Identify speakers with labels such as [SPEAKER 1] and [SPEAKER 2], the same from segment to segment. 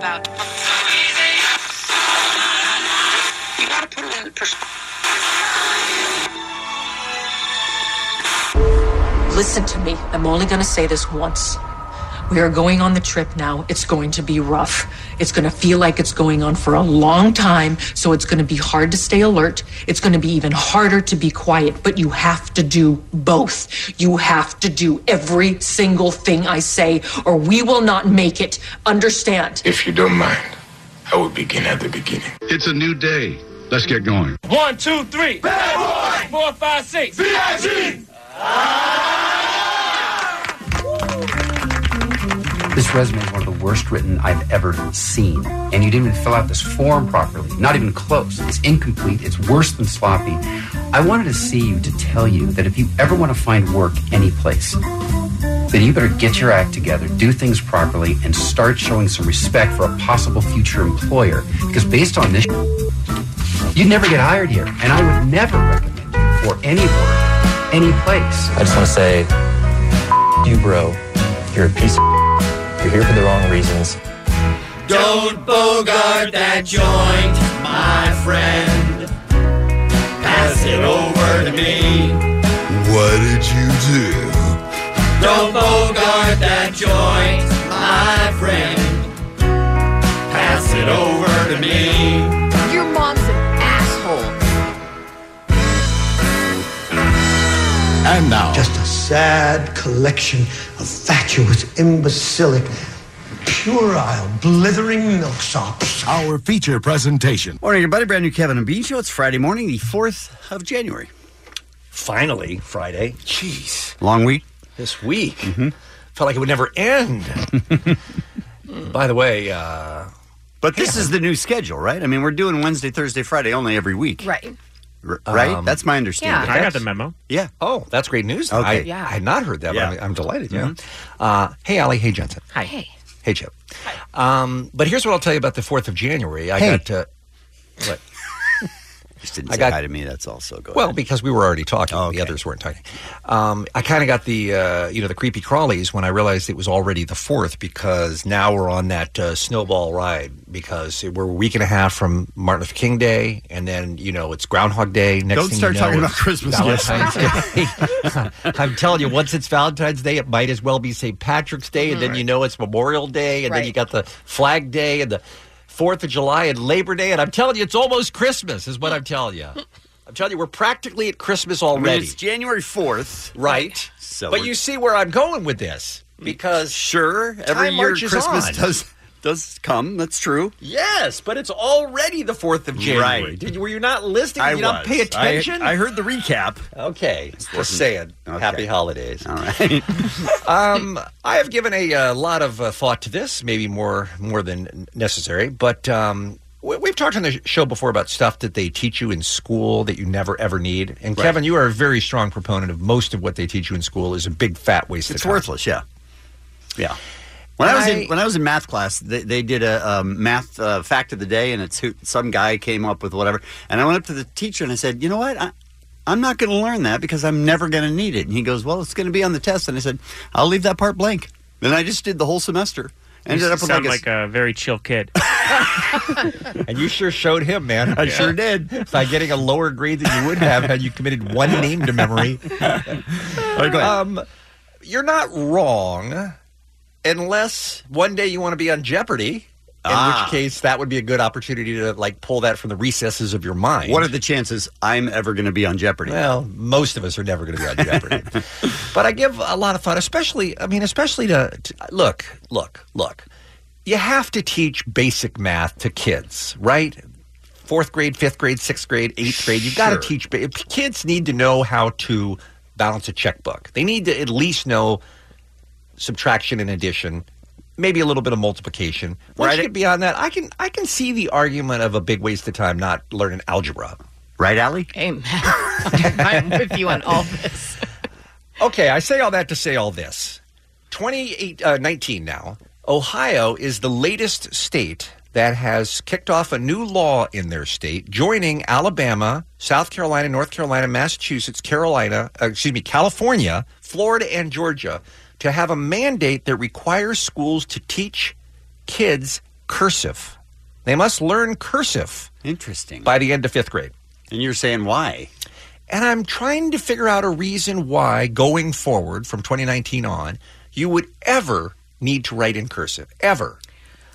[SPEAKER 1] about. You gotta put it in perspective.
[SPEAKER 2] Listen to me. I'm only going to say this once. We are going on the trip now. It's going to be rough. It's going to feel like it's going on for a long time. So it's going to be hard to stay alert. It's going to be even harder to be quiet. But you have to do both. You have to do every single thing I say, or we will not make it. Understand?
[SPEAKER 3] If you don't mind, I will begin at the beginning.
[SPEAKER 4] It's a new day. Let's get going.
[SPEAKER 5] One, two, three. Bad boy. Four, five, six.
[SPEAKER 6] This resume is one of the worst written I've ever seen. And you didn't even fill out this form properly. Not even close. It's incomplete. It's worse than sloppy. I wanted to see you to tell you that if you ever want to find work anyplace, then you better get your act together, do things properly, and start showing some respect for a possible future employer. Because based on this, you'd never get hired here. And I would never recommend you for any work, any place.
[SPEAKER 7] I just want to say, you, bro. You're a piece of. You're here for the wrong reasons.
[SPEAKER 8] Don't bogart that joint, my friend. Pass it over to me.
[SPEAKER 4] What did you do?
[SPEAKER 8] Don't bogart that joint, my friend. Pass it over to me.
[SPEAKER 9] Your mom's an asshole.
[SPEAKER 4] And now,
[SPEAKER 10] Just a sad collection of fatuous, imbecilic, puerile, blithering milksops.
[SPEAKER 4] our feature presentation.
[SPEAKER 11] Morning, everybody. Brand new Kevin and Bean Show. It's Friday morning, the 4th of January.
[SPEAKER 12] finally Friday. Jeez,
[SPEAKER 11] Long week. Mm-hmm.
[SPEAKER 12] this week felt like it would never end. By the way, uh,
[SPEAKER 11] But this is the new schedule, right? I mean, we're doing Wednesday, Thursday, Friday only every week.
[SPEAKER 9] Right.
[SPEAKER 11] R- right?
[SPEAKER 12] Um,
[SPEAKER 11] That's my understanding.
[SPEAKER 12] I got
[SPEAKER 5] the memo.
[SPEAKER 11] Yeah.
[SPEAKER 12] oh, that's great news.
[SPEAKER 11] Okay.
[SPEAKER 12] I, I had not heard that.
[SPEAKER 11] Yeah. Mm-hmm.
[SPEAKER 12] But I'm, I'm delighted. Yeah. Uh, hey, Ali. Hey, Jensen. Hi.
[SPEAKER 9] Hey.
[SPEAKER 12] Hey, Chip. Um, but here's what I'll tell you about the Fourth of January. I
[SPEAKER 11] Hey.
[SPEAKER 12] got uh, what?
[SPEAKER 11] Just didn't
[SPEAKER 12] I
[SPEAKER 11] say
[SPEAKER 12] got-
[SPEAKER 11] hi to me. That's also good.
[SPEAKER 12] Well, because we were already talking,
[SPEAKER 11] Oh,
[SPEAKER 12] the
[SPEAKER 11] okay.
[SPEAKER 12] others weren't talking. Um, I kind of got the uh, you know the creepy crawlies when I realized it was already the fourth because now we're on that uh, snowball ride because we're a week and a half from Martin Luther King Day, and then you know it's Groundhog Day. Next
[SPEAKER 11] Don't
[SPEAKER 12] thing
[SPEAKER 11] start
[SPEAKER 12] you know,
[SPEAKER 11] talking
[SPEAKER 12] it's
[SPEAKER 11] about Christmas gifts.
[SPEAKER 12] Valentine's Day. I'm telling you, once it's Valentine's Day, it might as well be St. Patrick's Day, and then you know it's Memorial Day, and then you got
[SPEAKER 9] Right.
[SPEAKER 12] the Flag Day and the Fourth of July and Labor Day, and I'm telling you, it's almost Christmas, is what I'm telling you. I'm telling you, we're practically at Christmas
[SPEAKER 11] I mean,
[SPEAKER 12] already,
[SPEAKER 11] it's January 4th.
[SPEAKER 12] right?
[SPEAKER 11] So
[SPEAKER 12] but
[SPEAKER 11] we're-
[SPEAKER 12] you see where I'm going with this because
[SPEAKER 11] Sure. Every
[SPEAKER 12] Time
[SPEAKER 11] year
[SPEAKER 12] marches
[SPEAKER 11] Christmas
[SPEAKER 12] on.
[SPEAKER 11] does does come. That's true.
[SPEAKER 12] yes, but it's already the Fourth of January.
[SPEAKER 11] Right.
[SPEAKER 12] Did, were you not listening? Did you not pay
[SPEAKER 11] was. I-
[SPEAKER 12] attention?
[SPEAKER 11] I, heard the recap.
[SPEAKER 12] okay, just
[SPEAKER 11] wasn't-
[SPEAKER 12] saying.
[SPEAKER 11] Okay.
[SPEAKER 12] Happy holidays.
[SPEAKER 11] All right.
[SPEAKER 12] Um, I have given a, uh lot of uh, thought to this, maybe more more than necessary, but um, we, we've talked on the sh- show before about stuff that they teach you in school that you never ever need. And Kevin, you are a very strong proponent of most of what they teach you in school is a big fat waste of
[SPEAKER 11] It's
[SPEAKER 12] time.
[SPEAKER 11] worthless. Yeah, yeah. When I, was
[SPEAKER 12] I-
[SPEAKER 11] in when I was in math class, they, they did a, um math uh, fact of the day, and it's who, some guy came up with whatever. And I went up to the teacher and I said, "You know what? I, I'm not going to learn that because I'm never going to need it." And he goes, "Well, it's going to be on the test." And I said, "I'll leave that part blank." And I just did the whole semester. Ended up with like, a,
[SPEAKER 5] a very chill kid.
[SPEAKER 12] And you sure showed him, man. I
[SPEAKER 11] sure did.
[SPEAKER 12] By getting a lower grade than you would have had you committed one name to memory. Um, you're not wrong unless one day you want to be on Jeopardy. In
[SPEAKER 11] Ah.
[SPEAKER 12] which case, that would be a good opportunity to like pull that from the recesses of your mind.
[SPEAKER 11] What are the chances I'm ever going to be on Jeopardy?
[SPEAKER 12] Well, most of us are never going to be on Jeopardy. but I give a lot of thought, especially, I mean, especially to, to look, look, look. You have to teach basic math to kids, right? Fourth grade, fifth grade, sixth grade, eighth grade. You've got to teach. ba- Kids need to know how to balance a checkbook. They need to at least know subtraction and addition, maybe a little bit of multiplication. Once you get beyond that, I can I can see the argument of a big waste of time not learning algebra.
[SPEAKER 11] Right, Allie?
[SPEAKER 9] Amen. I'm with you on all this.
[SPEAKER 12] Okay, I say all that to say all this. 28, uh, 19 now. Ohio is the latest state that has kicked off a new law in their state, joining Alabama, South Carolina, North Carolina, Massachusetts, Carolina, uh, excuse me, California, Florida, and Georgia to have a mandate that requires schools to teach kids cursive. They must learn cursive.
[SPEAKER 11] Interesting.
[SPEAKER 12] By the end of fifth grade.
[SPEAKER 11] And you're saying why?
[SPEAKER 12] And I'm trying to figure out a reason why, going forward from 2019 on, you would ever need to write in cursive. Ever.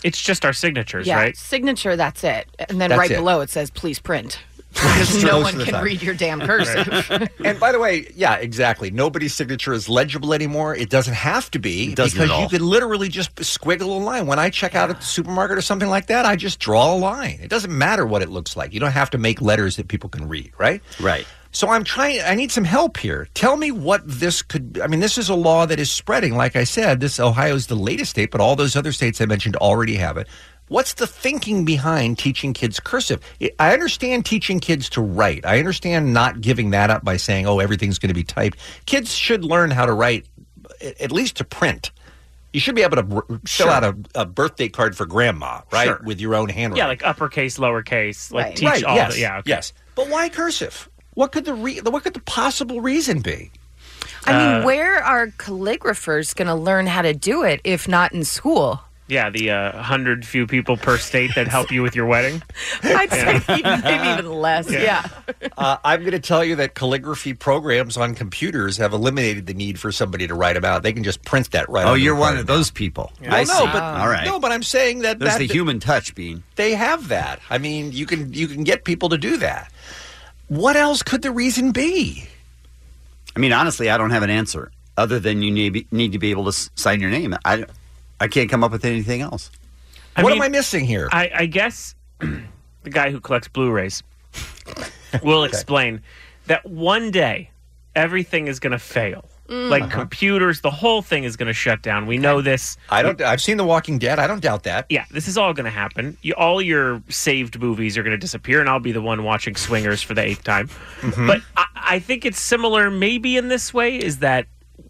[SPEAKER 7] It's just our signatures,
[SPEAKER 9] Yeah,
[SPEAKER 7] right?
[SPEAKER 9] signature. That's it, and then
[SPEAKER 12] That's
[SPEAKER 9] right
[SPEAKER 12] it.
[SPEAKER 9] below it says, "Please print," because no one can read your damn cursive.
[SPEAKER 12] and by the way, yeah, exactly. Nobody's signature is legible anymore. It doesn't have to be
[SPEAKER 11] doesn't
[SPEAKER 12] because
[SPEAKER 11] at all.
[SPEAKER 12] you could literally just squiggle a line. When I check out at the supermarket or something like that, I just draw a line. It doesn't matter what it looks like. You don't have to make letters that people can read, right?
[SPEAKER 11] Right.
[SPEAKER 12] So I'm trying I need some help here. Tell me what this could I mean this is a law that is spreading. Like I said, this Ohio is the latest state, but all those other states I mentioned already have it. What's the thinking behind teaching kids cursive? I- I understand teaching kids to write. I understand not giving that up by saying, "Oh, everything's going to be typed." Kids should learn how to write a- at least to print. You should be able to r- fill out a, a birthday card for grandma, right?
[SPEAKER 7] Sure.
[SPEAKER 12] With your own handwriting.
[SPEAKER 7] Yeah, like uppercase, lowercase, like
[SPEAKER 12] Right.
[SPEAKER 7] teach
[SPEAKER 12] Right,
[SPEAKER 7] all
[SPEAKER 12] yes,
[SPEAKER 7] the yeah. Okay.
[SPEAKER 12] yes. But why cursive? What could the re- what could the possible reason be?
[SPEAKER 9] I mean,
[SPEAKER 7] Uh,
[SPEAKER 9] where are calligraphers going to learn how to do it if not in school?
[SPEAKER 7] Yeah, the uh, hundred few people per state that help you with your wedding.
[SPEAKER 9] I'd
[SPEAKER 7] Yeah.
[SPEAKER 9] say even, maybe even less.
[SPEAKER 7] Yeah.
[SPEAKER 9] Yeah.
[SPEAKER 12] Uh, I'm going to tell you that calligraphy programs on computers have eliminated the need for somebody to write them out. They can just print that right.
[SPEAKER 11] Oh,
[SPEAKER 12] onto the
[SPEAKER 11] you're one
[SPEAKER 12] card
[SPEAKER 11] of
[SPEAKER 12] now.
[SPEAKER 11] those people.
[SPEAKER 12] Well,
[SPEAKER 11] I
[SPEAKER 12] no,
[SPEAKER 11] see.
[SPEAKER 12] but
[SPEAKER 11] All right.
[SPEAKER 12] no, but I'm saying that
[SPEAKER 11] There's
[SPEAKER 12] that,
[SPEAKER 11] the
[SPEAKER 12] that-
[SPEAKER 11] human touch, Bean.
[SPEAKER 12] They have that. I mean, you can you can get people to do that. What else could the reason be?
[SPEAKER 11] I mean, honestly, I don't have an answer other than you need, need to be able to s- sign your name. I, I can't come up with anything else.
[SPEAKER 12] what am I missing here?
[SPEAKER 7] I, I guess the guy who collects Blu-rays will explain that one day everything is going to fail.
[SPEAKER 12] Mm.
[SPEAKER 7] Like
[SPEAKER 12] Uh-huh.
[SPEAKER 7] computers, the whole thing is going to shut down. We know this.
[SPEAKER 12] I don't. I've seen The Walking Dead. I don't doubt that.
[SPEAKER 7] Yeah, this is all going to happen. You, all your saved movies are going to disappear, and I'll be the one watching Swingers for the eighth time.
[SPEAKER 10] Mm-hmm.
[SPEAKER 7] But I, I think it's similar, maybe in this way, is that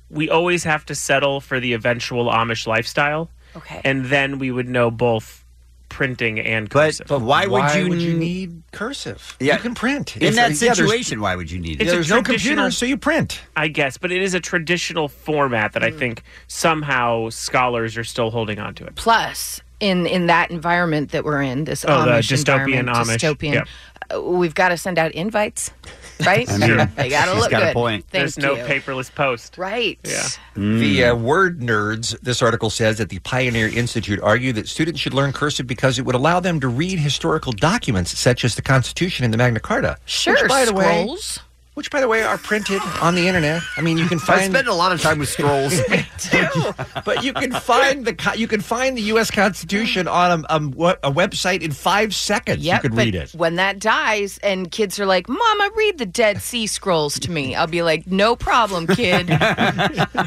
[SPEAKER 7] we always have to settle for the eventual Amish lifestyle.
[SPEAKER 9] Okay.
[SPEAKER 7] And then we would know both printing and
[SPEAKER 11] But-
[SPEAKER 7] cursive.
[SPEAKER 11] but why would Why you would you n-
[SPEAKER 12] need cursive?
[SPEAKER 11] Yeah.
[SPEAKER 12] You can print
[SPEAKER 11] In that situation, why would you need it?
[SPEAKER 7] It's a
[SPEAKER 12] There's no
[SPEAKER 7] traditional-
[SPEAKER 12] computer, so you print.
[SPEAKER 7] I guess, but it is a traditional format that I
[SPEAKER 9] Hmm.
[SPEAKER 7] think somehow scholars are still holding on to it.
[SPEAKER 9] Plus, in in that environment that we're in, this
[SPEAKER 7] Oh, the
[SPEAKER 9] Amish
[SPEAKER 7] dystopian
[SPEAKER 9] environment,
[SPEAKER 7] Amish.
[SPEAKER 9] dystopian,
[SPEAKER 7] Yep.
[SPEAKER 9] uh, we've got to send out invites, right?
[SPEAKER 12] I mean,
[SPEAKER 9] they gotta
[SPEAKER 12] she's
[SPEAKER 9] look
[SPEAKER 12] got a
[SPEAKER 9] good.
[SPEAKER 12] point.
[SPEAKER 9] Thank
[SPEAKER 7] There's no
[SPEAKER 9] you.
[SPEAKER 7] paperless post.
[SPEAKER 9] Right.
[SPEAKER 7] Yeah.
[SPEAKER 12] The
[SPEAKER 11] Hmm.
[SPEAKER 12] uh, word nerds, this article says that the Pioneer Institute argue that students should learn cursive because it would allow them to read historical documents such as the Constitution and the Magna Carta.
[SPEAKER 9] Sure.
[SPEAKER 12] Which, by the way,
[SPEAKER 9] scrolls.
[SPEAKER 12] which, by the way, are printed on the internet. I mean, you can find.
[SPEAKER 11] spend a lot of time with scrolls.
[SPEAKER 12] but you can find the co- you can find the U.S. Constitution on a, a, we- a website in five seconds.
[SPEAKER 9] Yep,
[SPEAKER 12] you can
[SPEAKER 9] but
[SPEAKER 12] read it.
[SPEAKER 9] When that dies and kids are like, Mama, read the Dead Sea Scrolls to me. I'll be like, No problem, kid.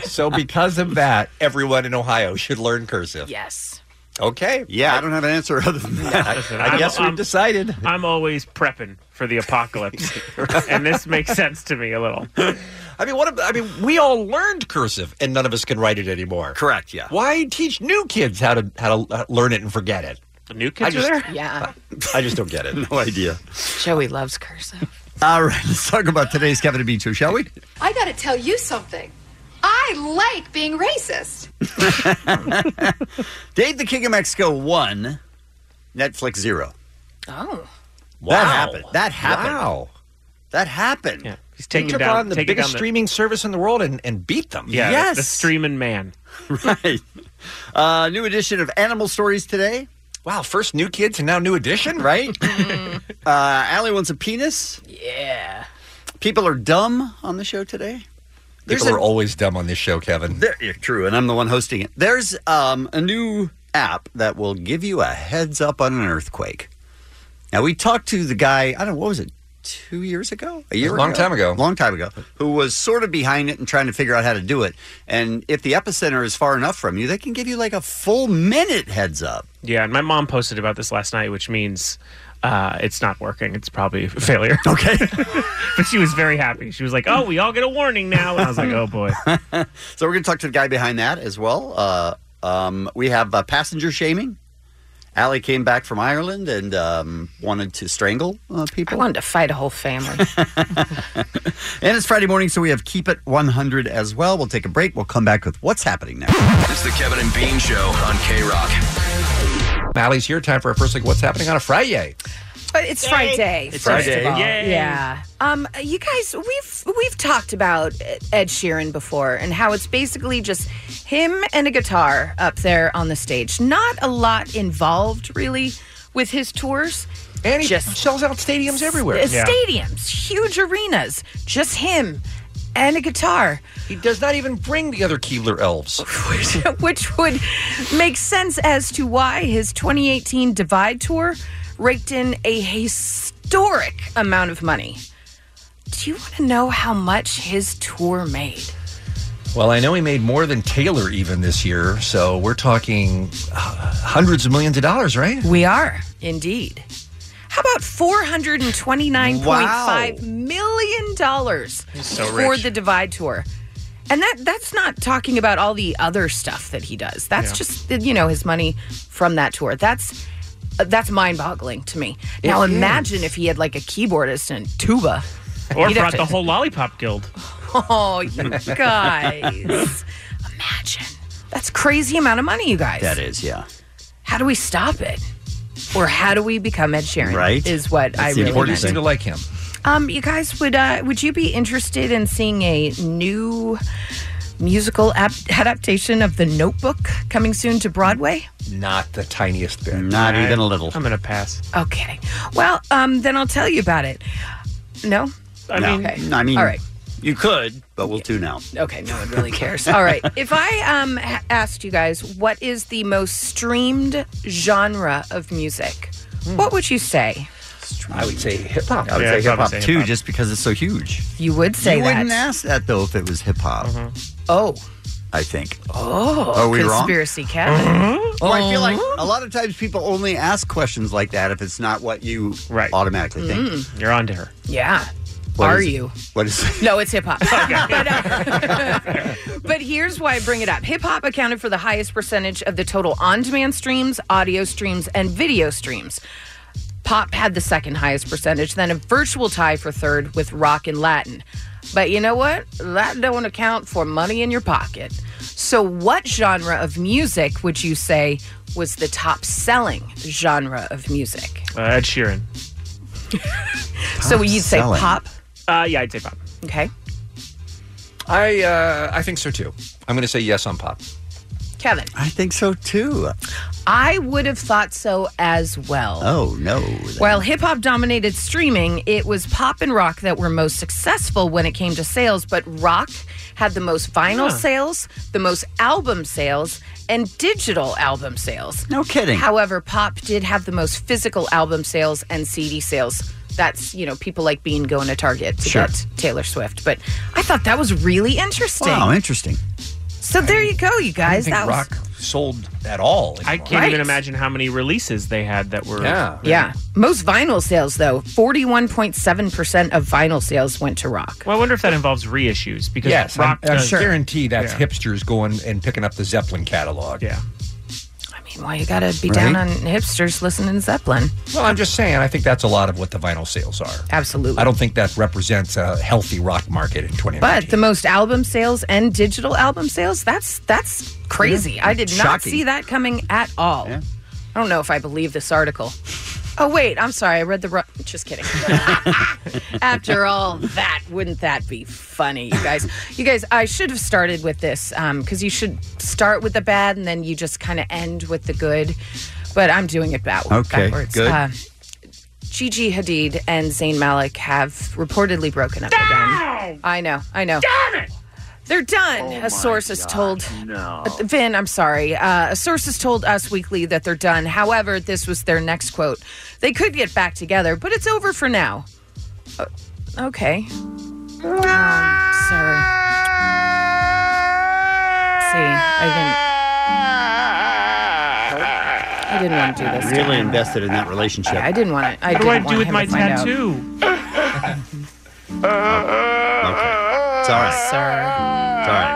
[SPEAKER 12] so, because of that, everyone in Ohio should lelearn cursive.
[SPEAKER 9] yes.
[SPEAKER 12] Okay.
[SPEAKER 11] Yeah, I don't have an answer other than that.
[SPEAKER 7] Listen,
[SPEAKER 12] I
[SPEAKER 7] I'm-
[SPEAKER 12] guess we've
[SPEAKER 7] I'm-
[SPEAKER 12] decided.
[SPEAKER 7] I'm always prepping for the apocalypse, and this makes sense to me a little.
[SPEAKER 12] I mean, what? ab- I mean, we all learned cursive, and none of us can write it anymore.
[SPEAKER 11] Correct. Yeah.
[SPEAKER 12] Why teach new kids how to how to uh, learn it and forget it?
[SPEAKER 7] The new
[SPEAKER 12] kids I are just-
[SPEAKER 9] Yeah.
[SPEAKER 12] I just don't get it.
[SPEAKER 11] no idea.
[SPEAKER 9] Joey loves cursive.
[SPEAKER 11] All right, let's talk about today's Kevin and Bean show, shall we?
[SPEAKER 13] I gotta tell you something. I like being racist.
[SPEAKER 11] Dave the King of Mexico won, Netflix zero.
[SPEAKER 9] Oh.
[SPEAKER 11] That happened. That happened.
[SPEAKER 12] Wow.
[SPEAKER 11] That happened. Yeah.
[SPEAKER 7] He's
[SPEAKER 12] They
[SPEAKER 7] taking
[SPEAKER 12] took
[SPEAKER 7] down
[SPEAKER 12] on the
[SPEAKER 7] taking
[SPEAKER 12] biggest
[SPEAKER 7] down
[SPEAKER 12] streaming service in the world and, and beat them.
[SPEAKER 7] Yeah,
[SPEAKER 11] Yes.
[SPEAKER 7] the streaming man.
[SPEAKER 11] right. Uh, new edition of Animal Stories today.
[SPEAKER 12] Wow, first new kids and now new edition,
[SPEAKER 11] right? uh, Allie wants a penis.
[SPEAKER 9] Yeah.
[SPEAKER 11] People are dumb on the show today. There's
[SPEAKER 12] People
[SPEAKER 11] a-
[SPEAKER 12] are always dumb on this show, Kevin.
[SPEAKER 11] There, yeah, true, and I'm the one hosting it. There's um, a new app that will give you a heads up on an earthquake. Now we talked to the guy. I don't know what was it, two years ago,
[SPEAKER 12] A long time ago.
[SPEAKER 11] long time ago, who was sort of behind it and trying to figure out how to do it. And if the epicenter is far enough from you, they can give you like a full minute heads up.
[SPEAKER 7] Yeah, and my mom posted about this last night, which means uh, it's not working. It's probably a failure.
[SPEAKER 11] Okay.
[SPEAKER 7] but she was very happy. She was like, oh, we all get a warning now. And I was like, oh, boy.
[SPEAKER 11] so we're going to talk to the guy behind that as well. Uh, um, we have uh, passenger shaming. Allie came back from Ireland and um, wanted to strangle uh, people. I
[SPEAKER 14] wanted to fight a whole family.
[SPEAKER 11] and it's Friday morning, so we have Keep It 100 as well. We'll take a break. We'll come back with what's happening next.
[SPEAKER 4] It's the Kevin and Bean Show on K Rock.
[SPEAKER 12] Bally's here. Time for our first look. What's happening on a Friday?
[SPEAKER 9] But it's Friday.
[SPEAKER 12] It's
[SPEAKER 9] first of
[SPEAKER 12] Friday.
[SPEAKER 9] all.
[SPEAKER 12] Yay.
[SPEAKER 9] Yeah. Um, you guys, we've we've talked about Ed Sheeran before and how it's basically just him and a guitar up there on the stage. Not a lot involved really with his tours.
[SPEAKER 12] And he sells out stadiums everywhere. Yeah.
[SPEAKER 9] Stadiums, huge arenas, just him and a guitar.
[SPEAKER 12] He does not even bring the other Keebler elves.
[SPEAKER 9] which would make sense as to why his 2018 Divide Tour raked in a historic amount of money. Do you want to know how much his tour made?
[SPEAKER 12] Well, I know he made more than Taylor even this year, so we're talking uh, hundreds of millions of dollars, right?
[SPEAKER 9] We are indeed. How about four hundred and twenty-nine point five million dollars
[SPEAKER 12] so
[SPEAKER 9] for
[SPEAKER 12] rich.
[SPEAKER 9] the Divide Tour? And that that's not talking about all the other stuff that he does. That's
[SPEAKER 12] Yeah.
[SPEAKER 9] just you know his money from that tour. That's uh, that's mind-boggling to me.
[SPEAKER 7] It
[SPEAKER 9] now
[SPEAKER 7] is.
[SPEAKER 9] imagine if he had like a keyboardist and tuba,
[SPEAKER 7] Or
[SPEAKER 9] He'd have
[SPEAKER 7] brought
[SPEAKER 9] to-
[SPEAKER 7] the whole Lollipop Guild.
[SPEAKER 9] Oh, you guys! Imagine that's crazy amount of money, you guys.
[SPEAKER 11] That is, yeah.
[SPEAKER 9] How do we stop it? Or how do we become Ed Sheeran?
[SPEAKER 11] Right.
[SPEAKER 9] Is what
[SPEAKER 12] That's
[SPEAKER 9] I
[SPEAKER 12] the
[SPEAKER 9] really
[SPEAKER 12] important
[SPEAKER 9] meant.
[SPEAKER 12] thing to like him.
[SPEAKER 9] Um, you guys would uh, would you be interested in seeing a new musical ap- adaptation of The Notebook coming soon to Broadway?
[SPEAKER 12] Not the tiniest bit.
[SPEAKER 11] Not even a little.
[SPEAKER 7] I'm going to pass.
[SPEAKER 9] Okay. Well, um, then I'll tell you about it. No.
[SPEAKER 11] I mean,
[SPEAKER 9] Okay.
[SPEAKER 11] I mean,
[SPEAKER 9] all right.
[SPEAKER 11] You could, but we'll tune out.
[SPEAKER 9] Okay, no one really cares. All right. If I um, h- asked you guys what is the most streamed genre of music,
[SPEAKER 11] Hmm.
[SPEAKER 9] what would you say?
[SPEAKER 12] I would say hip hop.
[SPEAKER 11] I would
[SPEAKER 12] Yeah,
[SPEAKER 11] say
[SPEAKER 12] I'd
[SPEAKER 11] hip
[SPEAKER 12] probably
[SPEAKER 11] hop
[SPEAKER 12] say
[SPEAKER 11] too,
[SPEAKER 12] hip-hop.
[SPEAKER 11] just because it's so huge.
[SPEAKER 9] You would say
[SPEAKER 11] you
[SPEAKER 9] that.
[SPEAKER 11] wouldn't ask that though if it was hip hop.
[SPEAKER 12] Mm-hmm.
[SPEAKER 9] Oh,
[SPEAKER 11] I think.
[SPEAKER 9] oh,
[SPEAKER 11] Are we wrong?
[SPEAKER 9] conspiracy Kevin.
[SPEAKER 11] Well, I feel like
[SPEAKER 9] Uh-huh.
[SPEAKER 11] a lot of times people only ask questions like that if it's not what you automatically think.
[SPEAKER 9] Mm.
[SPEAKER 7] You're on to her.
[SPEAKER 9] Yeah.
[SPEAKER 11] What
[SPEAKER 9] Are
[SPEAKER 11] is-
[SPEAKER 9] you?
[SPEAKER 11] What is?
[SPEAKER 9] No, it's hip hop. but, uh, but here's why I bring it up hip hop accounted for the highest percentage of the total on demand streams, audio streams, and video streams. Pop had the second highest percentage, then a virtual tie for third with rock and Latin. But you know what? That don't account for money in your pocket. So, what genre of music would you say was the top selling genre of music?
[SPEAKER 7] Uh, Ed Sheeran.
[SPEAKER 9] so, you'd say
[SPEAKER 7] selling.
[SPEAKER 9] pop?
[SPEAKER 7] Uh, yeah, I'd say pop.
[SPEAKER 9] Okay.
[SPEAKER 12] I uh, I think so too. I'm going to say yes on pop.
[SPEAKER 9] Kevin.
[SPEAKER 11] I think so too.
[SPEAKER 9] I would have thought so as well.
[SPEAKER 11] Oh no.
[SPEAKER 9] While hip hop dominated streaming, it was pop and rock that were most successful when it came to sales, but rock had the most vinyl
[SPEAKER 11] Huh.
[SPEAKER 9] sales, the most album sales, and digital album sales.
[SPEAKER 11] No kidding.
[SPEAKER 9] However, pop did have the most physical album sales and CD sales. That's, you know, people like Bean going to Target to
[SPEAKER 11] Sure.
[SPEAKER 9] get Taylor Swift. But I thought that was really interesting.
[SPEAKER 11] Wow, interesting.
[SPEAKER 9] So there you go, you guys. That was
[SPEAKER 12] sold at all.
[SPEAKER 7] I can't
[SPEAKER 9] Right.
[SPEAKER 7] even imagine how many releases they had that were.
[SPEAKER 12] Yeah.
[SPEAKER 9] Yeah. Most vinyl sales, though, 41.7% of vinyl sales went to rock.
[SPEAKER 7] Well, I wonder if that involves reissues because
[SPEAKER 12] yes,
[SPEAKER 7] rock
[SPEAKER 12] I, I
[SPEAKER 7] does.
[SPEAKER 12] guarantee that's
[SPEAKER 7] Yeah.
[SPEAKER 12] hipsters going and picking up the Zeppelin catalog.
[SPEAKER 7] Yeah.
[SPEAKER 9] Well, you got to be down on hipsters listening to Zeppelin.
[SPEAKER 12] Well, I'm just saying. I think that's a lot of what the vinyl sales are.
[SPEAKER 9] Absolutely.
[SPEAKER 12] I don't think that represents a healthy rock market in 2019.
[SPEAKER 9] But the most album sales and digital album sales, that's that's crazy.
[SPEAKER 12] Yeah.
[SPEAKER 9] I did not
[SPEAKER 12] Shocking.
[SPEAKER 9] see that coming at all. I don't know if I believe this article. Oh wait, I'm sorry. I read the wrong. Just kidding. After all that, wouldn't that be funny, you guys? You guys, I should have started with this because you should start with the bad and then you just kind of end with the good. But I'm doing it back-
[SPEAKER 11] Okay,
[SPEAKER 9] backwards.
[SPEAKER 11] good.
[SPEAKER 9] Uh, Gigi Hadid and Zayn Malik have reportedly broken up again. I know, I know. Damn it! Oh They're done. a source has told Uh, Vin. I'm sorry. Uh, a source has told Us Weekly that they're done. However, this was their next quote. They could get back together, but it's over for now. Uh, Okay. Um, sorry. See, I didn't. I didn't want to do this. to
[SPEAKER 10] Really
[SPEAKER 9] him.
[SPEAKER 10] invested in that relationship.
[SPEAKER 9] I didn't want it. I
[SPEAKER 10] What do
[SPEAKER 9] didn't
[SPEAKER 10] I do
[SPEAKER 9] want
[SPEAKER 10] with
[SPEAKER 9] him
[SPEAKER 10] my
[SPEAKER 9] to find out.
[SPEAKER 7] tattoo?
[SPEAKER 10] It's all right. It's all right.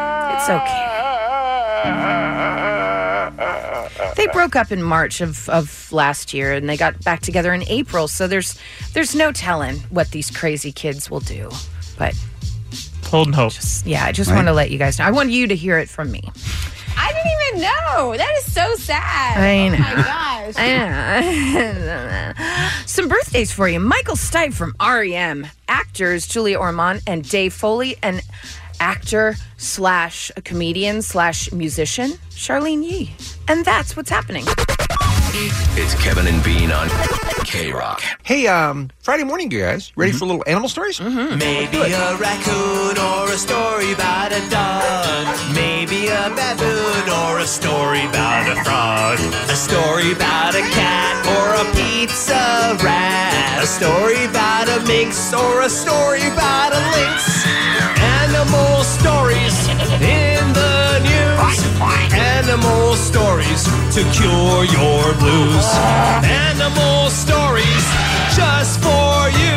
[SPEAKER 9] It's okay. They broke up in March of, of last year and they got back together in April, so there's there's no telling what these crazy kids will do. But
[SPEAKER 7] holding hope.
[SPEAKER 9] yeah, I just
[SPEAKER 7] Right.
[SPEAKER 9] want to let you guys know. I want you to hear it from me.
[SPEAKER 15] I didn't even know. That is so sad.
[SPEAKER 9] I know.
[SPEAKER 15] Oh my gosh.
[SPEAKER 9] I know. Some birthdays for you. Michael Stipe from REM, actors Julia Ormond and Dave Foley, and actor slash comedian slash musician Charlene Yee. And that's what's happening.
[SPEAKER 4] It's Kevin and Bean on K Rock.
[SPEAKER 12] Hey, um, Friday morning, you guys ready for little animal stories? Mm-hmm.
[SPEAKER 8] Maybe a raccoon or a story about a dog. Maybe a baboon or a story about a frog. A story about a cat or a pizza rat. A story about a minx or a story about a lynx. Animal stories in the news. Animal stories to cure your blues. Animal stories just for you.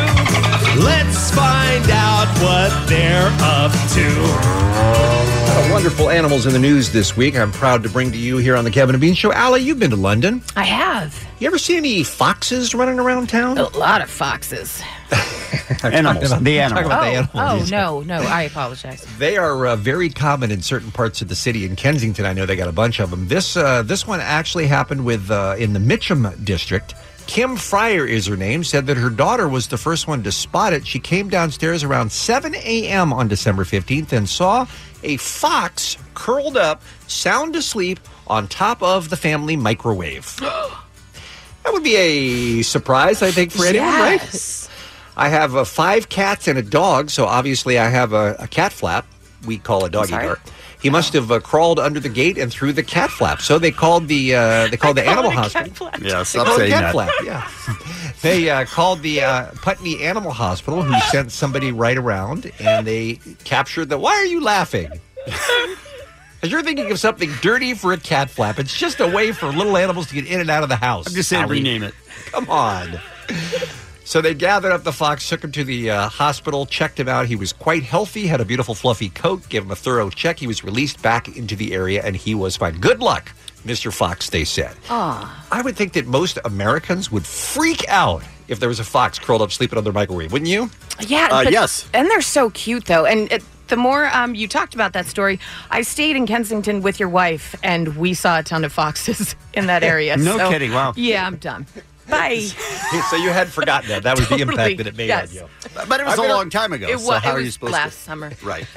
[SPEAKER 8] Let's find out what they're up to.
[SPEAKER 12] wonderful animals in the news this week. I'm proud to bring to you here on the Kevin and Bean Show. Allie, you've been to London.
[SPEAKER 9] I have.
[SPEAKER 12] You ever see any foxes running around town?
[SPEAKER 9] A lot of foxes.
[SPEAKER 12] Animals. The animals.
[SPEAKER 9] oh,
[SPEAKER 12] the animals.
[SPEAKER 9] oh, no, no. I apologize.
[SPEAKER 12] They are uh, very common in certain parts of the city. In Kensington, I know they got a bunch of them. This uh, this one actually happened with uh, in the Mitcham district. Kim Fryer is her name. Said that her daughter was the first one to spot it. She came downstairs around 7 a.m. on December 15th and saw a fox curled up, sound asleep on top of the family microwave. That would be a surprise, I think, for anyone, right? I have uh, five cats and a dog, so obviously I have a, a cat flap. We call a doggy
[SPEAKER 8] sorry?
[SPEAKER 12] door. He must have uh, crawled under the gate and through the cat flap. So they called the uh, they called the animal hospital.
[SPEAKER 10] Yeah,
[SPEAKER 12] They
[SPEAKER 10] stop
[SPEAKER 12] called the
[SPEAKER 10] saying
[SPEAKER 12] cat
[SPEAKER 10] that.
[SPEAKER 12] flap. Yeah, they uh, called the uh, Putney Animal Hospital, who sent somebody right around, and they captured the. Why are you laughing? Because you're thinking of something dirty for a cat flap. It's just a way for little animals to get in and out of the house. I'm
[SPEAKER 10] just saying rename
[SPEAKER 12] it. Come on. So they gathered up the fox, took him to the uh, hospital, checked him out. He was quite healthy, had a beautiful fluffy coat, gave him a thorough check. He was released back into the area, and he was fine. Good luck, Mr. Fox, they said.
[SPEAKER 8] Ah.
[SPEAKER 12] I would think that most Americans would freak out if there was a fox curled up sleeping on their microwave, wouldn't you?
[SPEAKER 9] Yeah.
[SPEAKER 12] Uh,
[SPEAKER 9] but- And they're so cute, though. And it, the more um, you talked about that story, I stayed in Kensington with your wife, and we saw a ton of foxes in that area.
[SPEAKER 12] No
[SPEAKER 9] so-
[SPEAKER 12] kidding, wow.
[SPEAKER 9] Yeah, I'm done. Bye.
[SPEAKER 12] so you had forgotten that. That was the impact that it made
[SPEAKER 9] yes.
[SPEAKER 12] on you.
[SPEAKER 10] But it was
[SPEAKER 12] a
[SPEAKER 10] a long time ago,
[SPEAKER 9] It
[SPEAKER 10] so
[SPEAKER 9] wa-
[SPEAKER 10] how
[SPEAKER 9] it
[SPEAKER 10] are you
[SPEAKER 9] was
[SPEAKER 10] supposed to-
[SPEAKER 9] last summer.
[SPEAKER 10] Right.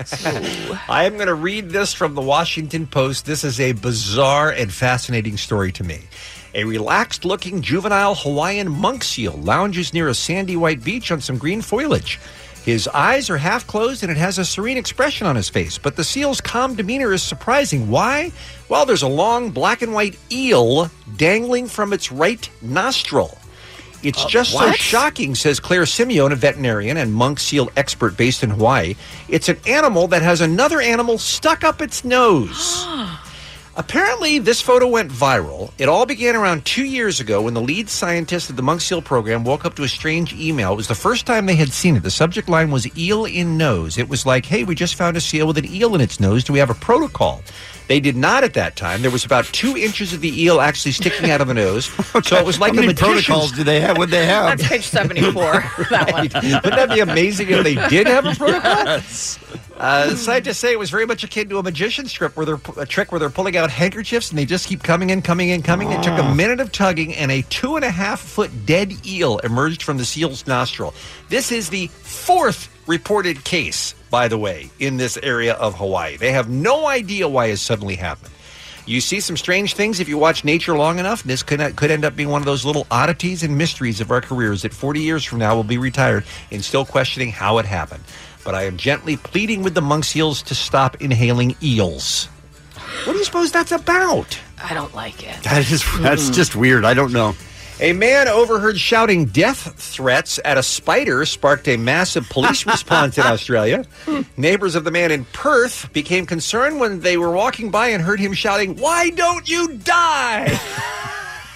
[SPEAKER 12] I am going to read this from the Washington Post. This is a bizarre and fascinating story to me. A relaxed looking juvenile Hawaiian monk seal lounges near a sandy white beach on some green foliage. His eyes are half closed and it has a serene expression on his face, but the seal's calm demeanor is surprising. Why? Well, there's a long black and white eel dangling from its right nostril. It's just so
[SPEAKER 8] what?
[SPEAKER 12] shocking, says Claire Simeon, a veterinarian and monk seal expert based in Hawaii. It's an animal that has another animal stuck up its nose. Apparently, this photo went viral. It all began around two years ago when the lead scientist of the monk seal program woke up to a strange email. It was the first time they had seen it. The subject line was eel in nose. It was like, hey, we just found a seal with an eel in its nose. Do we have a protocol? They did not at that time. There was about two inches of the eel actually sticking out of the nose. So it was like
[SPEAKER 10] How
[SPEAKER 12] a
[SPEAKER 10] many
[SPEAKER 12] magician's-
[SPEAKER 10] protocols do they have? What'd they have?
[SPEAKER 9] That's page 74. that one.
[SPEAKER 12] Wouldn't that be amazing if they did have a protocol? Uh, scientists say it was very much akin to a magician's trick where they're a trick where they're pulling out handkerchiefs and they just keep coming in, coming in, coming. It took a minute of tugging, and a two and a half foot dead eel emerged from the seal's nostril. This is the fourth reported case, by the way, in this area of Hawaii. They have no idea why it suddenly happened. You see some strange things if you watch nature long enough. This could, could end up being one of those little oddities and mysteries of our careers that 40 years from now will be retired and still questioning how it happened. But I am gently pleading with the monk seals to stop inhaling eels. What do you suppose that's about?
[SPEAKER 9] I don't like it.
[SPEAKER 8] Hmm.
[SPEAKER 10] That is that's just weird. I don't know.
[SPEAKER 12] A man overheard shouting death threats at a spider sparked a massive police response in Australia. Neighbors of the man in Perth became concerned when they were walking by and heard him shouting, Why don't you die?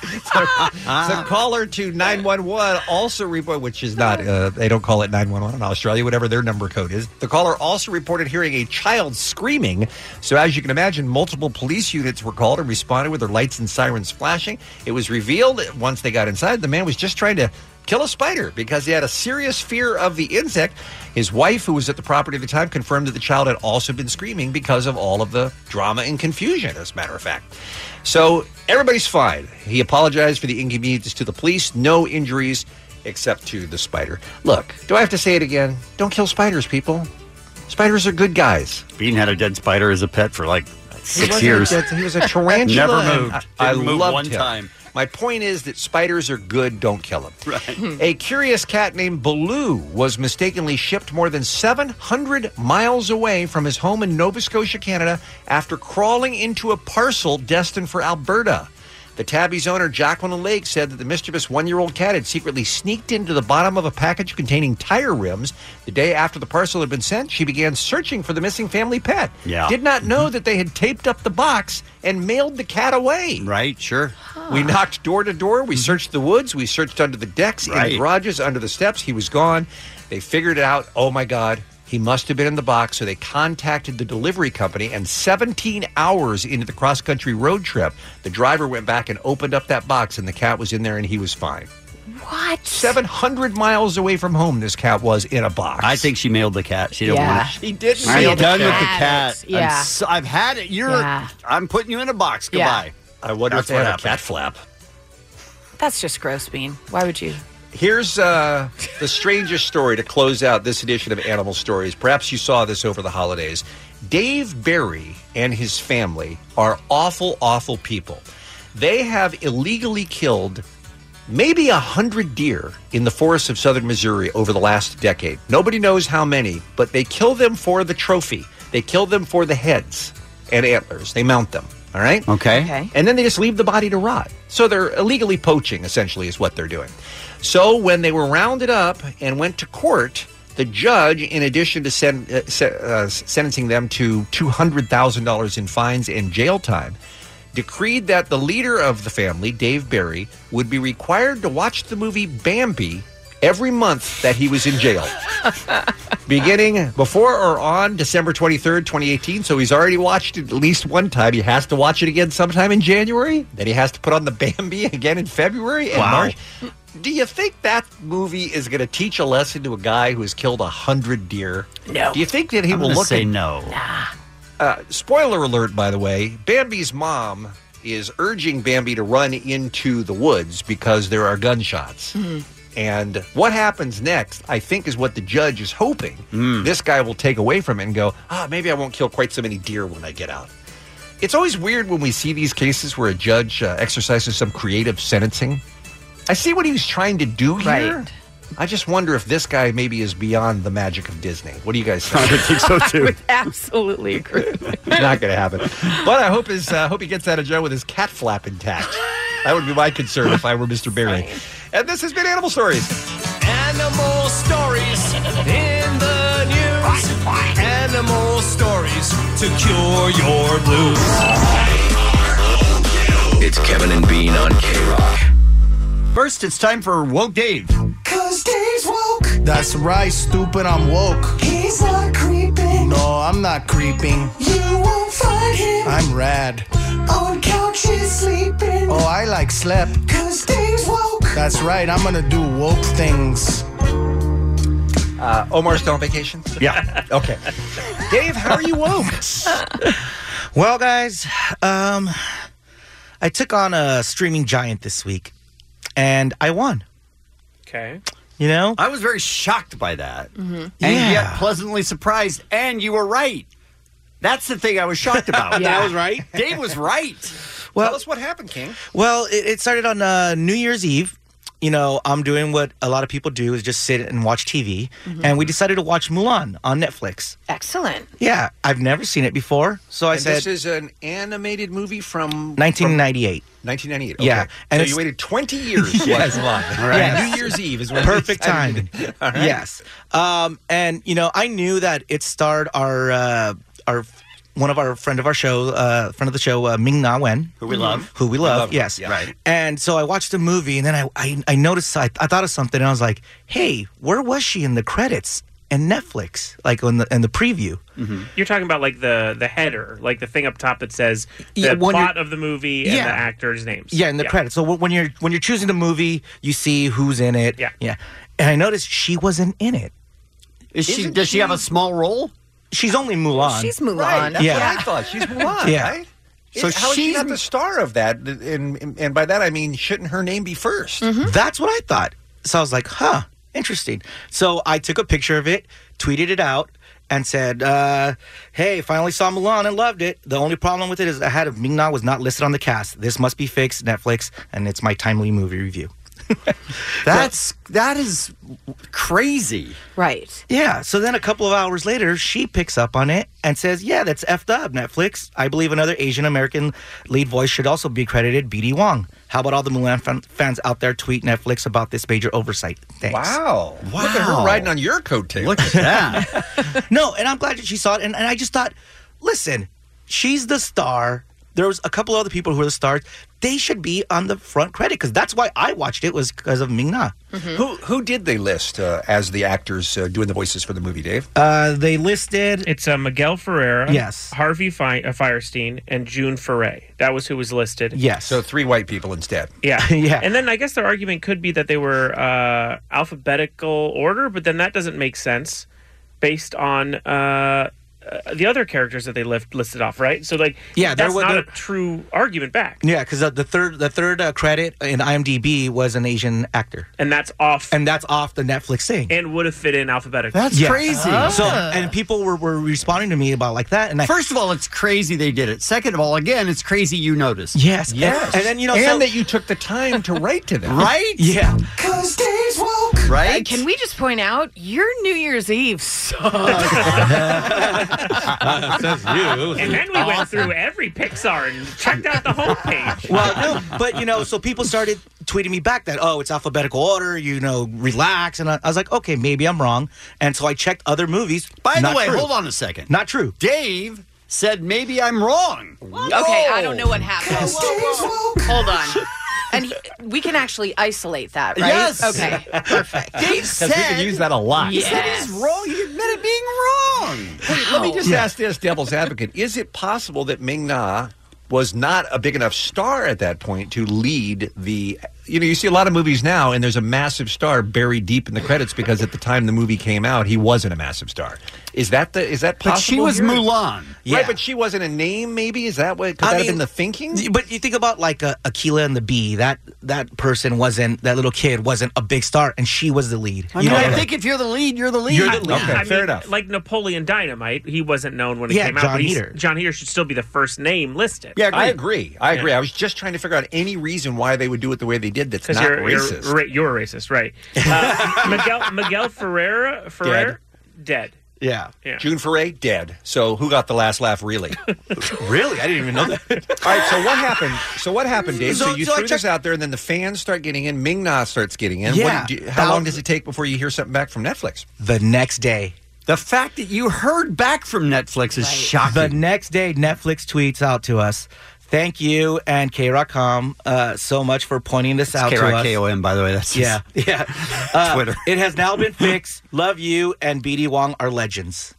[SPEAKER 12] so, so caller to 911 also reported, which is not, uh, they don't call it 911 in Australia, whatever their number code is. The caller also reported hearing a child screaming. So as you can imagine, multiple police units were called and responded with their lights and sirens flashing. It was revealed that once they got inside, the man was just trying to kill a spider because he had a serious fear of the insect. His wife, who was at the property at the time, confirmed that the child had also been screaming because of all of the drama and confusion, as a matter of fact. So everybody's fine. He apologized for the inconvenience to the police, no injuries except to the spider. Look, do I have to say it again? Don't kill spiders, people. Spiders are good guys.
[SPEAKER 11] Bean had a dead spider as a pet for like
[SPEAKER 12] He
[SPEAKER 11] six
[SPEAKER 12] wasn't a
[SPEAKER 11] years.
[SPEAKER 12] dead- he was a tarantula.
[SPEAKER 11] Never
[SPEAKER 12] and
[SPEAKER 11] moved.
[SPEAKER 12] I, I
[SPEAKER 11] Didn't move
[SPEAKER 12] loved
[SPEAKER 11] one
[SPEAKER 12] him.
[SPEAKER 11] time.
[SPEAKER 12] My point is that spiders are good. Don't kill them. Right. a curious cat named Baloo was mistakenly shipped more than 700 miles away from his home in Nova Scotia, Canada, after crawling into a parcel destined for Alberta. The tabby's owner, Jacqueline Lake, said that the mischievous one year old cat had secretly sneaked into the bottom of a package containing tire rims. The day after the parcel had been sent, she began searching for the missing family pet.
[SPEAKER 11] Yeah.
[SPEAKER 12] Did not
[SPEAKER 11] Mm-hmm.
[SPEAKER 12] know that they had taped up the box and mailed the cat away.
[SPEAKER 11] Right, sure. Mm-hmm.
[SPEAKER 12] We knocked door to door. We searched the woods. We searched under the decks, in the
[SPEAKER 11] Right.
[SPEAKER 12] garages, under the steps. He was gone. They figured it out. Oh my God. He must have been in the box. So they contacted the delivery company. And 17 hours into the cross country road trip, the driver went back and opened up that box, and the cat was in there, and he was fine.
[SPEAKER 9] What?
[SPEAKER 12] 700 miles away from home, this cat was in a box. I think
[SPEAKER 11] she mailed the cat. She
[SPEAKER 12] didn't
[SPEAKER 11] Yeah.
[SPEAKER 12] want
[SPEAKER 11] want
[SPEAKER 12] to.
[SPEAKER 11] to-
[SPEAKER 12] She
[SPEAKER 11] didn't I'm mail the done with the cat. cat. I'm Yeah. so-
[SPEAKER 12] I've had it.
[SPEAKER 11] You're. I'm putting you in a box. Goodbye.
[SPEAKER 12] I wonder
[SPEAKER 11] That's
[SPEAKER 12] if they
[SPEAKER 11] what
[SPEAKER 12] had a
[SPEAKER 11] happened.
[SPEAKER 12] cat flap.
[SPEAKER 9] That's just gross, Bean. Why would you?
[SPEAKER 12] Here's uh, the strangest story to close out this edition of Animal Stories. Perhaps you saw this over the holidays. Dave Barry and his family are awful, awful people. They have illegally killed maybe a hundred deer in the forests of southern Missouri over the last decade. Nobody knows how many, but they kill them for the trophy. They kill them for the heads and antlers. They mount them. All right.
[SPEAKER 11] Okay.
[SPEAKER 12] okay. And then they just leave the body to rot. So they're illegally poaching, essentially, is what they're doing. So when they were rounded up and went to court, the judge, in addition to sen- uh, se- uh, sentencing them to $200,000 in fines and jail time, decreed that the leader of the family, Dave Barry, would be required to watch the movie Bambi every month that he was in jail. Beginning before or on December 23rd, 2018. So he's already watched it at least one time. He has to watch it again sometime in January. Then he has to put on the Bambi again in February and
[SPEAKER 11] Wow.
[SPEAKER 12] March. Do you think that movie is going to teach a lesson to a guy who has killed a hundred deer? No. Do you think that he
[SPEAKER 11] I'm
[SPEAKER 12] will
[SPEAKER 11] gonna
[SPEAKER 12] look
[SPEAKER 11] say
[SPEAKER 12] at-
[SPEAKER 11] no.
[SPEAKER 12] uh, spoiler alert, by the way, Bambi's mom is urging Bambi to run into the woods because there are gunshots. And what happens next, I think, is what the judge is hoping this guy will take away from it and go, ah, maybe I won't kill quite so many deer when I get out. It's always weird when we see these cases where a judge uh, exercises some creative sentencing. I see what he was trying to do here. I just wonder if this guy maybe is beyond the magic of Disney. What do you guys think?
[SPEAKER 11] I would think so, too. I would
[SPEAKER 12] absolutely agree. Not going to happen. But I hope his uh, hope he gets out of jail with his cat flap intact. That would be my concern if I were Mr. Barry. And this has been Animal Stories.
[SPEAKER 16] Animal stories in the news. Animal stories to cure your blues.
[SPEAKER 17] It's Kevin and Bean on K Rock.
[SPEAKER 11] First, it's time for Woke Dave.
[SPEAKER 18] Cause Dave's woke.
[SPEAKER 19] That's right, stupid, I'm woke.
[SPEAKER 18] He's not creeping.
[SPEAKER 19] No, I'm not creeping.
[SPEAKER 18] You won't find him
[SPEAKER 19] I'm rad.
[SPEAKER 18] on couches sleeping.
[SPEAKER 19] Oh, I like slept.
[SPEAKER 18] Cause Dave's woke.
[SPEAKER 19] That's right, I'm gonna do woke things.
[SPEAKER 12] Uh, Omar's still on vacation?
[SPEAKER 19] Yeah.
[SPEAKER 12] okay. Dave, how are you woke?
[SPEAKER 19] Well, guys, um, I took on a streaming giant this week, and I won.
[SPEAKER 7] Okay.
[SPEAKER 19] You know,
[SPEAKER 11] I was very shocked by that,
[SPEAKER 9] Mm-hmm.
[SPEAKER 19] Mhm.
[SPEAKER 11] and
[SPEAKER 19] Yeah.
[SPEAKER 11] yet pleasantly surprised. And you were right. That's the thing I was shocked about.
[SPEAKER 19] Yeah.
[SPEAKER 11] I
[SPEAKER 19] I was right?
[SPEAKER 11] Dave was right.
[SPEAKER 19] Well-
[SPEAKER 12] Tell us what happened, King.
[SPEAKER 19] Well, it, it started on uh, New Year's Eve,
[SPEAKER 20] you know, I'm doing what a lot of people do is just sit and watch TV.
[SPEAKER 9] Mhm.
[SPEAKER 20] And we decided to watch Mulan on Netflix.
[SPEAKER 9] Excellent.
[SPEAKER 20] Yeah, I've never seen it before. So I
[SPEAKER 12] and
[SPEAKER 20] said
[SPEAKER 12] this is an animated movie from
[SPEAKER 20] 1998.
[SPEAKER 12] 1998. Okay.
[SPEAKER 20] Yeah, and
[SPEAKER 12] and so
[SPEAKER 20] it's-
[SPEAKER 12] you waited 20 years. to
[SPEAKER 20] Yes.
[SPEAKER 12] watch Mulan.
[SPEAKER 20] All right.
[SPEAKER 12] Yeah,
[SPEAKER 20] Yes.
[SPEAKER 12] New Year's Eve is when
[SPEAKER 20] Perfect
[SPEAKER 12] timing.
[SPEAKER 20] timing. Yes. Um, and you know, I knew that it starred our uh, our one of our friend of our show, uh, friend of the show, uh, Ming Na Wen,
[SPEAKER 11] Who we love.
[SPEAKER 20] who we
[SPEAKER 11] We
[SPEAKER 20] love.
[SPEAKER 11] love,
[SPEAKER 20] yes,
[SPEAKER 11] yeah. Right.
[SPEAKER 20] And so I watched the movie, and then I I, I noticed I, I thought of something, and I was like, Hey, where was she in the credits in Netflix? Like in the in the preview.
[SPEAKER 7] You're talking about like the the header, like the thing up top that says the
[SPEAKER 20] Yeah, when you're-
[SPEAKER 7] plot of the movie and
[SPEAKER 20] Yeah.
[SPEAKER 7] the actors' names.
[SPEAKER 20] Yeah, in the credits. So wh- when you're when you're choosing the movie, you see who's in it. Yeah, yeah. And I noticed she wasn't in it.
[SPEAKER 11] Is she- Isn't does she have a she- small role?
[SPEAKER 20] She's only Mulan.
[SPEAKER 9] She's Mulan.
[SPEAKER 12] Right, that's
[SPEAKER 20] Yeah.
[SPEAKER 12] what I thought. Oh, She's Mulan,
[SPEAKER 20] Yeah.
[SPEAKER 12] right?
[SPEAKER 20] So
[SPEAKER 12] So how is she
[SPEAKER 20] she's-
[SPEAKER 12] not the star of that? And, and by that I mean, shouldn't her name be 1st
[SPEAKER 20] That's what I thought. So I was like, huh, interesting. So I took a picture of it, tweeted it out, and said, uh, hey, finally saw Mulan and loved it. The only problem with it is I had of Ming Na was not listed on the cast. This must be fixed, Netflix, and it's my timely movie review.
[SPEAKER 11] That's that is crazy.
[SPEAKER 9] Right.
[SPEAKER 20] Yeah. So then a couple of hours later, she picks up on it and says, Yeah, that's effed up, Netflix. I believe another Asian American lead voice should also be credited, BD Wong. How about all the Mulan fan- fans out there tweet Netflix about this major oversight? Thanks.
[SPEAKER 12] Wow. Look at her riding on your coattail. Look at
[SPEAKER 11] that.
[SPEAKER 20] no, and I'm glad that she saw it. And, and I just thought, listen, she's the star. There was a couple other people who were the stars. They should be on the front credit because that's why I watched it was because of Ming Na.
[SPEAKER 12] Who who did they list uh, as the actors uh, doing the voices for the movie, Dave?
[SPEAKER 20] Uh, they listed
[SPEAKER 7] it's uh, Miguel Ferreira,
[SPEAKER 12] Yes.
[SPEAKER 7] Harvey Fe- uh, Firestein, and June Foray. That was who was listed.
[SPEAKER 12] So three white people instead.
[SPEAKER 7] Yeah.
[SPEAKER 20] yeah.
[SPEAKER 7] And then I guess their argument could be that they were uh, alphabetical order, but then that doesn't make sense based on uh, uh, the other characters that they lift, listed off, right? So like,
[SPEAKER 20] Yeah, there
[SPEAKER 7] that's
[SPEAKER 20] wa-
[SPEAKER 7] not a
[SPEAKER 20] there-
[SPEAKER 7] true argument back,
[SPEAKER 20] Yeah, because the third the third uh, credit in IMDb was an Asian actor,
[SPEAKER 7] and that's off,
[SPEAKER 20] and that's off the Netflix thing.
[SPEAKER 7] and would have fit in alphabetically.
[SPEAKER 20] Yeah. Ah. So and people were, were responding to me about like that, and I
[SPEAKER 11] First of all, it's crazy they did it. Second of all, again, it's crazy you noticed.
[SPEAKER 20] Yes. Yes. And- and then, you know,
[SPEAKER 11] and
[SPEAKER 20] so-
[SPEAKER 12] that you took the time to write to them,
[SPEAKER 11] right?
[SPEAKER 20] Yeah.
[SPEAKER 21] Cause Dave's woke.
[SPEAKER 9] Uh, can we just point out your New Year's Eve sucks?
[SPEAKER 20] says you.
[SPEAKER 7] And then we went through every Pixar and checked out the homepage.
[SPEAKER 20] well, no, but you know, so people started tweeting me back that oh, it's alphabetical order, you know, relax, and I, I was like, okay, maybe I'm wrong, and so I checked other movies.
[SPEAKER 11] By the
[SPEAKER 20] Not
[SPEAKER 11] way,
[SPEAKER 20] true.
[SPEAKER 11] hold on a second.
[SPEAKER 20] Not true.
[SPEAKER 11] Dave said maybe I'm wrong.
[SPEAKER 9] Okay, I don't know what happened.
[SPEAKER 21] Cause Dave's woke.
[SPEAKER 9] Hold on. And he, we can actually isolate that, right?
[SPEAKER 11] Yes.
[SPEAKER 9] Okay. Perfect.
[SPEAKER 11] Dave said He said
[SPEAKER 9] Yes.
[SPEAKER 11] he's wrong. He admitted being wrong.
[SPEAKER 12] Wait, let me just
[SPEAKER 11] Yeah.
[SPEAKER 12] ask this devil's advocate. Is it possible that Ming Na was not a big enough star at that point to lead the you know, you see a lot of movies now and there's a massive star buried deep in the credits because at the time the movie came out, he wasn't a massive star. Is that the is that possible?
[SPEAKER 11] But she was
[SPEAKER 12] here?
[SPEAKER 11] Mulan.
[SPEAKER 12] Right, but she wasn't a name maybe? Is that what could
[SPEAKER 20] I
[SPEAKER 12] that
[SPEAKER 20] mean,
[SPEAKER 12] have been the thinking?
[SPEAKER 20] But you think about like uh, Aquila and the Bee. That that person wasn't that little kid wasn't a big star, and she was the lead.
[SPEAKER 11] I
[SPEAKER 20] you
[SPEAKER 11] mean,
[SPEAKER 20] know,
[SPEAKER 11] I
[SPEAKER 20] like-
[SPEAKER 11] think if you're the lead, you're the lead.
[SPEAKER 20] You're the lead.
[SPEAKER 7] I
[SPEAKER 20] Okay,
[SPEAKER 7] mean, Like Napoleon Dynamite, he wasn't known when it
[SPEAKER 12] Yeah,
[SPEAKER 7] came out.
[SPEAKER 12] John
[SPEAKER 7] but he's-
[SPEAKER 12] Heater.
[SPEAKER 7] John Heater should still be the first name listed.
[SPEAKER 12] Yeah, I agree. I agree. I was just trying to figure out any reason why they would do it the way they did that's
[SPEAKER 7] Because
[SPEAKER 12] not
[SPEAKER 7] you're, you're,
[SPEAKER 12] racist.
[SPEAKER 7] ra- you're racist, right? Uh, Miguel Miguel Ferreira Ferrer dead.
[SPEAKER 20] Yeah.
[SPEAKER 7] Yeah.
[SPEAKER 12] June Foray, dead. So who got the last laugh, really?
[SPEAKER 20] really? I didn't even know that.
[SPEAKER 12] All right, so what happened? So what happened, Dave? So,
[SPEAKER 20] So-
[SPEAKER 12] you
[SPEAKER 20] so I
[SPEAKER 12] threw this out there, and then the fans start getting in. Ming Na starts getting in.
[SPEAKER 20] Yeah.
[SPEAKER 12] What do you, how
[SPEAKER 20] About-
[SPEAKER 12] long does it take before you hear something back from Netflix?
[SPEAKER 20] the next day.
[SPEAKER 11] The fact that you heard back from Netflix is shocking.
[SPEAKER 20] The next day, Netflix tweets out to us, "Thank you and K-Rock.com uh, so much for pointing this out to us."
[SPEAKER 11] K-R-K-O-M, by the way. That's
[SPEAKER 20] Yeah, yeah. Uh,
[SPEAKER 11] Twitter.
[SPEAKER 20] It has now been fixed. Love you and BD Wong are legends.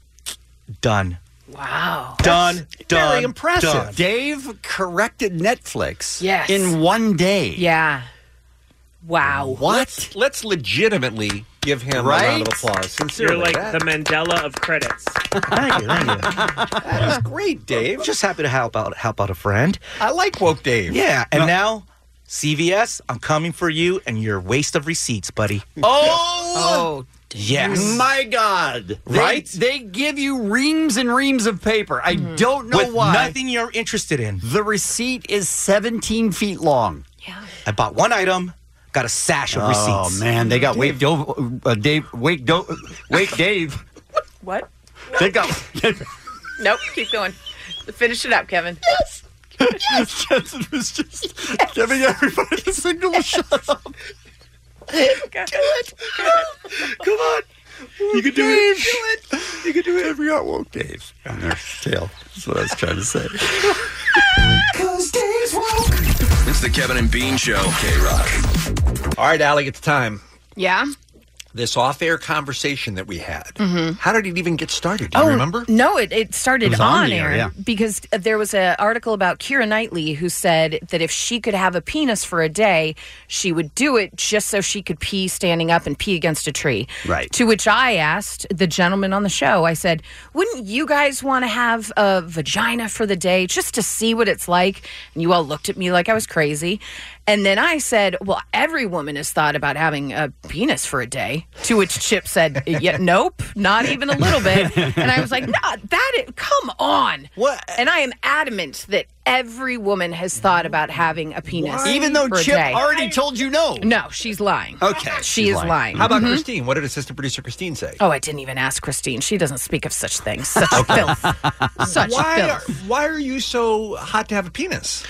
[SPEAKER 20] Done.
[SPEAKER 9] Wow.
[SPEAKER 20] Done. Done. Done.
[SPEAKER 11] Dave corrected Netflix
[SPEAKER 9] Yes.
[SPEAKER 11] in one day.
[SPEAKER 9] Yeah. Wow.
[SPEAKER 12] Let's, let's legitimately give him a round of
[SPEAKER 7] Right?
[SPEAKER 12] applause. Sincerely,
[SPEAKER 7] You're like
[SPEAKER 12] That-
[SPEAKER 7] the Mandela of credits.
[SPEAKER 20] Thank you. Thank you.
[SPEAKER 12] that was great, Dave.
[SPEAKER 20] Just happy to help out. Help out a friend.
[SPEAKER 12] I like woke Dave.
[SPEAKER 20] Yeah. And now, CVS, I'm coming for you and your waste of receipts, buddy.
[SPEAKER 11] Oh,
[SPEAKER 20] Yes.
[SPEAKER 11] My God. They-
[SPEAKER 20] Right?
[SPEAKER 11] They, give you reams and reams of paper. I don't know
[SPEAKER 20] With
[SPEAKER 11] why.
[SPEAKER 20] nothing you're interested in.
[SPEAKER 11] The receipt is 17 feet long.
[SPEAKER 20] I bought one item. got a sash of
[SPEAKER 11] Oh
[SPEAKER 20] receipts.
[SPEAKER 11] man, they got Wake Do- uh, Dave Wake Do- Wake Dave.
[SPEAKER 9] What?
[SPEAKER 11] They got
[SPEAKER 9] Nope. Keep going. Finish it up, Kevin. Yes.
[SPEAKER 11] Yes. Kevin was just giving everybody a signal to shut up.
[SPEAKER 10] Do it. Come on. You can do it. Do it. You can do it.
[SPEAKER 11] we got Woke Dave on their tail. That's what I was trying to say.
[SPEAKER 10] Cause Dave's woke.
[SPEAKER 22] It's the Kevin and Bean Show. K Rock.
[SPEAKER 12] All right, Allie, it's time.
[SPEAKER 9] Yeah.
[SPEAKER 12] This off-air conversation that we had.
[SPEAKER 9] Mm-hmm.
[SPEAKER 12] How did it even get started?
[SPEAKER 20] Oh,
[SPEAKER 12] Do you remember?
[SPEAKER 9] Oh, No, it, it started
[SPEAKER 12] It was
[SPEAKER 9] on,
[SPEAKER 12] on the air,
[SPEAKER 9] air,
[SPEAKER 12] yeah.
[SPEAKER 9] because there was an article about Kira Knightley who said that if she could have a penis for a day, she would do it just so she could pee standing up and pee against a tree.
[SPEAKER 11] Right.
[SPEAKER 9] To which I asked the gentleman on the show, I said, wouldn't you guys want to have a vagina for the day just to see what it's like? And you all looked at me like I was crazy. And then I said, well, every woman has thought about having a penis for a day. To which Chip said, yeah, nope, not even a little bit. And I was like, no, that is, come on. What? And I am adamant that every woman has thought about having a penis.
[SPEAKER 11] Even though
[SPEAKER 9] for a
[SPEAKER 11] Chip
[SPEAKER 9] day.
[SPEAKER 11] already told you no.
[SPEAKER 9] No, she's lying.
[SPEAKER 11] Okay.
[SPEAKER 9] She is lying.
[SPEAKER 12] How about
[SPEAKER 9] Mhm.
[SPEAKER 12] Christine? What did assistant producer Christine say?
[SPEAKER 9] Oh, I didn't even ask Christine. She doesn't speak of such things. Such filth. Such
[SPEAKER 12] why
[SPEAKER 9] filth.
[SPEAKER 12] Are, why are you so hot to have a penis?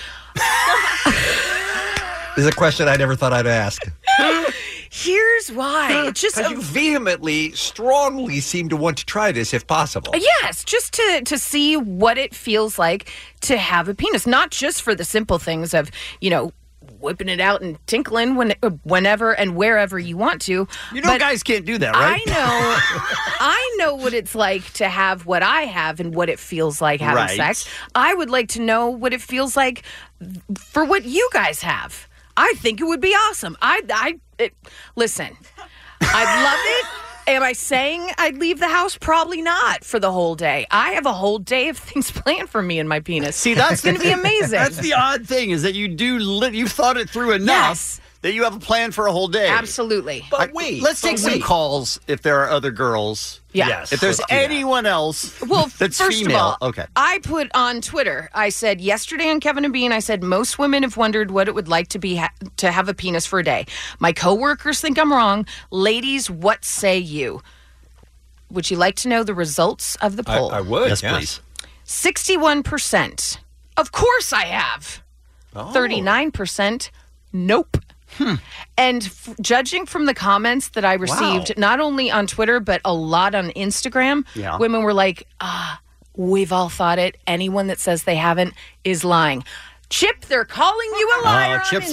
[SPEAKER 12] This is a question I never thought I'd ask.
[SPEAKER 9] Here's why. It just
[SPEAKER 12] Because you vehemently, strongly seem to want to try this if possible.
[SPEAKER 9] Uh, Yes, just to to see what it feels like to have a penis, not just for the simple things of you know whipping it out and tinkling when uh, whenever and wherever you want to.
[SPEAKER 11] You know,
[SPEAKER 9] but
[SPEAKER 11] guys can't do that, right?
[SPEAKER 9] I know, I know what it's like to have what I have and what it feels like having
[SPEAKER 11] Right.
[SPEAKER 9] sex. I would like to know what it feels like for what you guys have. I think it would be awesome. I, I, it, listen, I love it. Am I saying I'd leave the house? Probably not for the whole day. I have a whole day of things planned for me and my penis.
[SPEAKER 11] See, that's
[SPEAKER 9] going to be amazing.
[SPEAKER 11] That's the odd thing is that you do lit you thought it through enough that you have a plan for a whole day.
[SPEAKER 9] Absolutely.
[SPEAKER 12] But wait,
[SPEAKER 11] Let's take some
[SPEAKER 9] wait.
[SPEAKER 11] calls if there are other girls.
[SPEAKER 9] Yeah. Yes,
[SPEAKER 11] If there's
[SPEAKER 9] let's do that.
[SPEAKER 11] anyone else
[SPEAKER 9] Well,
[SPEAKER 11] that's
[SPEAKER 9] first
[SPEAKER 11] female.
[SPEAKER 9] of all,
[SPEAKER 11] okay.
[SPEAKER 9] I put on Twitter. I said yesterday on Kevin and Bean. I said most women have wondered what it would like to be ha- to have a penis for a day. My coworkers think I'm wrong. Ladies, what say you? Would you like to know the results of the
[SPEAKER 12] I,
[SPEAKER 9] poll?
[SPEAKER 12] I would.
[SPEAKER 11] Yes,
[SPEAKER 12] please.
[SPEAKER 9] Sixty-one percent. Of course, I have.
[SPEAKER 11] Oh.
[SPEAKER 9] Thirty-nine percent. Nope.
[SPEAKER 11] Hmm.
[SPEAKER 9] And f- judging from the comments that I received, not only on Twitter but a lot on Instagram,
[SPEAKER 15] Yeah.
[SPEAKER 9] women were like, "Ah, we've all thought it. Anyone that says they haven't is lying." Chip, they're calling you a liar on
[SPEAKER 11] Oh, Chip's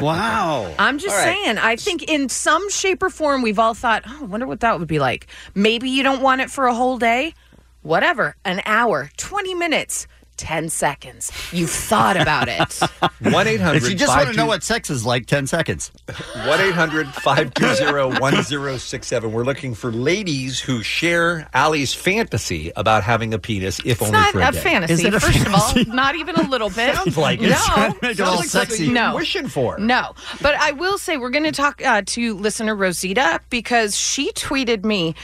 [SPEAKER 11] lying. wow.
[SPEAKER 9] I'm just
[SPEAKER 11] All right.
[SPEAKER 9] saying. I think in some shape or form, we've all thought, "Oh, I wonder what that would be like." Maybe you don't want it for a whole day, whatever, an hour, twenty minutes, ten seconds. You've thought about it.
[SPEAKER 12] 1 800
[SPEAKER 11] If you just want to know what sex is like, 10 seconds.
[SPEAKER 12] 1 800 520 1067. We're looking for ladies who share Allie's fantasy about having a penis, if
[SPEAKER 9] It's
[SPEAKER 12] only
[SPEAKER 9] not
[SPEAKER 12] for a
[SPEAKER 9] a
[SPEAKER 12] day.
[SPEAKER 9] fantasy. first of all, not even a little bit.
[SPEAKER 12] Sounds like it.
[SPEAKER 9] no.
[SPEAKER 12] Trying to make it all
[SPEAKER 9] Sounds like
[SPEAKER 12] sexy.
[SPEAKER 9] something No,
[SPEAKER 12] Wishing for.
[SPEAKER 9] No, but I will say we're going to talk uh, to listener Rosita because she tweeted me.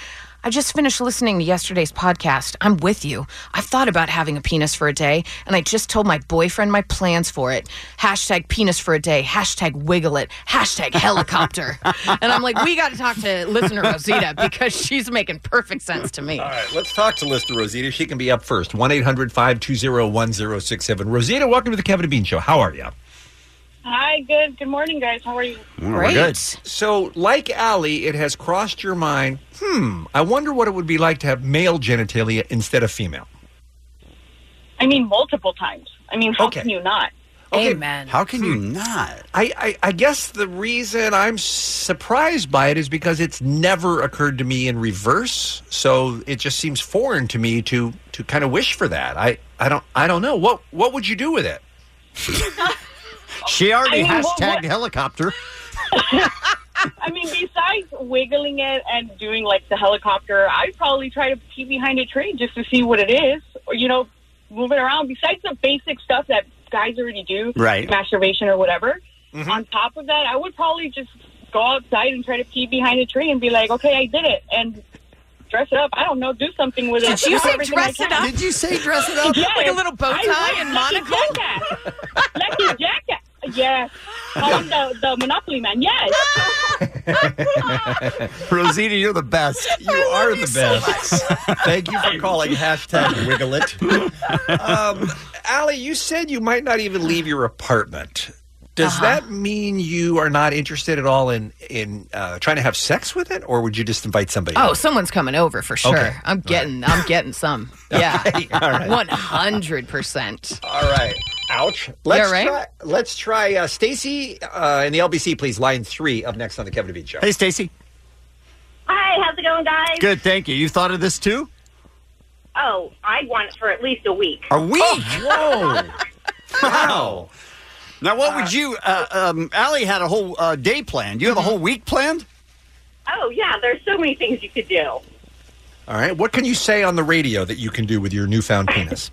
[SPEAKER 9] I just finished listening to yesterday's podcast. I'm with you. I've thought about having a penis for a day, and I just told my boyfriend my plans for it. Hashtag penis for a day. Hashtag wiggle it. Hashtag helicopter. and I'm like, we got to talk to listener Rosita because she's making perfect sense to me.
[SPEAKER 12] All right, let's talk to Lister Rosita. She can be up first. 1 800 520 1067. Rosita, welcome to the Kevin and Bean Show. How are you?
[SPEAKER 23] Hi, good. Good morning, guys. How are you?
[SPEAKER 12] So, like Allie, it has crossed your mind, hmm, I wonder what it would be like to have male genitalia instead of female.
[SPEAKER 23] I mean, multiple times. I mean, how can you not?
[SPEAKER 9] Amen.
[SPEAKER 11] How can you not?
[SPEAKER 12] I, I, I guess the reason I'm surprised by it is because it's never occurred to me in reverse. So it just seems foreign to me to to kind of wish for that. I, I don't I don't know. What what would you do with it?
[SPEAKER 11] she
[SPEAKER 23] I
[SPEAKER 11] already
[SPEAKER 23] mean, what-
[SPEAKER 11] hashtagged
[SPEAKER 23] what-
[SPEAKER 11] helicopter.
[SPEAKER 23] I mean, besides wiggling it and doing like the helicopter, I'd probably try to pee behind a tree just to see what it is, or you know, move it around. Besides the basic stuff that guys already do,
[SPEAKER 11] Right.
[SPEAKER 23] Masturbation or whatever. On top of that, I would probably just go outside and try to pee behind a tree and be like, okay, I did it, and dress it up. I don't know, do something with it.
[SPEAKER 9] Did you
[SPEAKER 23] Do
[SPEAKER 9] say
[SPEAKER 23] everything
[SPEAKER 9] dress
[SPEAKER 23] I
[SPEAKER 9] it
[SPEAKER 23] can.
[SPEAKER 9] up? Did you say dress it up?
[SPEAKER 23] Yes.
[SPEAKER 9] Like a little bow
[SPEAKER 23] I
[SPEAKER 9] tie
[SPEAKER 23] was
[SPEAKER 9] and
[SPEAKER 23] Lucky
[SPEAKER 9] monocle?
[SPEAKER 23] Jackass. Lucky jackass. Yes. Oh, I'm the, the Monopoly man. Yes.
[SPEAKER 11] Rosita, you're the best. You are the best. Thank you for calling hashtag wiggle it.
[SPEAKER 12] um, Allie, you said you might not even leave your apartment. Does
[SPEAKER 23] Uh-huh.
[SPEAKER 12] that mean you are not interested at all in in uh, trying to have sex with it, or would you just invite somebody?
[SPEAKER 9] Oh, someone's coming over for sure.
[SPEAKER 12] Okay.
[SPEAKER 9] I'm getting, I'm getting some. Yeah,
[SPEAKER 12] all right.
[SPEAKER 9] one hundred percent.
[SPEAKER 12] All right. Ouch. Let's try. Let's try uh, Stacy uh, in the LBC, please. Line three up next on the Kevin and Bean Show.
[SPEAKER 11] Hey, Stacy.
[SPEAKER 24] Hi, how's it going, guys?
[SPEAKER 11] Good, thank you. You thought of this too?
[SPEAKER 24] Oh, I want it for at least a week.
[SPEAKER 9] Oh,
[SPEAKER 11] A week? Oh. whoa. wow. Now, what would you, uh, um, Allie had a whole uh, day planned. You have
[SPEAKER 9] Mm-hmm.
[SPEAKER 11] a whole week planned?
[SPEAKER 24] Oh, yeah, there's so many things you could do.
[SPEAKER 12] All right. What can you say on the radio that you can do with your newfound penis?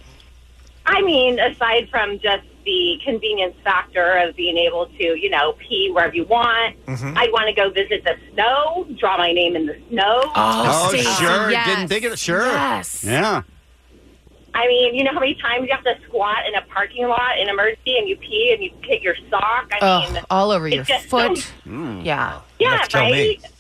[SPEAKER 24] I mean, aside from just the convenience factor of being able to, you know, pee wherever you want,
[SPEAKER 11] Mm-hmm.
[SPEAKER 12] Mhm.
[SPEAKER 24] I'd want to go visit the snow, draw my name in the snow.
[SPEAKER 11] Oh,
[SPEAKER 9] Oh,
[SPEAKER 11] sure. Didn't think of it. Sure. Yeah.
[SPEAKER 24] I mean, you know how many times you have to squat in a parking lot in emergency and you pee and you kick your sock? I mean,
[SPEAKER 9] Ugh, all over
[SPEAKER 24] it's
[SPEAKER 9] your
[SPEAKER 24] just
[SPEAKER 9] foot.
[SPEAKER 24] so-
[SPEAKER 9] Yeah.
[SPEAKER 24] yeah, right?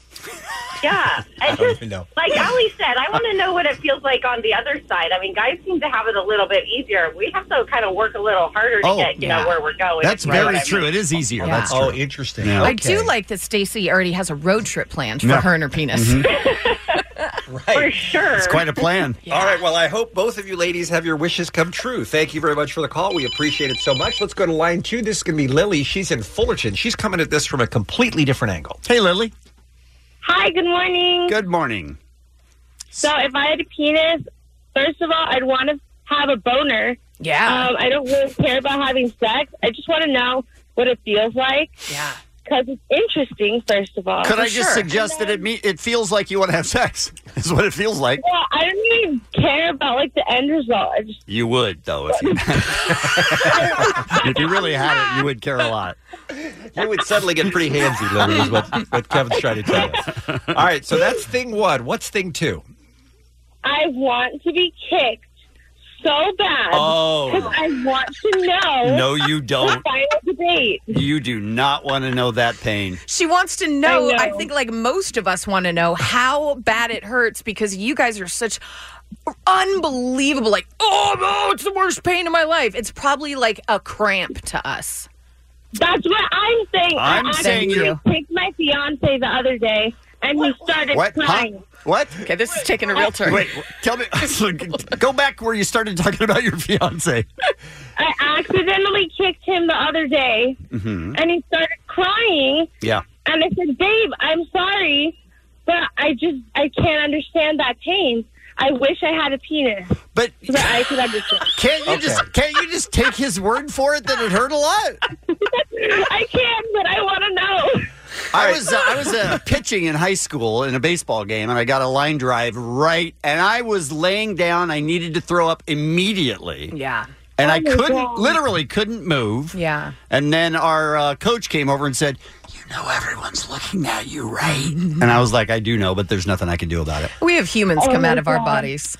[SPEAKER 24] Yeah.
[SPEAKER 12] I
[SPEAKER 24] And just,
[SPEAKER 12] don't even know.
[SPEAKER 24] like Ali said, I want to know what it feels like on the other side. I mean, guys seem to have it a little bit easier. We have to kind of work a little harder to
[SPEAKER 11] Oh,
[SPEAKER 24] get, you
[SPEAKER 11] yeah.
[SPEAKER 24] know, where we're going.
[SPEAKER 11] That's
[SPEAKER 24] if you know
[SPEAKER 11] very
[SPEAKER 24] what I
[SPEAKER 11] true.
[SPEAKER 24] mean.
[SPEAKER 11] It is easier.
[SPEAKER 9] Yeah.
[SPEAKER 11] That's true.
[SPEAKER 12] Oh, interesting.
[SPEAKER 11] Yeah.
[SPEAKER 9] I do like that Stacy already has a road trip planned for
[SPEAKER 11] Yeah.
[SPEAKER 9] her and her penis.
[SPEAKER 12] Mm-hmm. For
[SPEAKER 24] sure.
[SPEAKER 11] It's quite a plan.
[SPEAKER 12] All right. Well, I hope both of you ladies have your wishes come true. Thank you very much for the call. We appreciate it so much. Let's go to line two. This is going to be Lily. She's in Fullerton. She's coming at this from a completely different angle.
[SPEAKER 11] Hey, Lily.
[SPEAKER 25] Hi, good morning.
[SPEAKER 11] Good morning.
[SPEAKER 25] So, if I had a penis, first of all, I'd want to have a boner.
[SPEAKER 9] Yeah.
[SPEAKER 25] Um, I don't really care about having sex. I just want to know what it feels like.
[SPEAKER 9] Yeah.
[SPEAKER 25] Because it's interesting, first of
[SPEAKER 24] Uh,
[SPEAKER 25] all.
[SPEAKER 11] Could I just suggest that it me- it feels like you want to have sex? Is what it feels like.
[SPEAKER 25] Well, I don't even care about like the end result. I just
[SPEAKER 11] You would though if you if you really had it, you would care a lot.
[SPEAKER 12] You would suddenly get pretty handsy, Lily, is what, what Kevin's trying to tell us. All right. So that's thing one. What's thing two?
[SPEAKER 25] I want to be kicked so bad.
[SPEAKER 11] Oh.
[SPEAKER 25] Because I want to know.
[SPEAKER 11] No, you don't.
[SPEAKER 25] the final debate.
[SPEAKER 11] You do not want to know that pain.
[SPEAKER 9] She wants to know,
[SPEAKER 25] I
[SPEAKER 9] I,
[SPEAKER 25] know.
[SPEAKER 9] think, like most of us want to know, how bad it hurts because you guys are such unbelievable, like, oh, no, it's the worst pain in my life. It's probably like a cramp to us.
[SPEAKER 25] That's what I'm saying.
[SPEAKER 9] I'm
[SPEAKER 25] I
[SPEAKER 9] saying
[SPEAKER 25] actually
[SPEAKER 9] you-
[SPEAKER 25] picked my fiance the other day, and he started
[SPEAKER 11] What? Huh?
[SPEAKER 25] crying.
[SPEAKER 11] What?
[SPEAKER 9] Okay, this is taking a real turn.
[SPEAKER 11] Wait, tell me. go back where you started talking about your fiance.
[SPEAKER 25] I accidentally kicked him the other day,
[SPEAKER 11] Mm-hmm.
[SPEAKER 25] and he started crying.
[SPEAKER 11] Yeah.
[SPEAKER 25] And I said, "Babe, I'm sorry, but I just I can't understand that pain. I wish I had a penis,
[SPEAKER 11] but
[SPEAKER 25] so that I could understand."
[SPEAKER 11] Can't you just can't you just take his word for it that it hurt a lot?
[SPEAKER 25] I can, but I want to know.
[SPEAKER 11] I was uh, I was uh, pitching in high school in a baseball game, and I got a line drive right, and I was laying down. I needed to throw up immediately.
[SPEAKER 9] Yeah.
[SPEAKER 11] And
[SPEAKER 9] Oh
[SPEAKER 11] I
[SPEAKER 9] my
[SPEAKER 11] couldn't,
[SPEAKER 9] God.
[SPEAKER 11] literally couldn't move.
[SPEAKER 9] Yeah.
[SPEAKER 11] And then our uh, coach came over and said, "You know everyone's looking at you, right?" And I was like, "I do know, but there's nothing I can do about it."
[SPEAKER 9] We have humans
[SPEAKER 11] Oh
[SPEAKER 9] come
[SPEAKER 11] my
[SPEAKER 9] out of our
[SPEAKER 11] God.
[SPEAKER 9] bodies.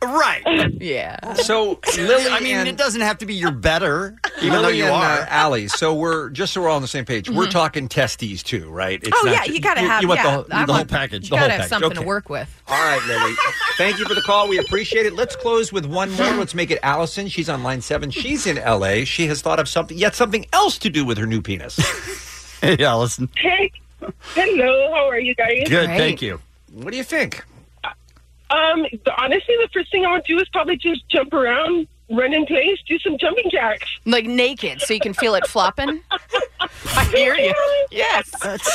[SPEAKER 11] Right.
[SPEAKER 9] Yeah.
[SPEAKER 12] So, Lily,
[SPEAKER 11] I mean,
[SPEAKER 12] and-
[SPEAKER 11] it doesn't have to be your better, even
[SPEAKER 12] Lily
[SPEAKER 11] though you
[SPEAKER 12] and,
[SPEAKER 11] are. Mm-hmm.
[SPEAKER 12] uh, Allie. So we're just so we're all on the same page. We're
[SPEAKER 9] Mhm.
[SPEAKER 12] talking testes too, right? It's
[SPEAKER 9] oh,
[SPEAKER 12] not
[SPEAKER 9] yeah,
[SPEAKER 12] ju-
[SPEAKER 9] you got to have
[SPEAKER 12] you want the
[SPEAKER 9] yeah,
[SPEAKER 12] whole- the,
[SPEAKER 9] I
[SPEAKER 12] whole
[SPEAKER 9] want-
[SPEAKER 12] package.
[SPEAKER 9] You
[SPEAKER 12] the whole
[SPEAKER 9] got to have
[SPEAKER 12] package.
[SPEAKER 9] something to
[SPEAKER 12] Okay.
[SPEAKER 9] work with.
[SPEAKER 12] All right, Lily. Thank you for the call. We appreciate it. Let's close with one more. Let's make it Allison. She's on line seven. She's in LA. She has thought of something yet something else to do with her new penis.
[SPEAKER 11] hey, Allison.
[SPEAKER 25] Hey, hello, how are you guys?
[SPEAKER 11] you.
[SPEAKER 12] What do you think?
[SPEAKER 26] Um, the, honestly, the first thing I want to do is probably just jump around, run in place, do some jumping jacks.
[SPEAKER 9] Like naked, so you can feel it flopping. I hear you. Yes.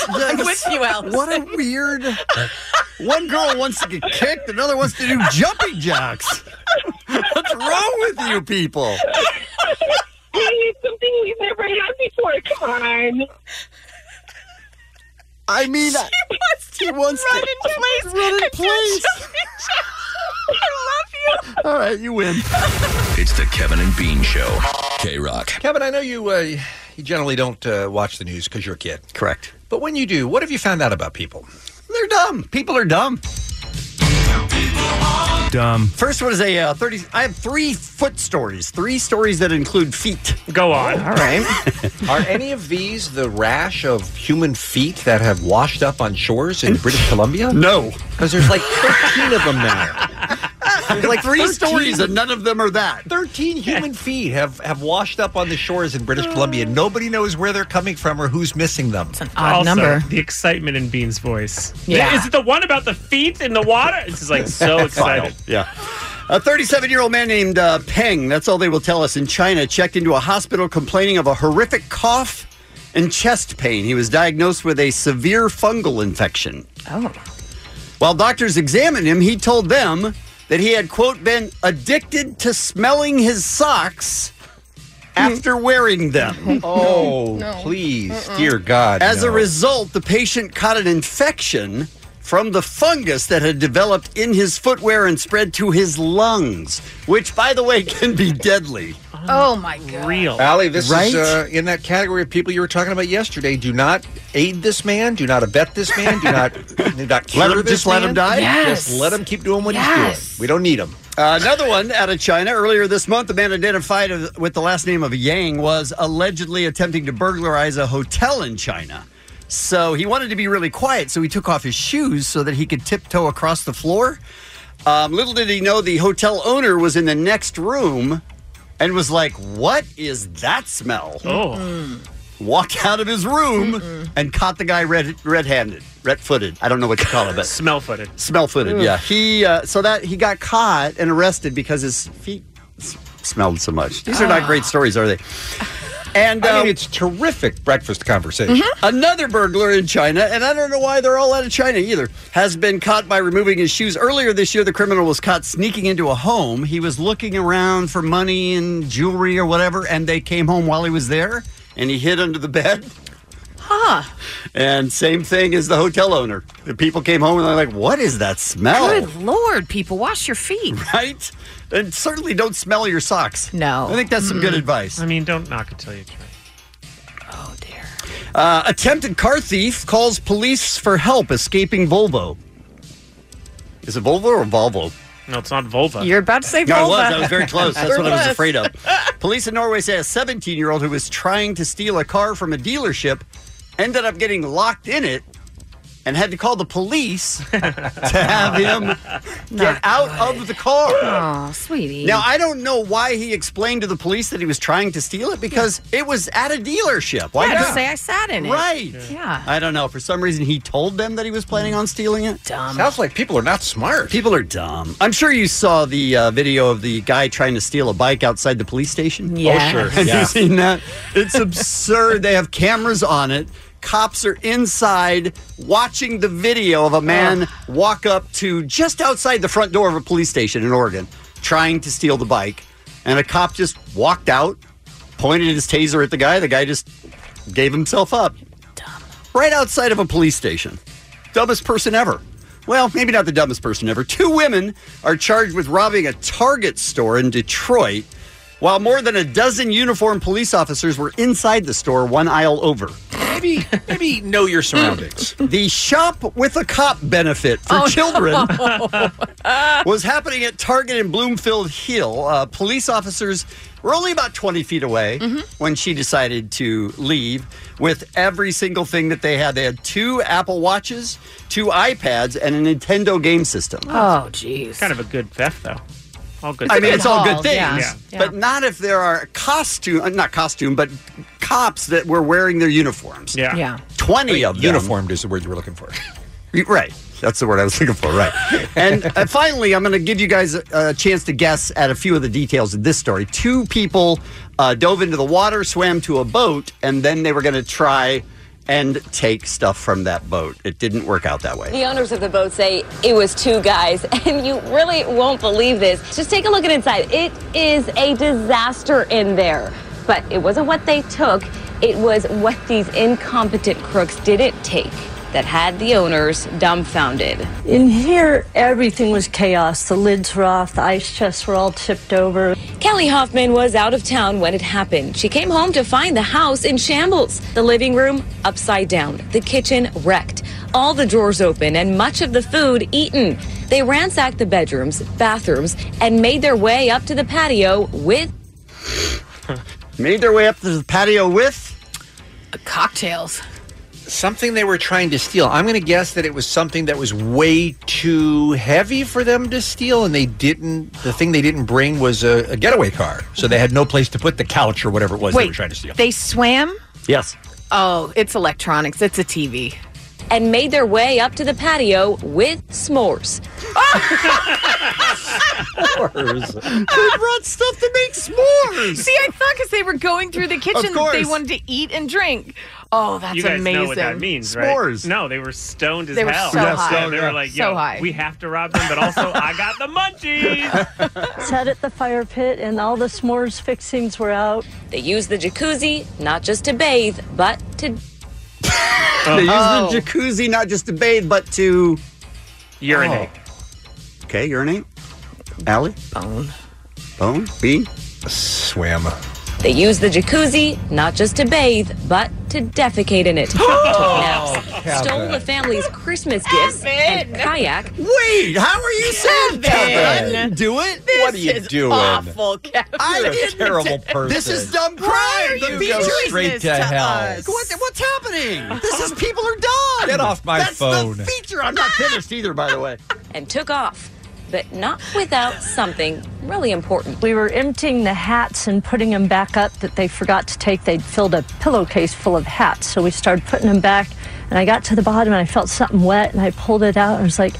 [SPEAKER 9] I'm with you, Al.
[SPEAKER 11] What a weird. One girl wants to get kicked, another wants to do jumping jacks. What's wrong with you people?
[SPEAKER 26] Hey, something we've never had before. Come on.
[SPEAKER 11] I mean,
[SPEAKER 26] she wants to, run in place. Run in place. I love you.
[SPEAKER 11] All right, you win.
[SPEAKER 17] It's the Kevin and Bean Show. K Rock.
[SPEAKER 12] Kevin, I know you uh, you generally don't uh, watch the news because you're a kid.
[SPEAKER 11] Correct.
[SPEAKER 12] But when you do, what have you found out about people?
[SPEAKER 11] They're dumb. People are dumb. Dumb. First one is a uh, 30. I have three foot stories, three stories that include feet.
[SPEAKER 7] Go on.
[SPEAKER 12] All right. Are any of these the rash of human feet that have washed up on shores in British Columbia?
[SPEAKER 11] No.
[SPEAKER 12] Because there's like 13 of them now.
[SPEAKER 11] There's like three stories and none of them are that.
[SPEAKER 12] 13 human feet have, have washed up on the shores in British Columbia. Nobody knows where they're coming from or who's missing them. It's an
[SPEAKER 7] also, The excitement in Bean's voice.
[SPEAKER 12] Yeah.
[SPEAKER 7] Is it the one about the feet in the water? It's just like so excited.
[SPEAKER 11] yeah. A 37 year old man named uh, Peng, that's all they will tell us, in China, checked into a hospital complaining of a horrific cough and chest pain. He was diagnosed with a severe fungal infection.
[SPEAKER 9] Oh.
[SPEAKER 11] While doctors examined him, he told them that he had, quote, been addicted to smelling his socks
[SPEAKER 12] Hmm.
[SPEAKER 11] after wearing them.
[SPEAKER 12] Oh, please, dear God.
[SPEAKER 11] As a
[SPEAKER 12] no.
[SPEAKER 11] result, the patient caught an infection from the fungus that had developed in his footwear and spread to his lungs, which, by the way, can be deadly.
[SPEAKER 9] Oh my god.
[SPEAKER 12] Allie, this
[SPEAKER 11] Right?
[SPEAKER 12] is uh, in that category of people you were talking about yesterday. Do not aid this man. Do not abet this man. Do not, do not cure
[SPEAKER 11] Let him-
[SPEAKER 12] this
[SPEAKER 11] just let
[SPEAKER 12] man.
[SPEAKER 11] him die?
[SPEAKER 12] Just
[SPEAKER 11] Yes.
[SPEAKER 12] let him keep doing what he's
[SPEAKER 11] Yes.
[SPEAKER 12] doing. We don't need him.
[SPEAKER 11] Uh, another one out of China earlier this month, a man identified of- with the last name of Yang was allegedly attempting to burglarize a hotel in China. So he wanted to be really quiet, so he took off his shoes so that he could tiptoe across the floor. Um, little did he know the hotel owner was in the next room and was like, What is that smell?
[SPEAKER 7] Oh.
[SPEAKER 9] Hmm.
[SPEAKER 11] Walked out of his room and caught the guy red red handed, red footed. I don't know what you call it, but
[SPEAKER 7] smell footed.
[SPEAKER 11] Smell footed, yeah.
[SPEAKER 7] Ugh.
[SPEAKER 11] He uh, so that he got caught and arrested because his feet s- smelled so much. These are
[SPEAKER 9] Ah.
[SPEAKER 11] not great stories, are they? And
[SPEAKER 12] Ah. I
[SPEAKER 11] um, Mm-hmm.
[SPEAKER 12] mean, it's terrific breakfast conversation.
[SPEAKER 9] Mm-hmm.
[SPEAKER 11] another burglar in China, and I don't know why they're all out of China either, has been caught by removing his shoes. Earlier this year, the criminal was caught sneaking into a home. He was looking around for money and jewelry or whatever, and they came home while he was there, and he hid under the bed.
[SPEAKER 9] Huh.
[SPEAKER 11] And same thing as the hotel owner. The people came home and they're like, "What is that smell?"
[SPEAKER 9] Good lord, people, wash your feet.
[SPEAKER 11] right? And certainly don't smell your socks.
[SPEAKER 9] No.
[SPEAKER 11] I think that's some
[SPEAKER 9] Mm.
[SPEAKER 11] good
[SPEAKER 7] Mm-mm.
[SPEAKER 11] advice.
[SPEAKER 7] I mean, don't knock until you try.
[SPEAKER 11] Uh, attempted car thief calls police for help escaping Volvo. Is it Volvo or Volvo?
[SPEAKER 7] No, it's not Volvo.
[SPEAKER 9] You're about to say
[SPEAKER 11] No, I was.
[SPEAKER 9] vulva.
[SPEAKER 11] I was very close. That's
[SPEAKER 9] We're
[SPEAKER 11] what I was
[SPEAKER 9] close.
[SPEAKER 11] afraid of. Police in Norway say a 17 year old who was trying to steal a car from a dealership ended up getting locked in it and had to call the police to have him get out of the car.
[SPEAKER 9] Oh, sweetie.
[SPEAKER 11] Now, I don't know why he explained to the police that he was trying to steal it because it was at a dealership. Why
[SPEAKER 9] yeah,
[SPEAKER 11] not?
[SPEAKER 9] just say I sat in it.
[SPEAKER 11] Right.
[SPEAKER 9] Yeah.
[SPEAKER 11] I don't know. For some reason, he told them that he was planning on stealing it.
[SPEAKER 9] Dumb.
[SPEAKER 12] Sounds like people are not smart.
[SPEAKER 11] People are dumb. I'm sure you saw the uh, video of the guy trying to steal a bike outside the police station.
[SPEAKER 9] Yeah. sure.
[SPEAKER 11] Have
[SPEAKER 9] Yeah.
[SPEAKER 11] you seen that? It's absurd. they have cameras on it. Cops are inside watching the video of a man walk up to just outside the front door of a police station in Oregon trying to steal the bike. And a cop just walked out, pointed his taser at the guy. The guy just gave himself up. Right outside of a police station. Dumbest person ever. Well, maybe not the dumbest person ever. Two women are charged with robbing a Target store in Detroit while more than a dozen uniformed police officers were inside the store one aisle over.
[SPEAKER 12] Maybe, maybe know your surroundings.
[SPEAKER 11] The shop with a cop benefit for
[SPEAKER 12] Oh,
[SPEAKER 11] children
[SPEAKER 12] no.
[SPEAKER 11] was happening at Target in Bloomfield Hill. Uh, police officers were only about 20 feet away when she decided to leave with every single thing that they had. They had two Apple Watches, two iPads, and a Nintendo game system.
[SPEAKER 9] Oh, jeez.
[SPEAKER 7] Kind of a good theft, though. All good.
[SPEAKER 11] I
[SPEAKER 7] theft.
[SPEAKER 11] mean, it's all good things,
[SPEAKER 7] Yeah.
[SPEAKER 11] but not if there are costume, uh, not costume, but cops that were wearing their uniforms.
[SPEAKER 7] Yeah.
[SPEAKER 9] Yeah.
[SPEAKER 11] 20 of them.
[SPEAKER 12] Uniformed is the word you were looking for.
[SPEAKER 11] Right. That's the word I was looking for, right. and uh, finally, I'm going to give you guys a, a chance to guess at a few of the details of this story. Two people uh, dove into the water, swam to a boat, and then they were going to try and take stuff from that boat. It didn't work out that way.
[SPEAKER 27] The owners of the boat say it was two guys, and you really won't believe this. Just take a look at inside. It is a disaster in there. But it wasn't what they took, it was what these incompetent crooks didn't take that had the owners dumbfounded.
[SPEAKER 28] In here, everything was chaos. The lids were off, the ice chests were all tipped over.
[SPEAKER 27] Kelly Hoffman was out of town when it happened. She came home to find the house in shambles, the living room upside down, the kitchen wrecked, all the drawers open, and much of the food eaten. They ransacked the bedrooms, bathrooms, and made their way up to the patio with
[SPEAKER 11] Made their way up to the patio with
[SPEAKER 9] cocktails.
[SPEAKER 12] Something they were trying to steal. I'm going to guess that it was something that was way too heavy for them to steal, and they didn't. The thing they didn't bring was a, a getaway car, so they had no place to put the couch or whatever it was they were
[SPEAKER 9] Wait.
[SPEAKER 12] trying to steal.
[SPEAKER 9] They swam?
[SPEAKER 12] Yes.
[SPEAKER 9] Oh, it's electronics. It's a TV.
[SPEAKER 27] and made their way up to the patio with s'mores.
[SPEAKER 9] they
[SPEAKER 11] brought stuff to make s'mores.
[SPEAKER 9] See, I thought because they were going through the kitchen that they
[SPEAKER 7] course.
[SPEAKER 9] wanted to eat and drink. Oh, that's
[SPEAKER 7] you guys
[SPEAKER 9] amazing.
[SPEAKER 7] know what that means, right? No, they were stoned as
[SPEAKER 9] They were
[SPEAKER 7] hell.
[SPEAKER 9] so Yeah, high. stoned,
[SPEAKER 7] they
[SPEAKER 9] yeah.
[SPEAKER 7] were like,
[SPEAKER 9] So
[SPEAKER 7] "Yo,
[SPEAKER 9] high.
[SPEAKER 7] we have to rob them, but also I got the munchies."
[SPEAKER 28] Sat at the fire pit, and all the s'mores fixings were out.
[SPEAKER 27] They used the jacuzzi not just to bathe, but to
[SPEAKER 11] They used
[SPEAKER 27] Oh.
[SPEAKER 11] the jacuzzi not just to bathe, but to Oh.
[SPEAKER 7] urinate.
[SPEAKER 11] Okay, urinate. Allie?
[SPEAKER 9] Bone.
[SPEAKER 11] Bone? Bean?
[SPEAKER 12] Swim.
[SPEAKER 27] they used the jacuzzi not just to bathe, but to defecate in it. Took naps,
[SPEAKER 11] Kevin.
[SPEAKER 27] stole the family's Christmas gifts and kayak.
[SPEAKER 11] Wait, how are you sad, Kevin? I didn't do it.
[SPEAKER 12] what are you doing?
[SPEAKER 11] I
[SPEAKER 12] You're a
[SPEAKER 11] didn't
[SPEAKER 12] terrible
[SPEAKER 11] atta- This
[SPEAKER 12] person.
[SPEAKER 11] is dumb crime.
[SPEAKER 12] Why are
[SPEAKER 11] the
[SPEAKER 12] you
[SPEAKER 11] Bee
[SPEAKER 12] doing
[SPEAKER 11] Gees-
[SPEAKER 12] Straight this to to hell. us?
[SPEAKER 11] What, what's happening? This is people are dumb.
[SPEAKER 12] Get off my
[SPEAKER 11] That's
[SPEAKER 12] phone.
[SPEAKER 11] The feature. I'm not finished either, by the way.
[SPEAKER 27] Ah! and took off, but not without something really important.
[SPEAKER 28] We were emptying the hats and putting them back up that they forgot to take. They'd filled a pillowcase full of hats, so we started putting them back. And I got to the bottom, and I felt something wet, and I pulled it out. I was like,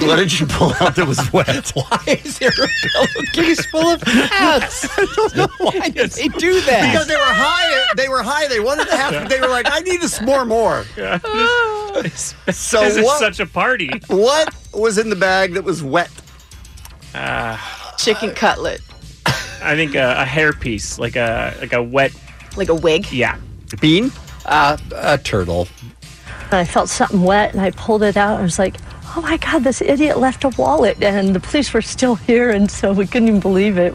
[SPEAKER 11] What did you pull out that was wet?
[SPEAKER 12] Why is there a pillowcase full of hats? I don't know why did they do that.
[SPEAKER 11] Because they were high. They were high. They wanted to have. They were like, I need to s'more more. so
[SPEAKER 7] this is
[SPEAKER 11] what?
[SPEAKER 7] such a party.
[SPEAKER 11] what was in the bag that was wet?
[SPEAKER 7] Uh,
[SPEAKER 9] Chicken cutlet,
[SPEAKER 7] I think a, a hair piece, like a like a wet,
[SPEAKER 9] like a wig.
[SPEAKER 7] Yeah,
[SPEAKER 11] bean,
[SPEAKER 12] uh, a turtle.
[SPEAKER 28] and I felt something wet, and I pulled it out. I was like, oh my God, this idiot left a wallet, and the police were still here, and so we couldn't even believe it.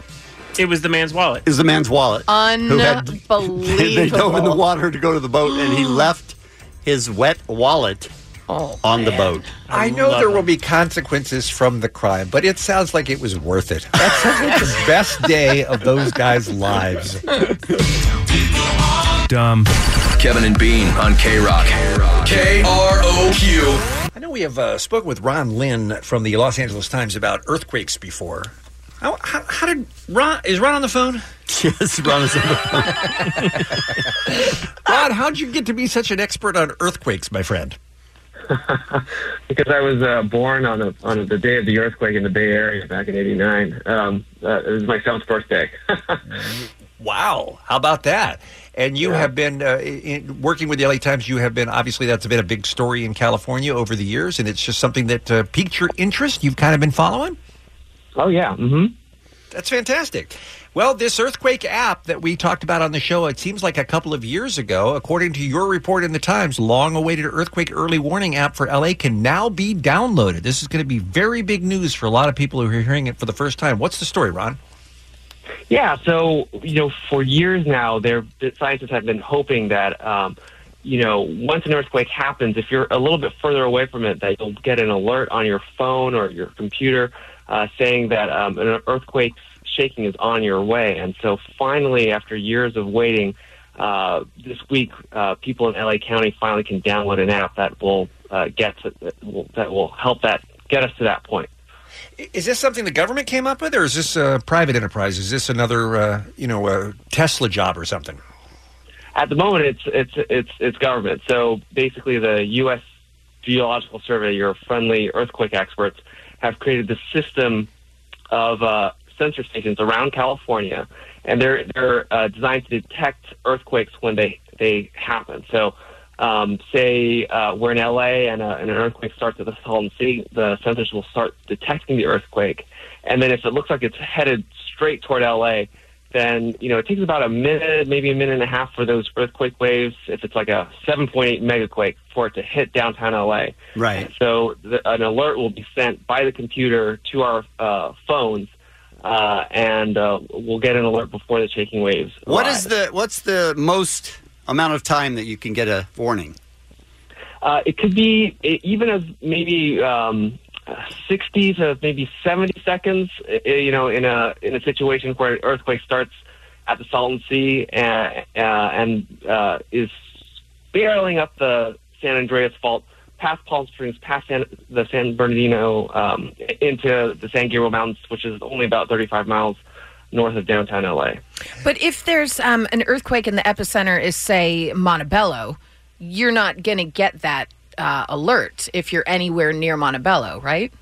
[SPEAKER 7] It was the man's wallet.
[SPEAKER 11] Is the man's wallet? Who had- they dove in the
[SPEAKER 9] Unbelievable.
[SPEAKER 11] water to go to the boat, and he left his wet wallet on the boat.
[SPEAKER 12] I, know there will be consequences from the crime, but it sounds like it was worth it. That sounds like the best day of those guys' lives.
[SPEAKER 17] Dumb. Kevin and Bean on K Rock. K R O Q.
[SPEAKER 12] I know we have uh, spoken with Ron Lynn from the Los Angeles Times about earthquakes before. How, how, how did Ron? Is Ron on the phone?
[SPEAKER 11] Yes, Ron is on the phone.
[SPEAKER 12] Ron, how'd you get to be such an expert on earthquakes, my friend?
[SPEAKER 29] because I was uh, born on a, on the day of the earthquake in the Bay Area back in '89. Um, uh, it was my son's birthday.
[SPEAKER 12] Wow, how about that? And you have been uh, in, working with the LA Times. You have been obviously that's been a big story in California over the years, and it's just something that uh, piqued your interest. You've kind of been following.
[SPEAKER 29] Oh yeah, hmm
[SPEAKER 12] That's fantastic. Well, this earthquake app that we talked about on the show, it seems like a couple of years ago, according to your report in the Times, long awaited earthquake early warning app for LA can now be downloaded. This is going to be very big news for a lot of people who are hearing it for the first time. What's the story, Ron?
[SPEAKER 29] Yeah, so you know, for years now, there the scientists have been hoping that um, you know, once an earthquake happens, if you're a little bit further away from it, that you'll get an alert on your phone or your computer uh, saying that um, an earthquake shaking is on your way. And so, finally, after years of waiting, uh, this week, uh, people in LA County finally can download an app that will uh, get to, that will, that will help that get us to that point.
[SPEAKER 12] Is this something the government came up with, or is this a private enterprise? Is this another, uh, you know, uh, Tesla job or something?
[SPEAKER 29] At the moment, it's it's it's it's government. So basically, the U.S. Geological Survey, your friendly earthquake experts, have created this system of uh, sensor stations around California, and they're they're uh, designed to detect earthquakes when they they happen. So. Um, say uh, we're in LA and, uh, and an earthquake starts at the Salton Sea, the sensors will start detecting the earthquake, and then if it looks like it's headed straight toward LA, then you know it takes about a minute, maybe a minute and a half for those earthquake waves. If it's like a 7.8 megaquake, for it to hit downtown LA.
[SPEAKER 11] Right.
[SPEAKER 29] So the, an alert will be sent by the computer to our uh, phones, uh, and uh, we'll get an alert before the shaking waves.
[SPEAKER 11] What
[SPEAKER 29] arrive.
[SPEAKER 11] is the what's the most amount of time that you can get a warning?
[SPEAKER 29] Uh, it could be it, even as e, maybe um, 60 to maybe 70 seconds, i- i- you know, in a in a situation where an earthquake starts at the Salton Sea and, uh, and uh, is barreling up the San Andreas Fault, past Palm Springs, past San, the San Bernardino, um, into the San Gabriel Mountains, which is only about 35 miles north of downtown LA.
[SPEAKER 9] But if there's um, an earthquake and the epicenter is, say, Montebello, you're not going to get that uh, alert if you're anywhere near Montebello, right?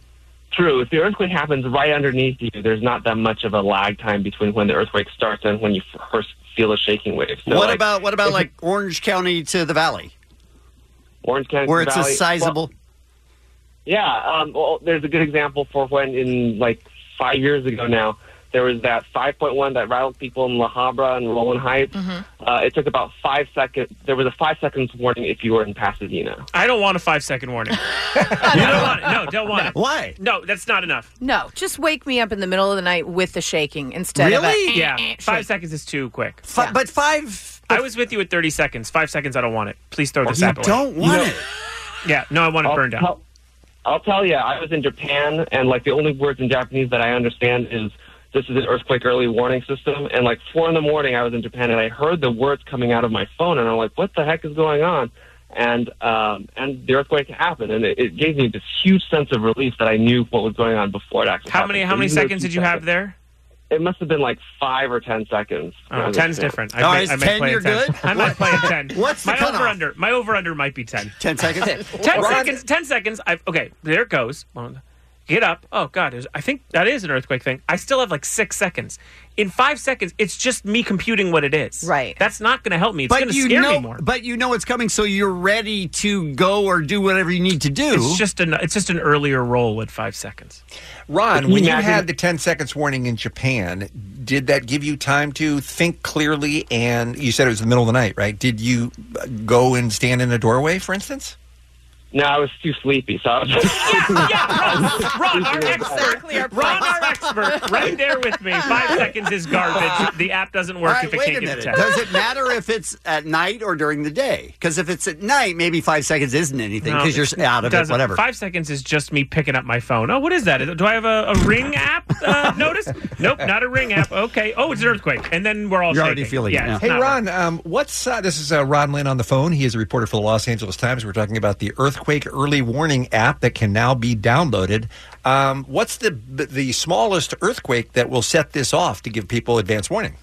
[SPEAKER 29] True. If the earthquake happens right underneath you, there's not that much of a lag time between when the earthquake starts and when you first feel a shaking wave. So,
[SPEAKER 11] what
[SPEAKER 29] like,
[SPEAKER 11] about what about
[SPEAKER 29] if
[SPEAKER 11] like Orange County to the Valley,
[SPEAKER 29] Orange County,
[SPEAKER 11] where it's
[SPEAKER 29] Valley-
[SPEAKER 11] a sizable?
[SPEAKER 29] Yeah, um, well, there's a good example for when in like five years ago now, there was that 5.1 that rattled people in La Habra and Roland Heights. Uh, it took about five seconds. There was a five seconds warning if you were in Pasadena.
[SPEAKER 7] I don't want a five second warning. you don't want it. No, don't want it.
[SPEAKER 11] Why?
[SPEAKER 7] No, that's not enough.
[SPEAKER 9] No, just wake me up in the middle of the night with the shaking instead of a, eh,
[SPEAKER 7] yeah. Five seconds is too quick.
[SPEAKER 11] But five.
[SPEAKER 7] I was with you at 30 seconds. Five seconds, I don't want it. Please throw this
[SPEAKER 29] Oh, you
[SPEAKER 7] app away.
[SPEAKER 29] don't want
[SPEAKER 7] it. Yeah, no, I want it burned out.
[SPEAKER 29] I'll tell you, I was in Japan, and like the only words in Japanese that I understand is this is an earthquake early warning system. And like four in the morning, I was in Japan, and I heard the words coming out of my phone, and I'm like, what the heck is going on? And um, and the earthquake happened, and it, it gave me this huge sense of relief that I knew what was going on before it actually.
[SPEAKER 7] How many how many seconds did you have there?
[SPEAKER 29] It must have been like five or ten seconds.
[SPEAKER 7] Oh, 10's different. I
[SPEAKER 29] Oh,
[SPEAKER 7] may-
[SPEAKER 29] is
[SPEAKER 7] I may
[SPEAKER 29] 10
[SPEAKER 7] play
[SPEAKER 29] you're
[SPEAKER 7] at 10.
[SPEAKER 29] good?
[SPEAKER 7] I might play at 10.
[SPEAKER 29] What's the
[SPEAKER 7] my
[SPEAKER 29] cutoff?
[SPEAKER 7] over under? My over under might be 10.
[SPEAKER 11] 10 seconds?
[SPEAKER 7] 10
[SPEAKER 11] Ron-
[SPEAKER 7] seconds. 10 seconds. I've, okay, there it goes. One, Get up. Oh, God. there's- I think that is an earthquake thing. I still have like six seconds. In five seconds, it's just me computing what it is. Right. That's not going to help me. It's going
[SPEAKER 11] But
[SPEAKER 7] to
[SPEAKER 11] you
[SPEAKER 7] scare
[SPEAKER 11] know,
[SPEAKER 7] me more.
[SPEAKER 11] but you know it's coming, so you're ready to go or do whatever you need to do.
[SPEAKER 7] It's just an it's just an earlier roll at five seconds.
[SPEAKER 12] Ron,
[SPEAKER 7] Can you
[SPEAKER 12] when you
[SPEAKER 7] imagine-
[SPEAKER 12] had the 10 seconds warning in Japan, did that give you time to think clearly? And you said it was the middle of the night, right? Did you uh, go and stand in a doorway, for instance?
[SPEAKER 29] No, I was too sleepy, so I was
[SPEAKER 7] Ron, our expert, Ron, our expert, right there with me. Five seconds is garbage. The app doesn't work
[SPEAKER 11] All right,
[SPEAKER 7] if it
[SPEAKER 11] wait
[SPEAKER 7] can't
[SPEAKER 11] a
[SPEAKER 7] get
[SPEAKER 11] minute.
[SPEAKER 7] the test.
[SPEAKER 11] Does it matter if it's at night or during the day? Because if it's at night, maybe five seconds isn't anything
[SPEAKER 7] No,
[SPEAKER 11] because you're s- out of it,
[SPEAKER 7] doesn't.
[SPEAKER 11] whatever.
[SPEAKER 7] Five seconds is just me picking up my phone. Oh, what is that? Do I have a, a ring app uh, notice? Nope, not a ring app. Okay. Oh, it's an earthquake. And then we're all
[SPEAKER 12] You're
[SPEAKER 7] shaking.
[SPEAKER 12] already feeling
[SPEAKER 7] yeah, it's
[SPEAKER 12] Hey,
[SPEAKER 7] not
[SPEAKER 12] Ron, um, what's uh, this? Is uh, Ron Lynn on the phone? He is a reporter for the Los Angeles Times. We're talking about the earthquake early warning app that can now be downloaded. Um, what's the the smallest earthquake that will set this off to give people advance warning?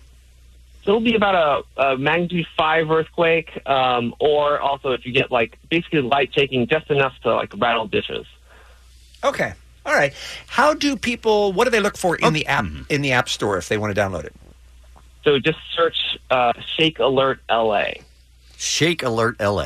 [SPEAKER 29] So it'll be about a, a magnitude five earthquake, um, or also if you get like basically light shaking, just enough to like rattle dishes.
[SPEAKER 12] Okay, all right. How do people? What do they look for
[SPEAKER 7] Oh.
[SPEAKER 12] in the app
[SPEAKER 7] Mm-hmm.
[SPEAKER 12] in the app store if they want to download it?
[SPEAKER 29] So just search uh, Shake Alert LA.
[SPEAKER 11] Shake Alert LA.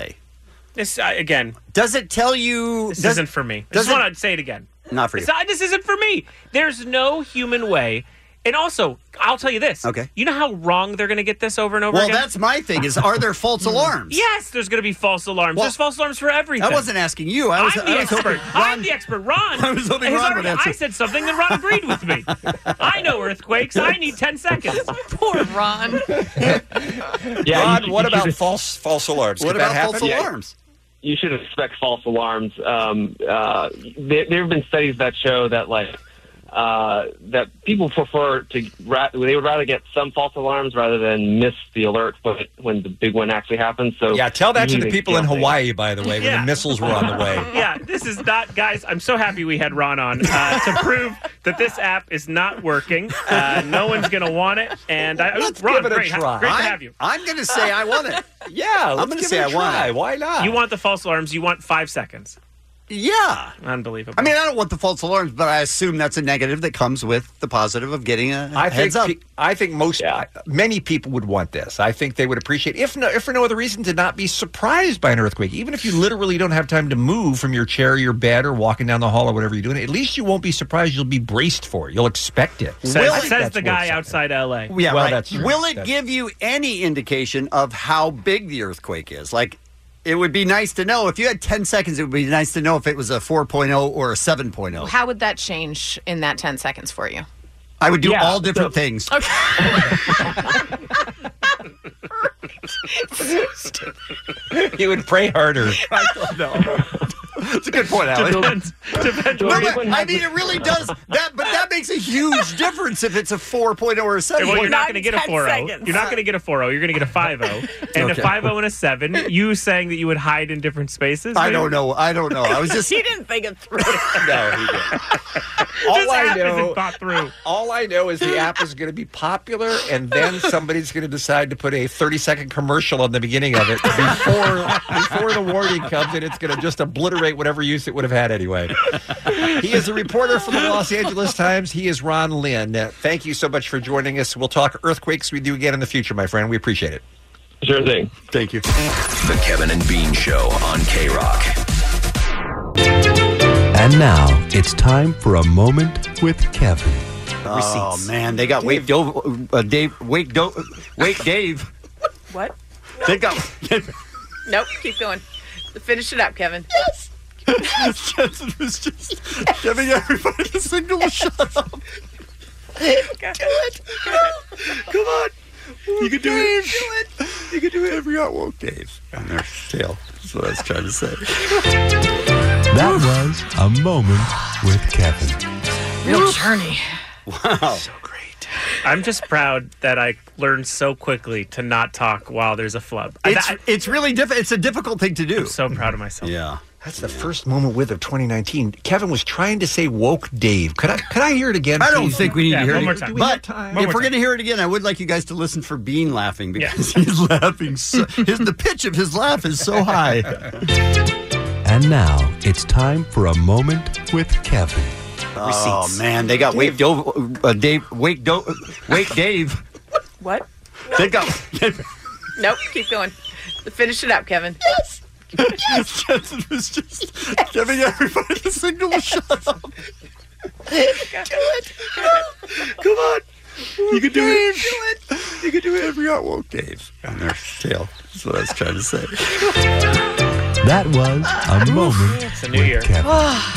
[SPEAKER 7] This uh, again.
[SPEAKER 11] Does it tell you?
[SPEAKER 7] This
[SPEAKER 11] does-
[SPEAKER 7] isn't for me. I
[SPEAKER 11] does
[SPEAKER 7] just
[SPEAKER 11] it-
[SPEAKER 7] want to say it again.
[SPEAKER 11] Not for you.
[SPEAKER 7] It's not- this isn't for me. There's no human way. And also, I'll tell you this. Okay. You know how wrong they're going to get this over and over
[SPEAKER 11] Well,
[SPEAKER 7] again?
[SPEAKER 11] that's my thing. Is are there false alarms?
[SPEAKER 7] Yes, there's going to be false alarms.
[SPEAKER 11] Well,
[SPEAKER 7] there's false alarms for everything.
[SPEAKER 11] I wasn't asking you. I was,
[SPEAKER 7] I'm the
[SPEAKER 11] I was
[SPEAKER 7] expert.
[SPEAKER 11] hoping.
[SPEAKER 7] I'm the expert. Ron.
[SPEAKER 11] I was hoping
[SPEAKER 7] has
[SPEAKER 11] Ron would
[SPEAKER 7] already-
[SPEAKER 11] answer.
[SPEAKER 7] I said something, and Ron agreed with me. I know earthquakes. I need 10 seconds. Poor Ron.
[SPEAKER 29] Yeah,
[SPEAKER 12] Ron,
[SPEAKER 29] you should-
[SPEAKER 12] what
[SPEAKER 29] you
[SPEAKER 12] about
[SPEAKER 29] should-
[SPEAKER 12] false false alarms? Could that happen?
[SPEAKER 29] Yeah, You should expect false alarms. Um, uh, there, there have been studies that show that like uh, that people prefer to ra- they would rather get some false alarms rather than miss the alert when it, when the big one actually happens. So
[SPEAKER 12] Yeah, tell that
[SPEAKER 29] you
[SPEAKER 12] to the
[SPEAKER 29] need
[SPEAKER 12] people in
[SPEAKER 29] feel things.
[SPEAKER 12] Hawaii, by the way, when
[SPEAKER 7] Yeah.
[SPEAKER 12] the missiles were on the way.
[SPEAKER 7] yeah, this is not, guys. I'm so happy we had Ron on uh, to prove that this app is not working. Uh, no one's going to want it. And I,
[SPEAKER 12] Let's
[SPEAKER 7] Ron,
[SPEAKER 12] give it a
[SPEAKER 7] great, ha-
[SPEAKER 12] try.
[SPEAKER 7] great to
[SPEAKER 12] I-
[SPEAKER 7] have you.
[SPEAKER 11] I'm going to say I want it.
[SPEAKER 12] Yeah,
[SPEAKER 7] I'm
[SPEAKER 11] gonna give say it a I want try. it. Why not?
[SPEAKER 7] You want the false alarms? You want five seconds?
[SPEAKER 11] Yeah.
[SPEAKER 7] Unbelievable.
[SPEAKER 11] I mean, I don't want the false alarms, but I assume that's a negative that comes with the positive of getting a
[SPEAKER 12] I think
[SPEAKER 11] heads up.
[SPEAKER 12] pe- I think most many people would want this. I think they would appreciate if no if for no other reason to not be surprised by an earthquake, even if you literally don't have time to move from your chair, your bed, or walking down the hall or whatever you're doing. At least you won't be surprised. You'll be braced for it. You'll expect it.
[SPEAKER 7] Says,
[SPEAKER 12] Will it-
[SPEAKER 7] says
[SPEAKER 12] that's
[SPEAKER 7] the
[SPEAKER 12] worth
[SPEAKER 7] guy
[SPEAKER 12] something.
[SPEAKER 7] outside L.A.
[SPEAKER 11] Yeah,
[SPEAKER 12] Well,
[SPEAKER 11] right.
[SPEAKER 12] that's true.
[SPEAKER 11] Will it
[SPEAKER 12] That's-
[SPEAKER 11] give you any indication of how big the earthquake is? Like, it would be nice to know. If you had 10 seconds, it would be nice to know if it was a 4.0 or a oh. 7.0.
[SPEAKER 9] How would that change in that 10 seconds for you?
[SPEAKER 11] I would do
[SPEAKER 9] Yeah,
[SPEAKER 11] all different things.
[SPEAKER 12] you would pray harder.
[SPEAKER 11] I don't know. It's a
[SPEAKER 12] good point, Alex.
[SPEAKER 11] Depends-
[SPEAKER 7] depends
[SPEAKER 11] No,
[SPEAKER 12] what
[SPEAKER 11] but,
[SPEAKER 12] everyone
[SPEAKER 11] I
[SPEAKER 12] has
[SPEAKER 11] mean,
[SPEAKER 12] to-
[SPEAKER 11] it really does that, but that makes a huge difference if it's a 4.0 or a 7.0.
[SPEAKER 7] Well, you're not going to get a 4 0. You're not going to get a 4 0. You're going to get a 5 0. And
[SPEAKER 11] Okay.
[SPEAKER 7] a 5 0 and a 7. You saying that you would hide in different spaces?
[SPEAKER 11] I don't know. I don't know. I was just.
[SPEAKER 8] he didn't think it through.
[SPEAKER 12] No, he
[SPEAKER 11] didn't.
[SPEAKER 12] all I
[SPEAKER 8] app isn't
[SPEAKER 12] know,
[SPEAKER 7] thought through.
[SPEAKER 12] All I know is the app is going to be popular, and then somebody's going to decide to put a 30 second commercial on the beginning of it before before the warning comes, and it's going to just obliterate whatever use it would have had anyway. He is a reporter for the Los Angeles Times. He is Ron Lynn. Uh, Thank you so much for joining us. We'll talk earthquakes with you again in the future, my friend. We appreciate it.
[SPEAKER 29] Sure thing.
[SPEAKER 12] Thank you.
[SPEAKER 17] The Kevin and Bean Show on K Rock.
[SPEAKER 30] And now it's time for a moment with Kevin.
[SPEAKER 11] Oh man, they got Wake Dove, uh, Dave, Wake Do, Wake Dave.
[SPEAKER 9] What?
[SPEAKER 11] They got
[SPEAKER 9] Nope. Keep going. Finish it up, Kevin.
[SPEAKER 11] Yes. Kevin was just giving everybody a signal to shut up.
[SPEAKER 18] Do it. Come on. You can do it. Do it. You can do it.
[SPEAKER 11] every got woke Dave on their tail. That's what I was trying to say.
[SPEAKER 30] That was a moment with Kevin.
[SPEAKER 9] Real journey.
[SPEAKER 11] Wow.
[SPEAKER 7] I'm just proud that I learned so quickly to not talk while there's a flub.
[SPEAKER 11] It's
[SPEAKER 7] I-
[SPEAKER 11] it's really difficult. It's a difficult thing to do. I'm
[SPEAKER 7] so proud of myself.
[SPEAKER 11] Yeah.
[SPEAKER 12] That's the first moment with of 2019. Kevin was trying to say woke Dave. Could I could I hear it again?
[SPEAKER 11] I don't
[SPEAKER 12] please?
[SPEAKER 11] think we need to hear it.
[SPEAKER 12] Do we have
[SPEAKER 11] But
[SPEAKER 12] time?
[SPEAKER 11] if we're going to hear it again, I would like you guys to listen for Bean laughing because he's laughing. So, his, the pitch of his laugh is so high.
[SPEAKER 30] And now it's time for a moment with Kevin.
[SPEAKER 11] Oh man, they got Wake Dove, uh, Dave, Wake Do, Wake Dave.
[SPEAKER 9] What?
[SPEAKER 11] They got
[SPEAKER 9] Nope. Keep going. Finish it up, Kevin.
[SPEAKER 11] Yes. Yes. Kevin was just giving everybody a signal to shut up.
[SPEAKER 18] Do it. Come on. You can do it. Do it. You can do it. Every got woke Dave.
[SPEAKER 11] on their tail. That's what I was trying to say.
[SPEAKER 30] That was a moment.
[SPEAKER 7] It's a new year.
[SPEAKER 18] Ah.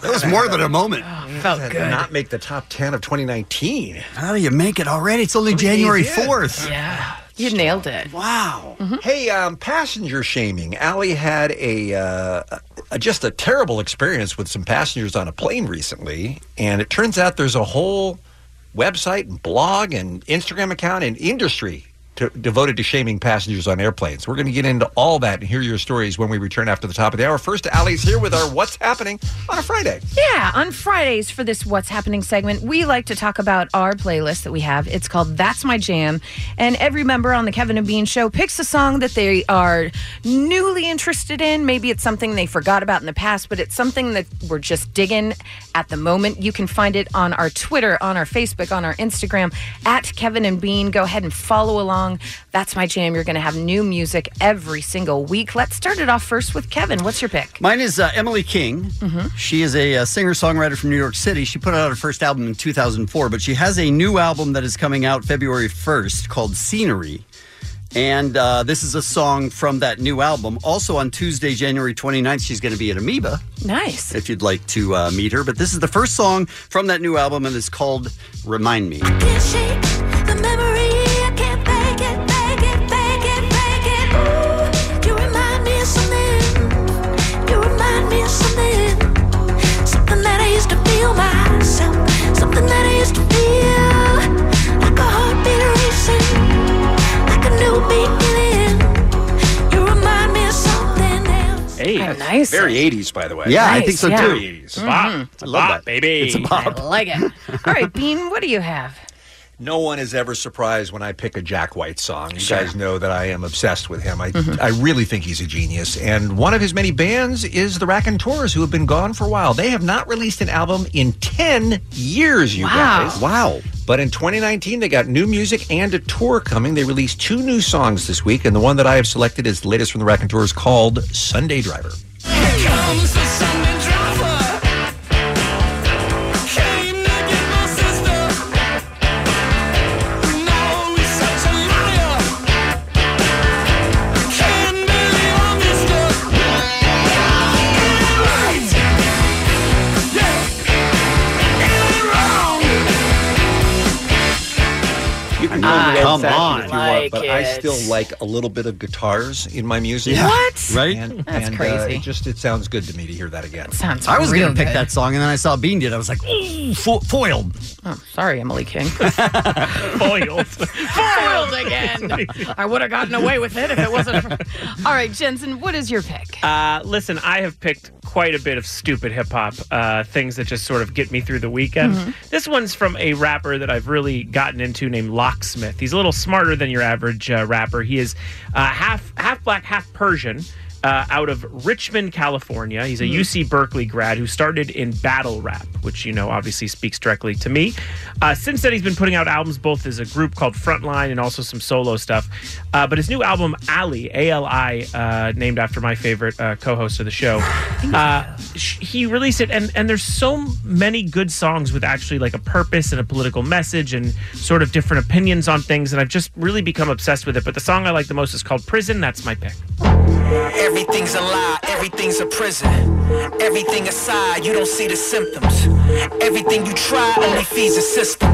[SPEAKER 11] that was more than a moment.
[SPEAKER 12] felt good. Not make the top 10 of 2019.
[SPEAKER 11] How do you make it already? It's only January fourth.
[SPEAKER 9] Yeah. You nailed it.
[SPEAKER 11] Wow.
[SPEAKER 12] Hey, um, passenger shaming. Allie had a, uh, a just a terrible experience with some passengers on a plane recently, and it turns out there's a whole website and blog and Instagram account and industry to, devoted to shaming passengers on airplanes. We're going to get into all that and hear your stories when we return after the top of the hour. First, Allie's here with our "What's Happening" on a Friday.
[SPEAKER 9] Yeah, on Fridays for this What's Happening segment, we like to talk about our playlist that we have. It's called That's My Jam. And every member on the Kevin and Bean show picks a song that they are newly interested in. Maybe it's something they forgot about in the past, but it's something that we're just digging at the moment. You can find it on our Twitter, on our Facebook, on our Instagram, at Kevin and Bean. Go ahead and follow along. That's My Jam. You're going to have new music every single week. Let's start it off first with Kevin. What's your pick?
[SPEAKER 11] Mine is uh, Emily King.
[SPEAKER 9] Mm-hmm.
[SPEAKER 11] She is a, uh singer songwriter from New York City. She put out her first album in 2004, but she has a new album that is coming out February 1st called Scenery. And uh, this is a song from that new album. Also on Tuesday, January 29th, she's going to be at Amoeba.
[SPEAKER 9] Nice.
[SPEAKER 11] If you'd like to uh, meet her. But this is the first song from that new album, and it's called Remind Me.
[SPEAKER 8] You remind me of something. You remind me of something. Something that I used to feel myself. Something that I used to feel. Like a heartbeat racing. Like a new beginning. You remind me of something else.
[SPEAKER 7] Hey,
[SPEAKER 9] Oh, nice.
[SPEAKER 12] Very 80s, by the way.
[SPEAKER 11] Yeah, I Nice, think so, yeah. Mm-hmm. too.
[SPEAKER 12] Very 80s.
[SPEAKER 9] Mhm. Bop.
[SPEAKER 7] It's a bop, baby.
[SPEAKER 12] It's a bop.
[SPEAKER 9] I like it. All right, Bean, what do you have?
[SPEAKER 12] No one is ever surprised when I pick a Jack White song. You guys know that I am obsessed with him. I,
[SPEAKER 11] Mm-hmm.
[SPEAKER 12] I really think he's a genius. And one of his many bands is the Raconteurs, who have been gone for a while. They have not released an album in 10 years, you
[SPEAKER 9] Wow.
[SPEAKER 12] guys. Wow. But in 2019, they got new music and a tour coming. They released two new songs this week, and the one that I have selected is the latest from the Raconteurs called Sunday Driver.
[SPEAKER 8] comes the Sunday driver. Came to get my sister. We know he's such a liar. Can't believe I missed her. Am I right? Yeah. Am I wrong?
[SPEAKER 11] You can
[SPEAKER 8] I
[SPEAKER 12] Come
[SPEAKER 11] Ah, on.
[SPEAKER 12] if you want, but I
[SPEAKER 11] Like
[SPEAKER 12] still
[SPEAKER 11] it.
[SPEAKER 12] like a little bit of guitars in my music.
[SPEAKER 11] Yeah. What? Right?
[SPEAKER 12] And,
[SPEAKER 11] That's
[SPEAKER 12] and, uh,
[SPEAKER 11] crazy.
[SPEAKER 12] it just it sounds good to me to hear that again.
[SPEAKER 11] I was gonna pick that song, and then I saw Bean did. I was like, ooh, fo- foiled.
[SPEAKER 9] Oh, sorry, Emily King.
[SPEAKER 7] foiled.
[SPEAKER 9] Foiled again. I would have gotten away with it if it wasn't. For... All right, Jensen, what is your pick?
[SPEAKER 7] Uh, listen, I have picked quite a bit of stupid hip hop uh, things that just sort of get me through the weekend.
[SPEAKER 9] Mhm.
[SPEAKER 7] This one's from a rapper that I've really gotten into named Locksmith. He's a little smarter than your average uh, rapper. He is uh, half half black, half Persian. Uh, out of Richmond, California. He's a
[SPEAKER 6] Mhm.
[SPEAKER 7] UC Berkeley grad who started in battle rap, which, you know, obviously speaks directly to me. Uh, since then, he's been putting out albums both as a group called Frontline and also some solo stuff. Uh, but his new album, Ali, A L I, uh, named after my favorite uh, co host of the show, uh, sh- he released it. And, and there's so many good songs with actually like a purpose and a political message and sort of different opinions on things. And I've just really become obsessed with it. But the song I like the most is called Prison. That's my pick.
[SPEAKER 6] Everything's a lie, everything's a prison. Everything aside, you don't see the symptoms. Everything you try only feeds the system.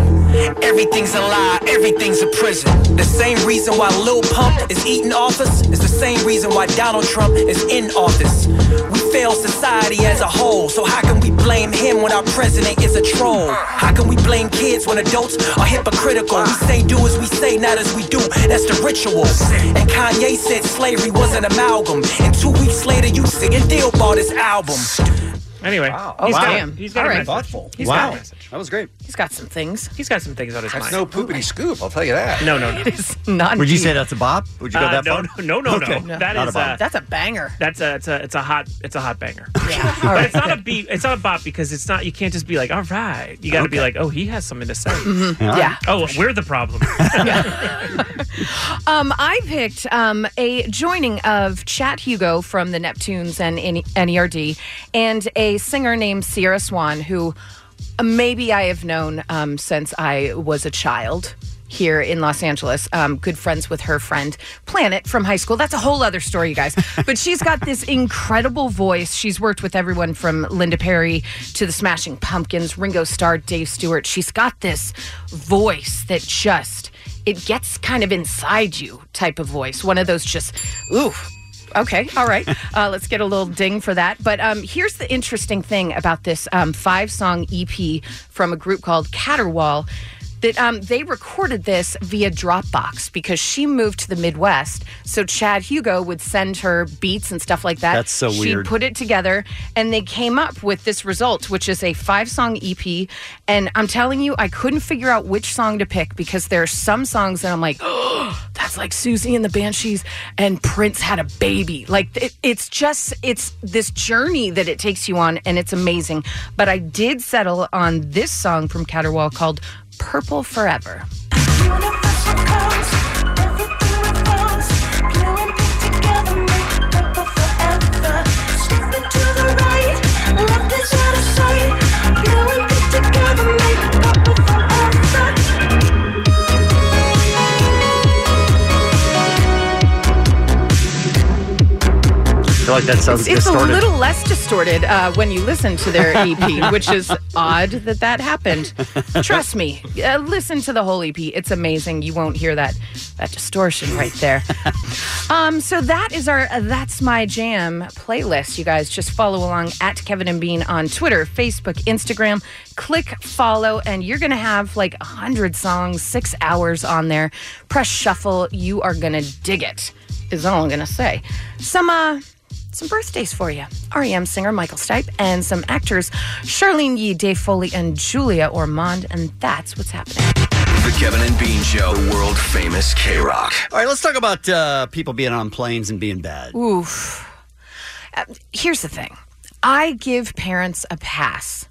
[SPEAKER 6] Everything's a lie, everything's a prison. The same reason why Lil Pump is eating office is the same reason why Donald Trump is in office. We fail society as a whole, so how can we blame him when our president is a troll? How can we blame kids when adults are hypocritical? We say do as we say, not as we do. That's the ritual. And Kanye said slavery was an amalgam. And two weeks later, you singing Deal bought his album.
[SPEAKER 7] Anyway,
[SPEAKER 6] Oh,
[SPEAKER 7] he's
[SPEAKER 6] wow.
[SPEAKER 7] got,
[SPEAKER 6] Damn.
[SPEAKER 7] he's got
[SPEAKER 6] All
[SPEAKER 7] a
[SPEAKER 6] right.
[SPEAKER 7] message.
[SPEAKER 6] Thoughtful.
[SPEAKER 7] He's
[SPEAKER 6] Wow.
[SPEAKER 7] got a message.
[SPEAKER 11] That was great.
[SPEAKER 9] He's got some things.
[SPEAKER 7] He's got some things on his
[SPEAKER 12] That's
[SPEAKER 7] mind.
[SPEAKER 12] no poopity scoop. I'll tell you that.
[SPEAKER 7] No, no, no.
[SPEAKER 9] It is not.
[SPEAKER 11] Would you say that's a bop? Would you go
[SPEAKER 7] Uh,
[SPEAKER 11] that
[SPEAKER 7] no,
[SPEAKER 11] far?
[SPEAKER 7] No, no, no,
[SPEAKER 11] Okay.
[SPEAKER 7] no. That
[SPEAKER 11] Not
[SPEAKER 7] is
[SPEAKER 11] a bop.
[SPEAKER 7] uh,
[SPEAKER 9] that's a banger.
[SPEAKER 7] That's a it's a it's a hot it's a hot banger. but it's not a beat. It's not a bop because it's not. You can't just be like, all right. You got to be
[SPEAKER 9] Okay.
[SPEAKER 7] like, oh, he has something to say.
[SPEAKER 9] Mm-hmm. Yeah. Yeah.
[SPEAKER 7] Oh, we're the problem.
[SPEAKER 9] Um, I picked um, a joining of Chat Hugo from the Neptunes and N- NERD and a singer named Sierra Swan, who maybe I have known um, since I was a child here in Los Angeles. Um, good friends with her friend Planet from high school. That's a whole other story, you guys. but she's got this incredible voice. She's worked with everyone from Linda Perry to the Smashing Pumpkins, Ringo Starr, Dave Stewart. She's got this voice that just it gets kind of inside you type of voice. One of those just, ooh. Okay, all right. Uh, let's get a little ding for that. But um, here's the interesting thing about this um, five song EP from a group called Caterwaul that um, they recorded this via Dropbox because she moved to the Midwest. So Chad Hugo would send her beats and stuff like that.
[SPEAKER 11] That's so
[SPEAKER 9] She'd
[SPEAKER 11] weird.
[SPEAKER 9] put put it together and they came up with this result, which is a five song EP. And I'm telling you, I couldn't figure out which song to pick because there are some songs that I'm like, oh, that's like Susie and the Banshees and Prince had a baby. Like it, it's just, it's this journey that it takes you on and it's amazing. But I did settle on this song from Caterwall called Purple Forever.
[SPEAKER 11] I feel like that sounds
[SPEAKER 9] it's
[SPEAKER 11] distorted.
[SPEAKER 9] a little less distorted uh, when you listen to their EP, which is odd that that happened. Trust me, uh, listen to the whole EP. It's amazing. You won't hear that that distortion right there. Um, so that is our uh, that's my jam playlist. You guys just follow along at Kevin and Bean on Twitter, Facebook, Instagram. Click follow, and you're gonna have like a hundred songs, six hours on there. Press shuffle. You are gonna dig it. Is all I'm gonna say. Some uh some birthdays for you. REM singer Michael Stipe and some actors Charlene Yee, Dave Foley, and Julia Ormond. And that's what's happening.
[SPEAKER 17] The Kevin and Bean Show, world famous K Rock.
[SPEAKER 11] All right, let's talk about uh, people being on planes and being bad.
[SPEAKER 9] Oof. Uh, here's the thing I give parents a pass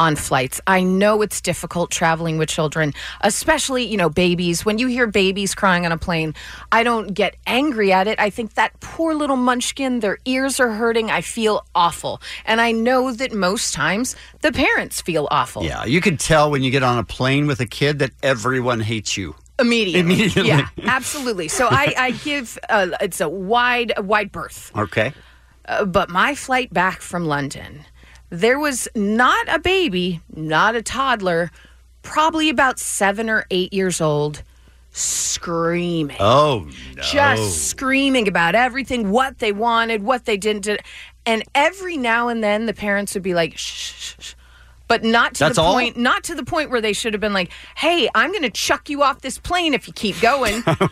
[SPEAKER 9] on flights. I know it's difficult traveling with children, especially, you know, babies. When you hear babies crying on a plane, I don't get angry at it. I think that poor little munchkin, their ears are hurting. I feel awful. And I know that most times the parents feel awful.
[SPEAKER 11] Yeah, Uh, you could tell when you get on a plane with a kid that everyone hates you.
[SPEAKER 9] Immediately.
[SPEAKER 11] Immediately.
[SPEAKER 9] Yeah, absolutely. So I, I give uh, it's a wide, a wide berth.
[SPEAKER 11] Okay.
[SPEAKER 9] Uh, but my flight back from London, there was not a baby, not a toddler, probably about seven or eight years old, screaming.
[SPEAKER 11] Oh, no.
[SPEAKER 9] Just screaming about everything, what they wanted, what they didn't. do. And every now and then, the parents would be like, shh, shh, shh. But not to
[SPEAKER 11] That's
[SPEAKER 9] the
[SPEAKER 11] all?
[SPEAKER 9] point, not to the point where they should have been like, "Hey, I'm going to chuck you off this plane if you keep going." Oh,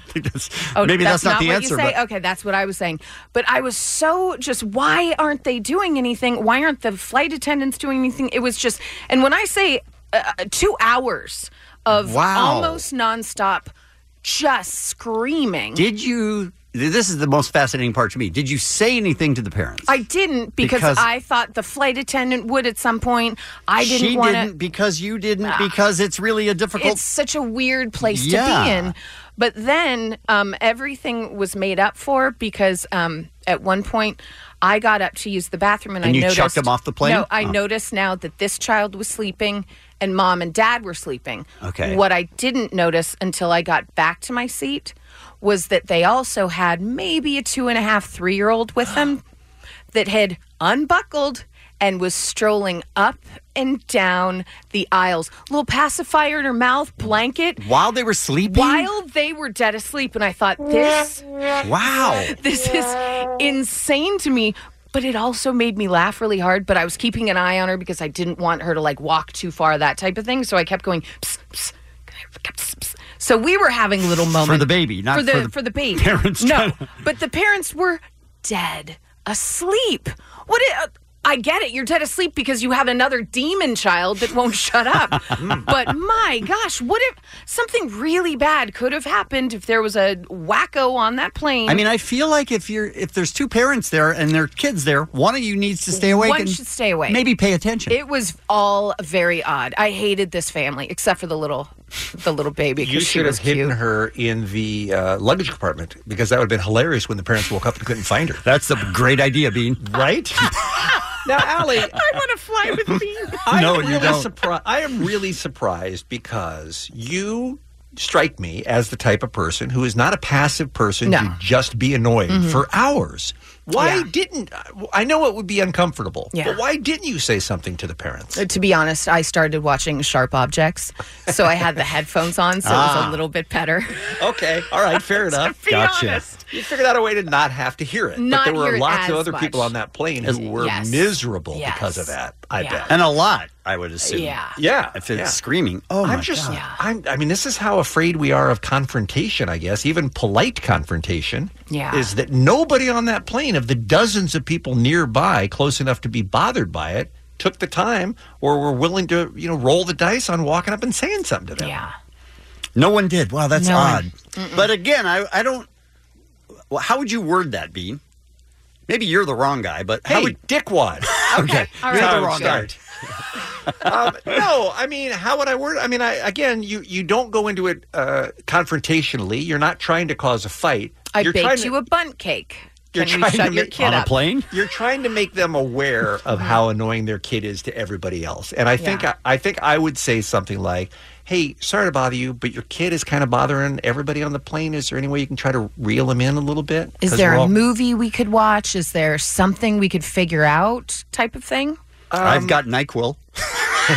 [SPEAKER 11] Maybe that's, not, the
[SPEAKER 9] what
[SPEAKER 11] answer.
[SPEAKER 9] You say?
[SPEAKER 11] but-
[SPEAKER 9] Okay, that's what I was saying. But I was so just, why aren't they doing anything? Why aren't the flight attendants doing anything? It was just, and when I say uh, uh, two hours of
[SPEAKER 11] Wow.
[SPEAKER 9] almost nonstop, just screaming.
[SPEAKER 11] Did you? This is the most fascinating part to me. Did you say anything to the parents?
[SPEAKER 9] I didn't because,
[SPEAKER 11] Because-
[SPEAKER 9] I thought the flight attendant would at some point. I
[SPEAKER 11] she
[SPEAKER 9] didn't want
[SPEAKER 11] didn't because you didn't because it's really a difficult.
[SPEAKER 9] Ah. It's such a weird place to
[SPEAKER 11] Yeah.
[SPEAKER 9] be in. But then um, everything was made up for because um, at one point I got up to use the bathroom and,
[SPEAKER 11] And
[SPEAKER 9] I
[SPEAKER 11] you
[SPEAKER 9] noticed
[SPEAKER 11] chucked him off the plane?
[SPEAKER 9] No, I
[SPEAKER 11] Oh.
[SPEAKER 9] noticed now that this child was sleeping and mom and dad were sleeping.
[SPEAKER 11] Okay.
[SPEAKER 9] What I didn't notice until I got back to my seat was that they also had maybe a two and a half, three year old with them that had unbuckled and was strolling up and down the aisles. Little pacifier in her mouth, blanket.
[SPEAKER 11] While they were sleeping?
[SPEAKER 9] While they were dead asleep. And I thought, this.
[SPEAKER 11] Wow.
[SPEAKER 9] This is insane to me. But it also made me laugh really hard. But I was keeping an eye on her because I didn't want her to like walk too far, that type of thing. So I kept going, psst, psst. psst, psst. So we were having little moments
[SPEAKER 11] for the baby, not
[SPEAKER 9] for the for the, baby.
[SPEAKER 11] parents
[SPEAKER 9] no,
[SPEAKER 11] trying to-
[SPEAKER 9] but the parents were dead asleep. What? i- uh, I get it. You're dead asleep because you have another demon child that won't shut up. but my gosh, what if something really bad could have happened if there was a wacko on that plane?
[SPEAKER 11] I mean, I feel like if you're if there's two parents there and their kids there, one of you needs to stay awake.
[SPEAKER 9] One
[SPEAKER 11] and
[SPEAKER 9] should stay awake.
[SPEAKER 11] Maybe pay attention.
[SPEAKER 9] It was all very odd. I hated this family except for the little, the little baby. 'cause
[SPEAKER 12] You
[SPEAKER 9] she
[SPEAKER 12] should
[SPEAKER 9] was
[SPEAKER 12] have hidden her in the uh, luggage compartment because that would have been hilarious when the parents woke up and couldn't find her.
[SPEAKER 11] That's a great idea, Bean.
[SPEAKER 12] Right? now, Allie,
[SPEAKER 9] I want to fly with me.
[SPEAKER 12] am really surpri- I am really surprised because you strike me as the type of person who is not a passive person
[SPEAKER 9] No.
[SPEAKER 12] to just be annoyed
[SPEAKER 9] Mhm.
[SPEAKER 12] for hours. Why
[SPEAKER 9] Yeah.
[SPEAKER 12] didn't I know it would be uncomfortable?
[SPEAKER 9] Yeah.
[SPEAKER 12] But why didn't you say something to the parents?
[SPEAKER 9] Uh, To be honest, I started watching Sharp Objects, so I had the headphones on, so it was
[SPEAKER 12] Ah.
[SPEAKER 9] a little bit better.
[SPEAKER 12] Okay, all right, fair enough.
[SPEAKER 9] be Gotcha. honest.
[SPEAKER 12] You figured out a way to not have to hear it.
[SPEAKER 9] Not
[SPEAKER 12] but there
[SPEAKER 9] hear
[SPEAKER 12] were
[SPEAKER 9] it
[SPEAKER 12] lots of
[SPEAKER 9] as
[SPEAKER 12] other
[SPEAKER 9] much.
[SPEAKER 12] people on that plane who were
[SPEAKER 9] Yes.
[SPEAKER 12] miserable
[SPEAKER 9] Yes.
[SPEAKER 12] because of that. I
[SPEAKER 9] Yeah. Uh,
[SPEAKER 12] bet,
[SPEAKER 11] and a lot, I would assume.
[SPEAKER 12] Yeah, yeah.
[SPEAKER 11] If it's
[SPEAKER 12] yeah.
[SPEAKER 11] screaming, oh
[SPEAKER 12] I'm
[SPEAKER 11] my
[SPEAKER 12] just,
[SPEAKER 11] God.
[SPEAKER 12] I'm, I mean, this is how afraid we are of confrontation. I guess even polite confrontation.
[SPEAKER 9] Yeah.
[SPEAKER 12] is that nobody on that plane of the dozens of people nearby, close enough to be bothered by it, took the time or were willing to, you know, roll the dice on walking up and saying something to them.
[SPEAKER 9] Yeah.
[SPEAKER 11] No one did. Wow, that's
[SPEAKER 12] No
[SPEAKER 11] odd.
[SPEAKER 12] one. Mm-mm.
[SPEAKER 11] But again, I, I don't. Well, how would you word that, Bean? Maybe you're the wrong guy, but how
[SPEAKER 12] Hey,
[SPEAKER 11] would
[SPEAKER 12] dickwad?
[SPEAKER 11] okay,
[SPEAKER 12] all
[SPEAKER 11] you're
[SPEAKER 12] right.
[SPEAKER 11] the wrong
[SPEAKER 12] Start. um, no, I mean, how would I word? I mean, I, again, you you don't go into it uh, confrontationally. You're not trying to cause a fight.
[SPEAKER 9] I
[SPEAKER 12] you're trying
[SPEAKER 9] baked
[SPEAKER 12] to-
[SPEAKER 9] you a bunt cake.
[SPEAKER 12] You're
[SPEAKER 9] Can you
[SPEAKER 12] trying
[SPEAKER 9] shut
[SPEAKER 12] to make
[SPEAKER 9] your kid up? Mm-hmm.
[SPEAKER 11] plane.
[SPEAKER 12] You're trying to make them aware of how annoying their kid is to everybody else. And I think
[SPEAKER 9] Yeah.
[SPEAKER 12] I, I think I would say something like, "Hey, sorry to bother you, but your kid is kind of bothering everybody on the plane. Is there any way you can try to reel him in a little bit?
[SPEAKER 9] Is
[SPEAKER 12] 'Cause
[SPEAKER 9] there
[SPEAKER 12] we're
[SPEAKER 9] a
[SPEAKER 12] all-
[SPEAKER 9] movie we could watch? Is there something we could figure out? Type of thing.
[SPEAKER 11] I've got Nyquil.
[SPEAKER 12] Um,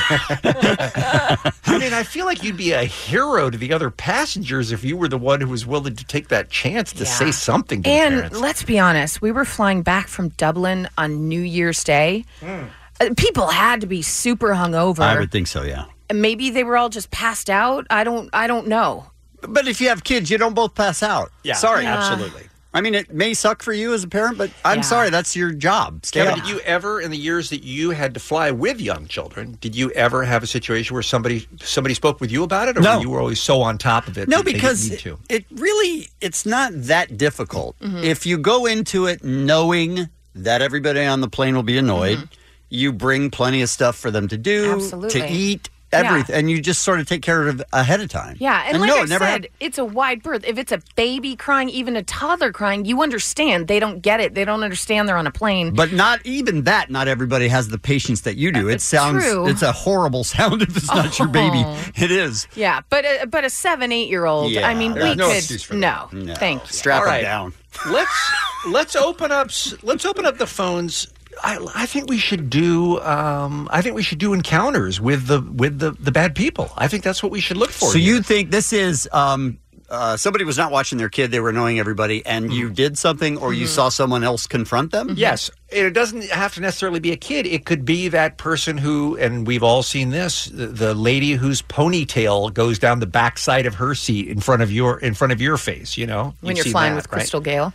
[SPEAKER 12] I mean, I feel like you'd be a hero to the other passengers if you were the one who was willing to take that chance to say something to
[SPEAKER 9] And
[SPEAKER 12] the parents.
[SPEAKER 9] let's be honest, we were flying back from Dublin on New Year's Day.
[SPEAKER 11] Hmm.
[SPEAKER 9] Uh, People had to be super hungover.
[SPEAKER 11] I would think so. Yeah.
[SPEAKER 9] And Maybe they were all just passed out. I don't. I don't know.
[SPEAKER 11] But if you have kids, you don't both pass out.
[SPEAKER 12] Yeah.
[SPEAKER 11] Sorry.
[SPEAKER 9] Yeah. Absolutely.
[SPEAKER 11] I mean, it may suck for you as a parent, but I'm
[SPEAKER 12] Yeah.
[SPEAKER 11] sorry. That's your job. Stay
[SPEAKER 12] Kevin,
[SPEAKER 11] up.
[SPEAKER 12] did you ever, in the years that you had to fly with young children, did you ever have a situation where somebody somebody spoke with you about it, or
[SPEAKER 11] No.
[SPEAKER 12] you were always so on top of it?
[SPEAKER 11] no,
[SPEAKER 12] that they didn't
[SPEAKER 11] because
[SPEAKER 12] need
[SPEAKER 11] it,
[SPEAKER 12] to?
[SPEAKER 11] it really it's not that difficult.
[SPEAKER 9] Mm-hmm.
[SPEAKER 11] If you go into it knowing that everybody on the plane will be annoyed, you bring plenty of stuff for them to do,
[SPEAKER 9] Mm-hmm. Absolutely.
[SPEAKER 11] to eat,
[SPEAKER 9] Yeah.
[SPEAKER 11] everything, and you just sort of take care of it ahead of time.
[SPEAKER 9] Yeah, and, like
[SPEAKER 11] no,
[SPEAKER 9] I
[SPEAKER 11] it never
[SPEAKER 9] said,
[SPEAKER 11] happened.
[SPEAKER 9] it's a wide berth. If it's a baby crying, even a toddler crying, you understand. They don't get it. They don't understand. They're on a plane.
[SPEAKER 11] But not even that. Not everybody has the patience that you do. It sounds
[SPEAKER 9] true. Oh.
[SPEAKER 11] it's a horrible sound if it's not your baby. It is.
[SPEAKER 9] yeah, but a, but a seven, eight year old.
[SPEAKER 11] Yeah,
[SPEAKER 9] I mean,
[SPEAKER 11] there's
[SPEAKER 9] we
[SPEAKER 11] no
[SPEAKER 9] could
[SPEAKER 11] excuse for
[SPEAKER 9] no,
[SPEAKER 11] that. No.
[SPEAKER 9] Thank you.
[SPEAKER 11] Strap
[SPEAKER 12] All
[SPEAKER 11] it
[SPEAKER 12] right.
[SPEAKER 11] down.
[SPEAKER 12] let's let's open up s- let's open up the phones. I, I think we should do um, I think we should do encounters with the with the, the bad people. I think that's what we should look for.
[SPEAKER 11] So you think this is um, uh, somebody was not watching their kid, they were annoying everybody, and you did something or
[SPEAKER 9] Mm-hmm.
[SPEAKER 11] you saw someone else confront them?
[SPEAKER 12] Yes. It doesn't have to necessarily be a kid. It could be that person who, and we've all seen this, the- the lady whose ponytail goes down the backside of her seat in front of your in front of your face. You know,
[SPEAKER 9] when
[SPEAKER 12] You've
[SPEAKER 9] you're
[SPEAKER 12] seen
[SPEAKER 9] flying
[SPEAKER 12] that,
[SPEAKER 9] with
[SPEAKER 12] right?
[SPEAKER 9] Crystal Gale.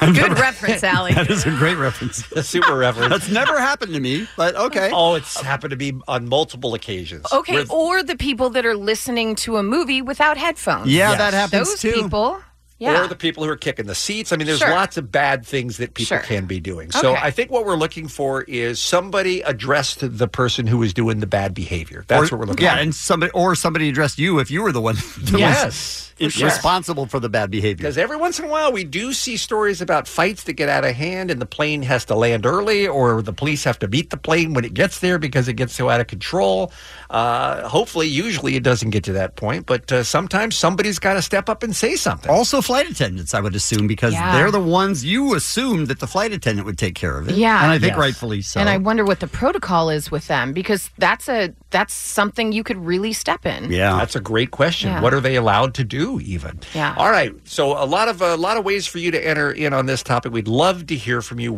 [SPEAKER 9] Good reference, Allie.
[SPEAKER 11] is a great reference.
[SPEAKER 12] a super reference.
[SPEAKER 11] That's never happened to me, but okay.
[SPEAKER 12] Oh, it's happened to me on multiple occasions.
[SPEAKER 9] Okay,
[SPEAKER 12] With-
[SPEAKER 9] or the people that are listening to a movie without headphones.
[SPEAKER 12] Yeah, Yes. that happens
[SPEAKER 9] Those
[SPEAKER 12] too.
[SPEAKER 9] people. Yeah.
[SPEAKER 12] Or the people who are kicking the seats. I mean, there's
[SPEAKER 9] Sure.
[SPEAKER 12] lots of bad things that people
[SPEAKER 9] Sure.
[SPEAKER 12] can be doing. So
[SPEAKER 9] Okay.
[SPEAKER 12] I think what we're looking for is somebody addressed the person who was doing the bad behavior. That's
[SPEAKER 11] Or-
[SPEAKER 12] what we're looking
[SPEAKER 11] yeah,
[SPEAKER 12] for.
[SPEAKER 11] and somebody or somebody addressed you if you were the one that
[SPEAKER 12] Yes, for
[SPEAKER 11] was
[SPEAKER 12] sure.
[SPEAKER 11] responsible for the bad behavior.
[SPEAKER 12] Because every once in a while, we do see stories about fights that get out of hand, and the plane has to land early, or the police have to beat the plane when it gets there because it gets so out of control. Uh, hopefully, usually it doesn't get to that point, but uh, sometimes somebody's got to step up and say something.
[SPEAKER 11] Also, flight attendants, I would assume, because
[SPEAKER 9] Yeah.
[SPEAKER 11] they're the ones you assumed that the flight attendant would take care of it.
[SPEAKER 9] Yeah.
[SPEAKER 11] and I think
[SPEAKER 9] Yes.
[SPEAKER 11] rightfully so.
[SPEAKER 9] And I wonder what the protocol is with them because that's a that's something you could really step in.
[SPEAKER 11] Yeah,
[SPEAKER 12] that's a great question.
[SPEAKER 9] Yeah.
[SPEAKER 12] What are they allowed to do? Even
[SPEAKER 9] Yeah.
[SPEAKER 12] All right. So a lot of a lot of ways for you to enter in on this topic. We'd love to hear from you.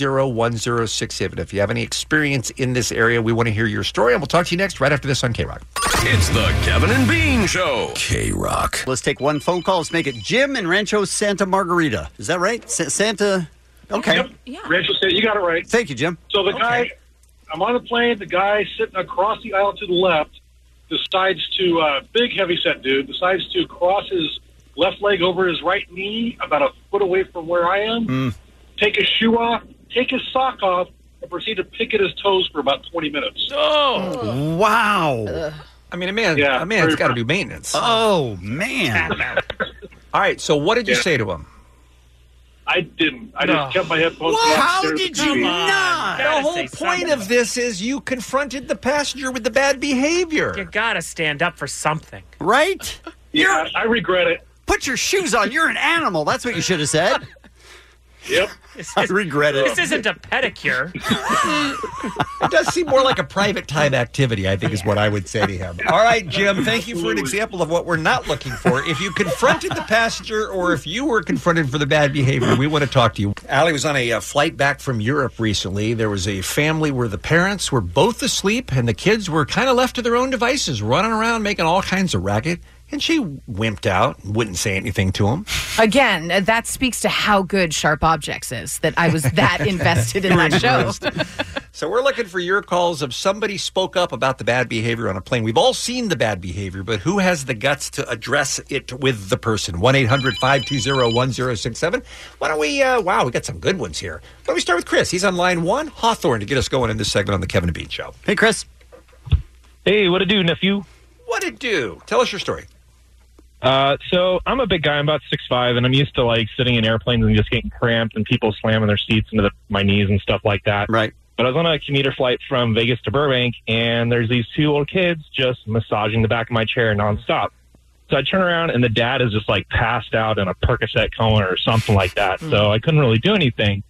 [SPEAKER 12] 1-800-520-1067. If you have any experience in this area, we want to hear your story and we'll talk to you next right after this on K-Rock.
[SPEAKER 17] It's the Kevin and Bean Show.
[SPEAKER 11] K Rock. Let's take one phone call. Let's make it Jim in Rancho Santa Margarita. Is that right? Sa- Santa. Okay.
[SPEAKER 9] Yeah.
[SPEAKER 10] Rancho State, you got it right.
[SPEAKER 11] Thank you, Jim.
[SPEAKER 10] So the guy, I'm on the plane. The guy sitting across the aisle to the left decides to, uh, big heavy set dude, decides to cross his left leg over his right knee about a foot away from where I am, take his shoe off, take his sock off, and proceed to pick at his toes for about 20 minutes.
[SPEAKER 12] Oh.
[SPEAKER 11] Wow.
[SPEAKER 12] I mean, a man,
[SPEAKER 10] Yeah,
[SPEAKER 12] a man's
[SPEAKER 10] very-
[SPEAKER 12] got to do maintenance.
[SPEAKER 11] Oh man.
[SPEAKER 12] All right. So what did you
[SPEAKER 10] Yeah.
[SPEAKER 12] say to him?
[SPEAKER 10] I didn't. I
[SPEAKER 12] No.
[SPEAKER 10] just kept my headphones
[SPEAKER 12] What?
[SPEAKER 10] on.
[SPEAKER 12] How
[SPEAKER 10] stared at
[SPEAKER 12] did
[SPEAKER 10] the
[SPEAKER 12] you
[SPEAKER 10] TV.
[SPEAKER 12] not? The whole point of this is you confronted the passenger with the bad behavior.
[SPEAKER 7] You gotta stand up for something.
[SPEAKER 11] Right?
[SPEAKER 10] Yeah, I regret it.
[SPEAKER 11] Put your shoes on. You're an animal. That's what you should have said.
[SPEAKER 10] yep.
[SPEAKER 11] I regret it.
[SPEAKER 7] This isn't a pedicure.
[SPEAKER 12] It does seem more like a private time activity, I think, is what I would say to him. All right, Jim, thank you for an example of what we're not looking for. If you confronted the passenger or if you were confronted for the bad behavior, we want to talk to you. Allie was on a uh, flight back from Europe recently. There was a family where the parents were both asleep and the kids were kind of left to their own devices, running around, making all kinds of racket. And she wimped out, wouldn't say anything to him.
[SPEAKER 9] Again, uh, that speaks to how good Sharp Objects is that I was that invested in that show.
[SPEAKER 12] So we're looking for your calls of somebody spoke up about the bad behavior on a plane. We've all seen the bad behavior, but who has the guts to address it with the person? 1-800-520-1067. Why don't we, uh, wow, we got some good ones here. Why don't we start with Chris? He's on line one, Hawthorne, to get us going in this segment on the Kevin and Bean Show.
[SPEAKER 11] Hey, Chris.
[SPEAKER 31] Hey, what it do, nephew?
[SPEAKER 12] What it do? Tell us your story.
[SPEAKER 31] Uh, so I'm a big guy. I'm about six five, and I'm used to like sitting in airplanes and just getting cramped and people slamming their seats into the, my knees and stuff like that.
[SPEAKER 11] Right.
[SPEAKER 31] But I was on a commuter flight from Vegas to Burbank, and there's these two old kids just massaging the back of my chair nonstop. So I turn around, and the dad is just like passed out in a Percocet cone or something like that.
[SPEAKER 11] Hmm.
[SPEAKER 31] So I couldn't really do anything.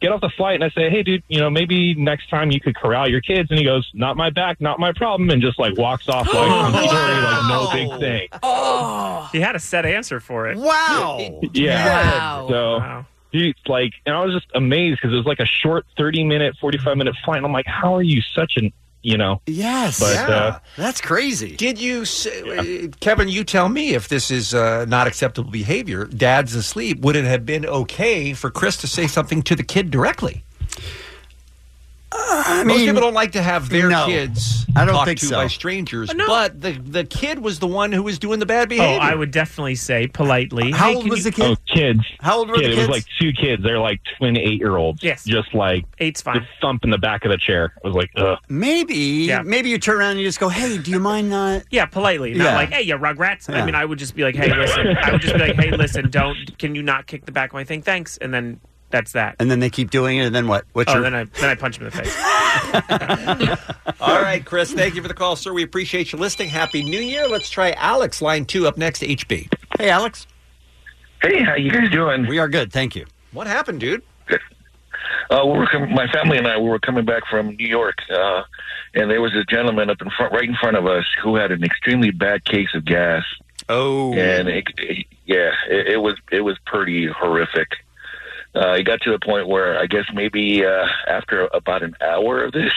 [SPEAKER 31] Get off the flight, and I say, "Hey, dude, you know maybe next time you could corral your kids." And he goes, "Not my back, not my problem," and just like walks off like I'm sorry, like no big thing.
[SPEAKER 7] Oh. He had a set answer for it.
[SPEAKER 11] Wow.
[SPEAKER 31] Yeah.
[SPEAKER 7] Wow.
[SPEAKER 31] So, dude, like, and I was just amazed because it was like a short 30 minute, 45 minute flight. And I'm like, how are you such an, you know?
[SPEAKER 11] Yes.
[SPEAKER 31] But, uh,
[SPEAKER 11] That's crazy.
[SPEAKER 12] Did you, say, uh, Kevin, you tell me if this is uh, not acceptable behavior. Dad's asleep. Would it have been okay for Chris to say something to the kid directly? Most people don't like to have their
[SPEAKER 7] no.
[SPEAKER 12] kids
[SPEAKER 7] I don't
[SPEAKER 12] talked
[SPEAKER 7] think
[SPEAKER 12] to
[SPEAKER 7] so.
[SPEAKER 12] by strangers,
[SPEAKER 7] No.
[SPEAKER 12] but the, the kid was the one who was doing the bad
[SPEAKER 7] Oh,
[SPEAKER 12] behavior.
[SPEAKER 7] I would definitely say politely.
[SPEAKER 12] How
[SPEAKER 7] hey,
[SPEAKER 12] old
[SPEAKER 7] can
[SPEAKER 12] was
[SPEAKER 7] you-
[SPEAKER 12] the kid?
[SPEAKER 31] Oh, kids.
[SPEAKER 11] How old
[SPEAKER 7] were the
[SPEAKER 31] Kid, It was
[SPEAKER 7] kids?
[SPEAKER 31] like two kids. They're like twin eight year olds.
[SPEAKER 7] Yes.
[SPEAKER 31] Just like
[SPEAKER 7] eight's
[SPEAKER 31] fine. The thump in the back of the chair. I was like, ugh.
[SPEAKER 11] Maybe, maybe you turn around and you just go, "Hey, do you mind not?"
[SPEAKER 7] Yeah, politely, not
[SPEAKER 31] Yeah.
[SPEAKER 7] like, "Hey, you rugrats."
[SPEAKER 31] Yeah.
[SPEAKER 7] I mean, I would just be like, "Hey, listen." I would just be like, "Hey, listen. Don't. Can you not kick the back of my thing? Thanks." And then that's that.
[SPEAKER 11] And then they keep doing it, and then what? What's
[SPEAKER 7] oh,
[SPEAKER 11] your?
[SPEAKER 7] then I then I punch him in the face.
[SPEAKER 12] All right, Chris, thank you for the call, sir. We appreciate you listening. Happy New Year. Let's try Alex, line two, up next, HB.
[SPEAKER 11] Hey, Alex.
[SPEAKER 31] Hey, how you guys doing?
[SPEAKER 11] We are good, thank you.
[SPEAKER 12] What happened, dude?
[SPEAKER 4] Uh, we were com- my family and I we were coming back from New York, uh, and there was a gentleman up in front, right in front of us, who had an extremely bad case of gas.
[SPEAKER 12] Oh,
[SPEAKER 4] and it, it- yeah, it, it was it was pretty horrific. Uh, it got to the point where I guess maybe uh, after about an hour of this,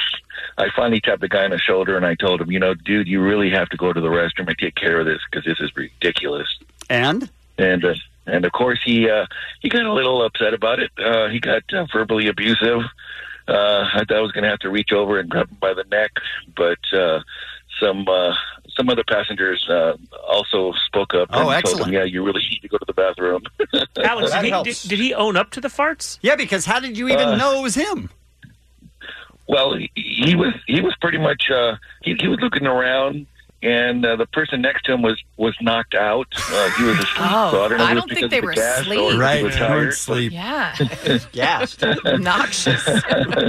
[SPEAKER 4] I finally tapped the guy on the shoulder and I told him, you know, dude, you really have to go to the restroom and take care of this because this is ridiculous.
[SPEAKER 11] And
[SPEAKER 4] and uh, and of course he uh, he got a little upset about it. Uh, he got uh, verbally abusive. Uh, I thought I was going to have to reach over and grab him by the neck, but uh, some uh, some other passengers uh, also spoke up
[SPEAKER 11] Oh,
[SPEAKER 4] and told
[SPEAKER 11] excellent.
[SPEAKER 4] him, "Yeah, you really need to go to the bathroom."
[SPEAKER 7] Alex,
[SPEAKER 4] That
[SPEAKER 7] did he, did,
[SPEAKER 4] helps.
[SPEAKER 7] did he own up to the farts?
[SPEAKER 11] Yeah, because how did you
[SPEAKER 4] even Uh, know
[SPEAKER 11] it was him?
[SPEAKER 4] Well, he- he was he was pretty much uh, he, he was looking around, and uh, the person next to him was was knocked out. Uh, he was asleep.
[SPEAKER 9] Oh,
[SPEAKER 4] so I don't know if
[SPEAKER 9] I
[SPEAKER 4] it was
[SPEAKER 9] don't think
[SPEAKER 4] because
[SPEAKER 9] they
[SPEAKER 4] of the
[SPEAKER 9] were
[SPEAKER 4] gas
[SPEAKER 9] asleep.
[SPEAKER 4] or if he
[SPEAKER 9] Right,
[SPEAKER 4] was
[SPEAKER 9] they weren't
[SPEAKER 4] tired.
[SPEAKER 9] asleep. Yeah.
[SPEAKER 12] Gassed.
[SPEAKER 9] Noxious.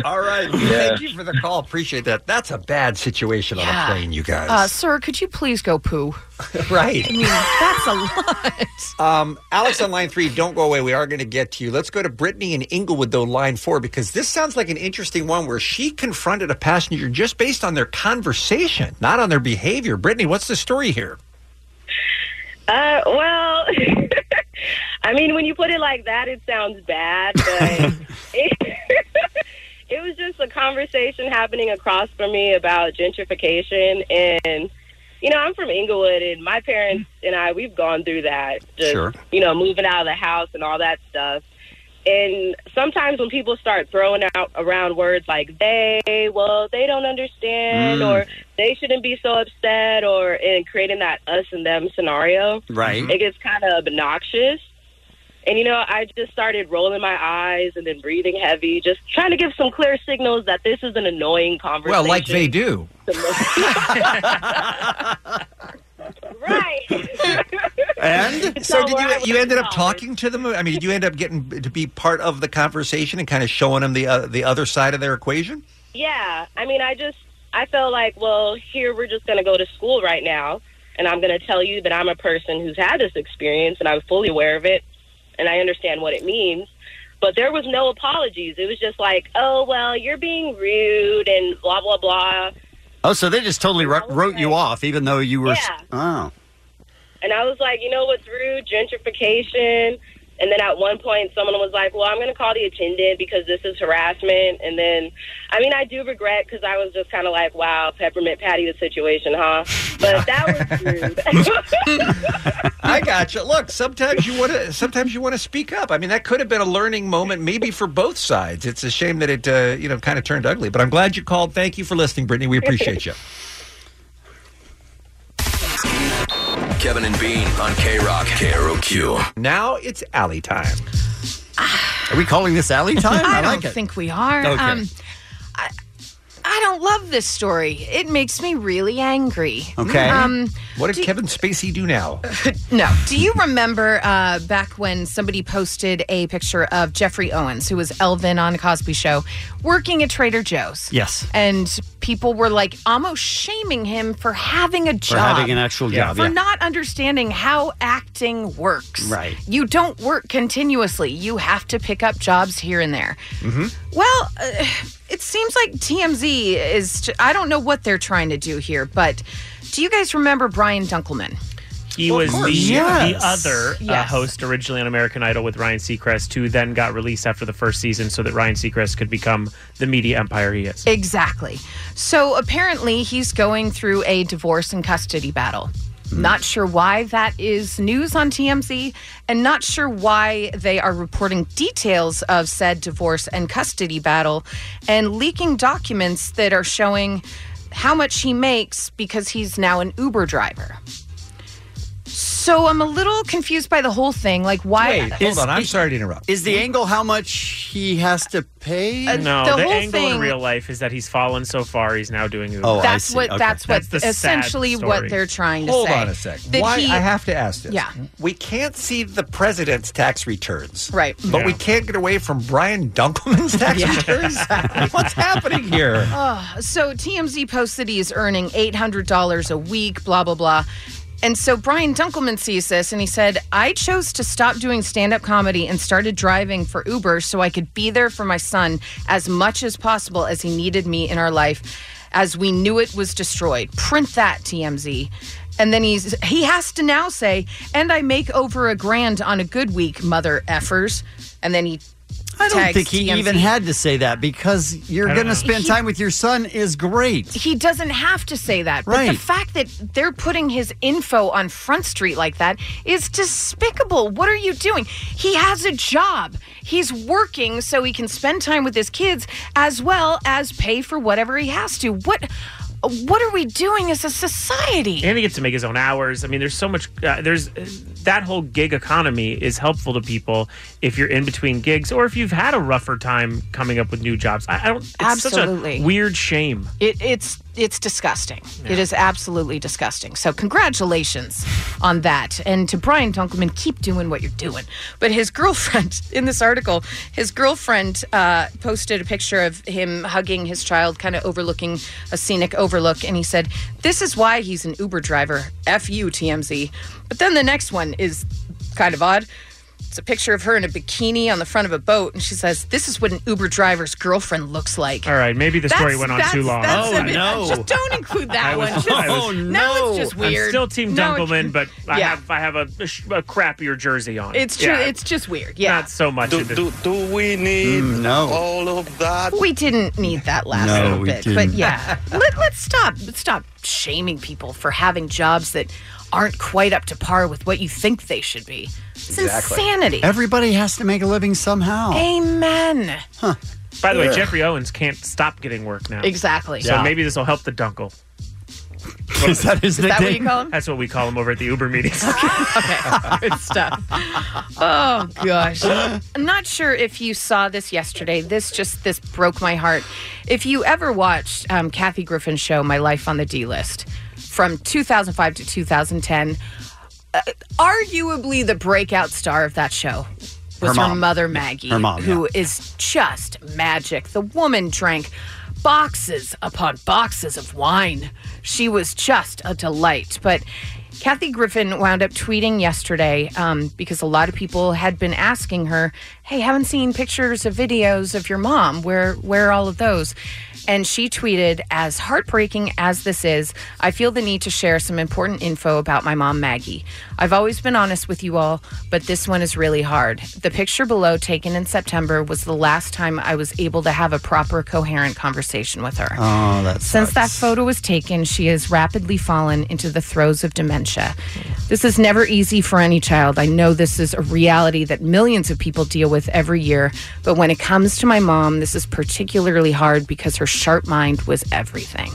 [SPEAKER 12] All right. Thank you for the call. Appreciate that. That's a bad situation
[SPEAKER 9] Yeah.
[SPEAKER 12] on a plane, you guys.
[SPEAKER 9] Uh, sir, could you please go poo?
[SPEAKER 12] Right.
[SPEAKER 9] I mean, that's a lot.
[SPEAKER 12] Um, Alex on line three, don't go away. We are going to get to you. Let's go to Brittany and Inglewood, though, line four, because this sounds like an interesting one where she confronted a passenger just based on their conversation, not on their behavior. Brittany, what's the story here?
[SPEAKER 16] Uh, well, I mean, when you put it like that, it sounds bad, but it, it was just a conversation happening across from me about gentrification. And, you know, I'm from Inglewood, and my parents and I, we've gone through that. Just,
[SPEAKER 13] Sure.
[SPEAKER 16] You know, moving out of the house and all that stuff. And sometimes when people start throwing out around words like they, well, they don't understand,
[SPEAKER 13] Mm.
[SPEAKER 16] or they shouldn't be so upset, or in creating that us and them scenario,
[SPEAKER 12] Mm-hmm.
[SPEAKER 13] Right.
[SPEAKER 16] It gets kind of obnoxious. And you know, I just started rolling my eyes and then breathing heavy, just trying to give some clear signals that this is an annoying conversation.
[SPEAKER 12] Well, like they do.
[SPEAKER 16] And?
[SPEAKER 12] so, did
[SPEAKER 16] Well, I
[SPEAKER 12] you? You
[SPEAKER 16] was
[SPEAKER 12] ended up
[SPEAKER 16] not.
[SPEAKER 12] talking to them. I mean, did you end up getting to be part of the conversation and kind of showing them the uh, the other side of their equation?
[SPEAKER 16] Yeah, I mean, I just I felt like, well, here we're just going to go to school right now, and I'm going to tell you that I'm a person who's had this experience, and I'm fully aware of it, and I understand what it means. But there was no apologies. It was just like, oh well, you're being rude and blah blah blah.
[SPEAKER 11] Oh, so they just totally wrote, wrote you off, even though you were. s- Oh,
[SPEAKER 16] And I was like, you know what's rude? Gentrification. And then at one point, someone was like, well, I'm going to call the attendant because this is harassment. And then, I mean, I do regret because I was just kind of like, wow, peppermint patty the situation, huh? But that was rude.
[SPEAKER 12] I gotcha. Look, sometimes you want to. Sometimes you want to speak up. I mean, that could have been a learning moment, maybe for both sides. It's a shame that it, uh, you know, kind of turned ugly. But I'm glad you called. Thank you for listening, Brittany. We appreciate you.
[SPEAKER 17] Kevin and Bean on K Rock. KROQ.
[SPEAKER 12] Now it's alley time.
[SPEAKER 11] Are we calling this alley time? I,
[SPEAKER 9] I don't
[SPEAKER 11] like it.
[SPEAKER 9] think we are.
[SPEAKER 11] Okay.
[SPEAKER 9] Um, I, I don't love this story. It makes me really angry.
[SPEAKER 12] Okay.
[SPEAKER 9] Um,
[SPEAKER 12] what did
[SPEAKER 9] do-
[SPEAKER 12] Kevin Spacey do now?
[SPEAKER 9] no. Do you remember uh, back when somebody posted a picture of Jeffrey Owens, who was Elvin on the Cosby Show, working at Trader Joe's?
[SPEAKER 11] Yes.
[SPEAKER 9] And people were like almost shaming him for having a job.
[SPEAKER 11] having an actual job,
[SPEAKER 9] For
[SPEAKER 11] yeah.
[SPEAKER 9] not understanding how acting works.
[SPEAKER 11] Right.
[SPEAKER 9] You don't work continuously, you have to pick up jobs here and there.
[SPEAKER 13] Mm-hmm.
[SPEAKER 9] Well, uh, it seems like TMZ is. I don't know what they're trying to do here, but do you guys remember Brian Dunkelman?
[SPEAKER 7] He
[SPEAKER 9] Well, of
[SPEAKER 7] was the,
[SPEAKER 9] course. Yes.
[SPEAKER 7] the other uh,
[SPEAKER 9] Yes.
[SPEAKER 7] host originally on American Idol with Ryan Seacrest, who then got released after the first season so that Ryan Seacrest could become the media empire he is.
[SPEAKER 9] Exactly. So apparently, he's going through a divorce and custody battle.
[SPEAKER 11] Hmm.
[SPEAKER 9] Not sure why that is news on TMZ, and not sure why they are reporting details of said divorce and custody battle and leaking documents that are showing how much he makes because he's now an Uber driver. So I'm a little confused by the whole thing. Like, why?
[SPEAKER 12] Hold on. I'm sorry to interrupt.
[SPEAKER 11] Is the angle how much he has to pay?
[SPEAKER 7] no, the, angle in real life is that he's fallen so far, he's now doing Uber.
[SPEAKER 12] Oh,
[SPEAKER 9] that's what that's what essentially what they're trying to
[SPEAKER 12] Hold
[SPEAKER 9] say.
[SPEAKER 12] on a sec.
[SPEAKER 9] That
[SPEAKER 12] Why
[SPEAKER 9] he-
[SPEAKER 12] I have to ask this.
[SPEAKER 9] Yeah.
[SPEAKER 12] We can't see the president's tax returns.
[SPEAKER 9] Right.
[SPEAKER 12] But we can't get away from Brian Dunkelman's tax
[SPEAKER 9] Yeah.
[SPEAKER 12] returns. What's happening here?
[SPEAKER 9] Uh, Oh, so TMZ posts that he is earning eight hundred dollars a week, blah blah blah. And so Brian Dunkelman sees this and he said, I chose to stop doing stand up comedy and started driving for Uber so I could be there for my son as much as possible as he needed me in our life as we knew it was destroyed. Print that, TMZ. And then he's he has to now say, and I make over a grand on a good week, mother effers. And then he
[SPEAKER 11] I don't
[SPEAKER 9] tags
[SPEAKER 11] think he
[SPEAKER 9] TMZ.
[SPEAKER 11] even had to say that because you're
[SPEAKER 9] I don't
[SPEAKER 11] going
[SPEAKER 9] know.
[SPEAKER 11] to spend
[SPEAKER 9] He-
[SPEAKER 11] time with your son is great.
[SPEAKER 9] He doesn't have to say that. But the
[SPEAKER 11] Right.
[SPEAKER 9] fact that they're putting his info on Front Street like that is despicable. What are you doing? He has a job. He's working so he can spend time with his kids as well as pay for whatever he has to. What what are we doing as a society?
[SPEAKER 7] And he gets to make his own hours. I mean, there's so much. Uh, there's that whole gig economy is helpful to people if you're in between gigs or if you've had a rougher time coming up with new jobs. I, I don't. It's
[SPEAKER 9] Absolutely.
[SPEAKER 7] such a weird shame.
[SPEAKER 9] It, it's it's disgusting. It is absolutely disgusting. So congratulations on that, and to Brian Dunkelman, keep doing what you're doing. But his girlfriend in this article, his girlfriend uh, posted a picture of him hugging his child, kind of overlooking a scenic overlook, and he said, "This is why he's an Uber driver." F you TMZ. But then the next one is kind of odd. It's a picture of her in a bikini on the front of a boat, and she says, "This is what an Uber driver's girlfriend looks like."
[SPEAKER 7] All right, maybe the story
[SPEAKER 9] That's-
[SPEAKER 7] went on
[SPEAKER 9] that's-
[SPEAKER 7] too long.
[SPEAKER 9] that's a bit- Just don't include that
[SPEAKER 7] I was-
[SPEAKER 9] one. Just-
[SPEAKER 7] I was-
[SPEAKER 9] now it's just weird.
[SPEAKER 7] I'm still Team
[SPEAKER 9] Now it-
[SPEAKER 7] Dunkelman, but I
[SPEAKER 9] yeah.
[SPEAKER 7] have I have a, a sh- a crappier jersey on.
[SPEAKER 9] It's true.
[SPEAKER 7] Yeah,
[SPEAKER 9] It's just weird. Yeah.
[SPEAKER 7] not so much.
[SPEAKER 9] Do-
[SPEAKER 7] of it.
[SPEAKER 9] do-
[SPEAKER 7] we need
[SPEAKER 11] no.
[SPEAKER 7] all of that?
[SPEAKER 9] we didn't need that last
[SPEAKER 7] No,
[SPEAKER 9] little
[SPEAKER 7] we
[SPEAKER 9] bit,
[SPEAKER 7] didn't.
[SPEAKER 9] but yeah, Let, let's stop let's stop shaming people for having jobs that aren't quite up to par with what you think they should be. It's insanity.
[SPEAKER 11] Everybody has to make a living somehow.
[SPEAKER 9] Amen.
[SPEAKER 7] By the way,
[SPEAKER 11] Ugh.
[SPEAKER 7] Jeffrey Owens can't stop getting work now.
[SPEAKER 9] Exactly.
[SPEAKER 7] So
[SPEAKER 9] Yeah.
[SPEAKER 7] maybe this will help the Dunkel.
[SPEAKER 11] Is that his
[SPEAKER 9] Is that what nickname? you call him?
[SPEAKER 7] That's what we call him over at the Uber meetings.
[SPEAKER 9] Good stuff. Oh gosh. I'm not sure if you saw this yesterday. This just this broke my heart. If you ever watched um, Kathy Griffin's show My Life on the D List from 2005 to 2010, uh, arguably the breakout star of that show was
[SPEAKER 11] Her
[SPEAKER 9] her,
[SPEAKER 11] mom.
[SPEAKER 9] mother Maggie,
[SPEAKER 11] Her mom,
[SPEAKER 9] who is just magic. The woman drank boxes upon boxes of wine. She was just a delight. But Kathy Griffin wound up tweeting yesterday um, because a lot of people had been asking her, "Hey, haven't seen pictures or videos of your mom. Where where are all of those?" And she tweeted, as heartbreaking as this is, I feel the need to share some important info about my mom, Maggie. I've always been honest with you all, but this one is really hard. The picture below, taken in September, was the last time I was able to have a proper, coherent conversation with her.
[SPEAKER 11] Oh, that's
[SPEAKER 9] Since that photo was taken, she has rapidly fallen into the throes of dementia. This is never easy for any child. I know this is a reality that millions of people deal with every year, but when it comes to my mom, this is particularly hard because her sharp mind was everything.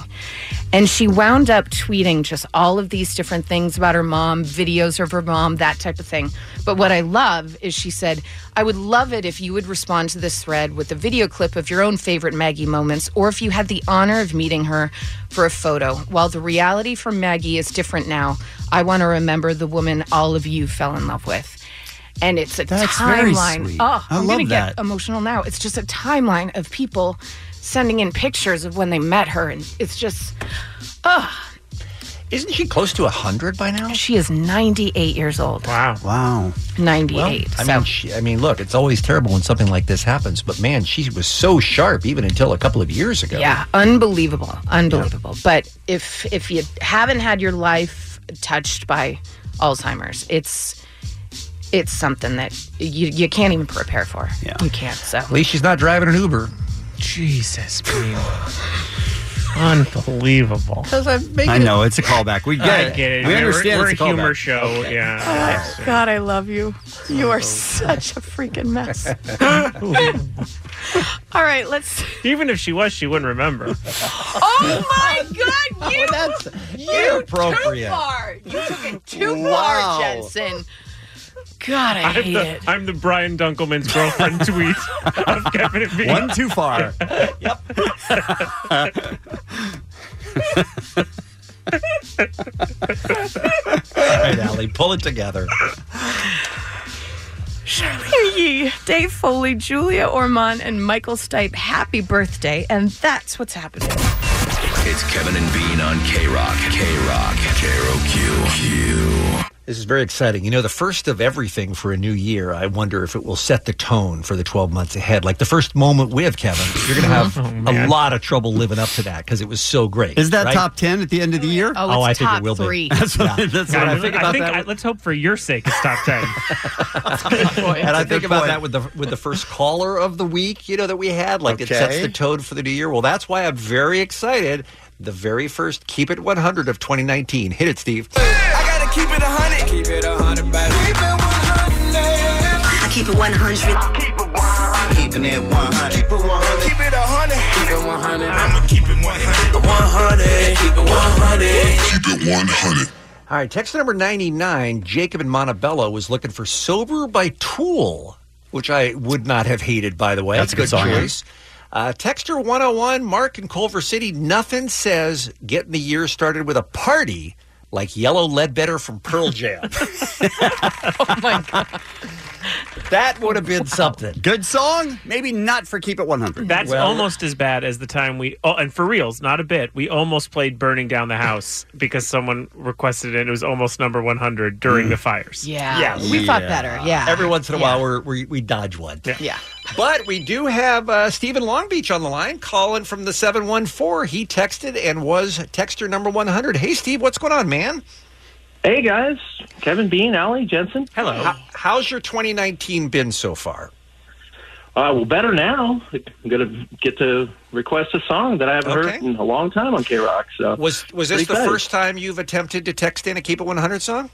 [SPEAKER 9] And she wound up tweeting just all of these different things about her mom, videos of her mom, that type of thing. But what I love is she said, I would love it if you would respond to this thread with a video clip of your own favorite Maggie moments, or if you had the honor of meeting her for a photo. While the reality for Maggie is different now, I want to remember the woman all of you fell in love with. And it's a
[SPEAKER 11] That's very
[SPEAKER 9] timeline.
[SPEAKER 11] sweet.
[SPEAKER 9] Oh,
[SPEAKER 11] I
[SPEAKER 9] am
[SPEAKER 11] love
[SPEAKER 9] gonna
[SPEAKER 11] that.
[SPEAKER 9] get emotional now. It's just a timeline of people sending in pictures of when they met her, and it's just, ugh.
[SPEAKER 12] Isn't she close to 100 by now?
[SPEAKER 9] She is 98 years old.
[SPEAKER 7] Wow.
[SPEAKER 11] Wow.
[SPEAKER 9] 98.
[SPEAKER 12] I mean, she, I mean, look, it's always terrible when something like this happens, but man, she was so sharp even until a couple of years ago.
[SPEAKER 9] Yeah, unbelievable, unbelievable. But if if you haven't had your life touched by Alzheimer's, it's it's something that you you can't even prepare for. Yeah. You can't. So
[SPEAKER 12] At least she's not driving an Uber.
[SPEAKER 7] Jesus, Unbelievable.
[SPEAKER 11] I know it's a callback. We get
[SPEAKER 7] I
[SPEAKER 11] it.
[SPEAKER 7] get it.
[SPEAKER 11] We
[SPEAKER 7] We're-
[SPEAKER 11] understand
[SPEAKER 7] we're
[SPEAKER 11] it's
[SPEAKER 7] a
[SPEAKER 11] a
[SPEAKER 7] humor
[SPEAKER 11] callback.
[SPEAKER 7] show, yeah.
[SPEAKER 9] God, I love you. You are such a freaking mess. All right, let's.
[SPEAKER 7] Even if she was, she wouldn't remember.
[SPEAKER 9] Oh my God, you you too
[SPEAKER 7] inappropriate.
[SPEAKER 9] far. You took it too
[SPEAKER 7] Wow.
[SPEAKER 9] far, Jensen. God, I
[SPEAKER 7] I'm
[SPEAKER 9] hate
[SPEAKER 7] the,
[SPEAKER 9] it.
[SPEAKER 7] I'm the Brian Dunkelman's girlfriend tweet of Kevin and me.
[SPEAKER 11] One too far.
[SPEAKER 12] All right, Allie, pull it together.
[SPEAKER 9] Charlene Yee, Dave Foley, Julia Ormond, and Michael Stipe, happy birthday. And that's what's happening.
[SPEAKER 17] It's Kevin and Bean on K Rock. K Rock. K Q.
[SPEAKER 12] This is very exciting. You know, the first of everything for a new year, I wonder if it will set the tone for the 12 months ahead. Like the first moment we have, Kevin, you're going to have
[SPEAKER 11] Oh,
[SPEAKER 12] a
[SPEAKER 11] man.
[SPEAKER 12] lot of trouble living up to that because it was so great.
[SPEAKER 11] Is that
[SPEAKER 12] right?
[SPEAKER 11] top 10 at the end of the year?
[SPEAKER 12] Oh, it's Oh, I think it top will be. three.
[SPEAKER 11] That's what,
[SPEAKER 12] Yeah.
[SPEAKER 11] that's what I
[SPEAKER 7] I'm-
[SPEAKER 11] think about
[SPEAKER 7] think
[SPEAKER 11] that.
[SPEAKER 7] I- let's hope for your sake it's top ten.
[SPEAKER 12] and I think about that with the with the first caller of the week, you know, that we had. Like it sets
[SPEAKER 11] Okay.
[SPEAKER 12] the tone for the new year. Well, that's why I'm very excited. The very first Keep It 100 of 2019. Hit it, Steve.
[SPEAKER 6] I gotta keep it a hundred. Keep it a hundred, baby. Keep it one hundred. I keep it one hundred. Keeping it 100. Keep it 100. Keep it 100. Keep it 100. I'ma keep it 100. 100. Keep it 100. Keep it 100.
[SPEAKER 12] All right, text number 99, Jacob in Montebello was looking for Sober by Tool, which I would not have hated, by the way.
[SPEAKER 11] That's a good song, yeah.
[SPEAKER 12] choice. Uh, texter 101, Mark in Culver City, nothing says getting the year started with a party like Yellow Ledbetter from Pearl Jam. oh, my God. That would have been something.
[SPEAKER 11] Good song, maybe not for Keep It 100.
[SPEAKER 7] That's almost as bad as the time we. Oh, and for reals, not a bit. We almost played "Burning Down the House" because someone requested it. and It was almost number one hundred during the fires.
[SPEAKER 9] Mm. Yeah. We fought better. Yeah.
[SPEAKER 12] Every once in a
[SPEAKER 9] Yeah.
[SPEAKER 12] while, we're, we, we dodge one.
[SPEAKER 9] Yeah.
[SPEAKER 12] But we do have uh, Stephen Long Beach on the line, calling from the 714. He texted and was texter number 100. Hey, Steve, what's going on, man?
[SPEAKER 13] Hey, guys. Kevin Bean, Allie Jensen.
[SPEAKER 12] Hello. how's your 2019 been so far?
[SPEAKER 13] Uh, well, better now. I'm gonna get to request a song that I haven't
[SPEAKER 12] Okay.
[SPEAKER 13] heard in a long time on K Rock. So
[SPEAKER 12] was Was this the first time you've attempted to text in a Keep It 100 song?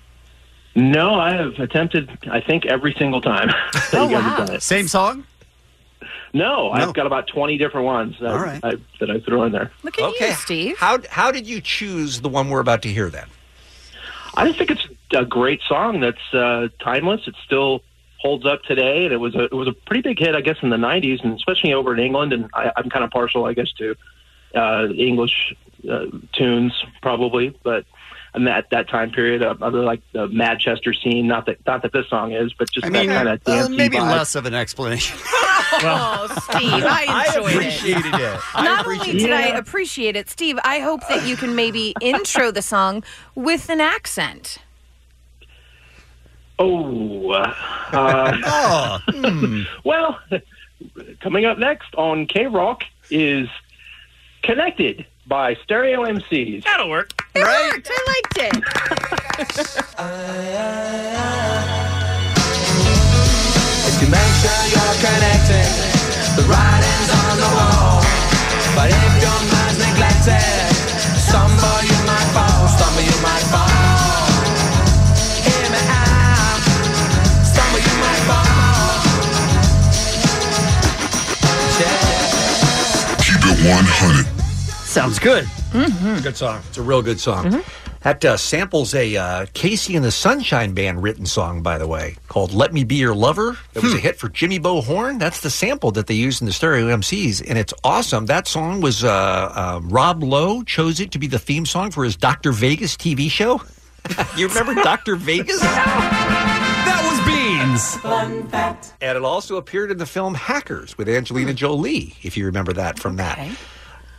[SPEAKER 13] No, I have attempted. I think every single time. that
[SPEAKER 12] Oh,
[SPEAKER 13] you guys have done it.
[SPEAKER 11] Same song?
[SPEAKER 13] No, I've got about twenty different ones that,
[SPEAKER 12] All right.
[SPEAKER 13] I, that I throw in there.
[SPEAKER 9] Look
[SPEAKER 12] at okay. you, Steve. How, how did you choose the one we're about to hear then?
[SPEAKER 13] I just think it's a great song that's uh, timeless. It still holds up today, and it was a it was a pretty big hit, I guess, in the '90s, and especially over in England. And I, I'm kind of partial, I guess, to uh, English uh, tunes, probably, but. And that that time period, uh, I really like the Manchester scene. Not that not that this song is, but just
[SPEAKER 11] I mean,
[SPEAKER 13] that kind of
[SPEAKER 11] uh,
[SPEAKER 13] dancey
[SPEAKER 11] maybe
[SPEAKER 13] vibe.
[SPEAKER 11] less of an explanation.
[SPEAKER 9] Oh, Steve, I enjoyed
[SPEAKER 11] appreciated
[SPEAKER 9] it.
[SPEAKER 11] it. I
[SPEAKER 9] Not only
[SPEAKER 11] appreciate
[SPEAKER 9] did
[SPEAKER 11] it.
[SPEAKER 9] I
[SPEAKER 13] Yeah.
[SPEAKER 9] appreciate it, Steve, I hope that you can maybe intro the song with an accent.
[SPEAKER 13] Oh, uh, uh, well, coming up next on K Rock is Connected by Stereo MCs.
[SPEAKER 7] That'll work.
[SPEAKER 9] It worked. I liked it.
[SPEAKER 6] To make sure you're connected, the writing's on the wall. But if your mind's neglected, stumble you might fall, stumble you might fall. Hear me out, stumble you might fall.
[SPEAKER 12] Keep It 100. Sounds good. Good song. It's a real good song. That uh, samples a uh, Casey and the Sunshine Band written song, by the way, called "Let Me Be Your Lover." That was a hit for Jimmy Bo Horn. That's the sample that they used in the Stereo MCs, and it's awesome. That song was uh, uh, Rob Lowe chose it to be the theme song for his Doctor Vegas TV show. you remember Doctor Vegas? That was Beans. Fun fact. And it also appeared in the film Hackers with Angelina Jolie, if you remember that from that.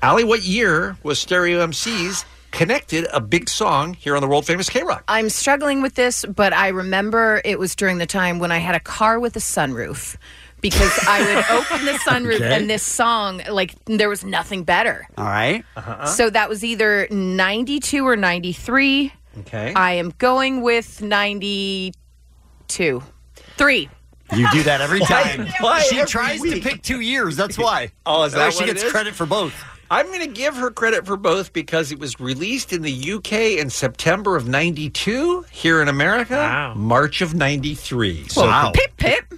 [SPEAKER 12] Allie, what year was Stereo MCs connected a big song here on the world famous K Rock?
[SPEAKER 9] I'm struggling with this, but I remember it was during the time when I had a car with a sunroof because I would open the sunroof
[SPEAKER 11] Okay.
[SPEAKER 9] and this song, like, there was nothing better.
[SPEAKER 11] All right.
[SPEAKER 9] So that was either 92 or 93.
[SPEAKER 12] Okay.
[SPEAKER 9] I am going with 92. Three.
[SPEAKER 11] You do that every
[SPEAKER 9] Why-
[SPEAKER 11] time.
[SPEAKER 9] why
[SPEAKER 11] she
[SPEAKER 9] every
[SPEAKER 11] tries to
[SPEAKER 9] week?
[SPEAKER 11] pick two years. That's why.
[SPEAKER 12] Oh, is
[SPEAKER 11] Or
[SPEAKER 12] that
[SPEAKER 11] she
[SPEAKER 12] what it
[SPEAKER 11] gets
[SPEAKER 12] is?
[SPEAKER 11] credit for both?
[SPEAKER 12] I'm going to give her credit for both because it was released in the UK in September of 92, here in America, March of 93.
[SPEAKER 9] Well, Pip, pip.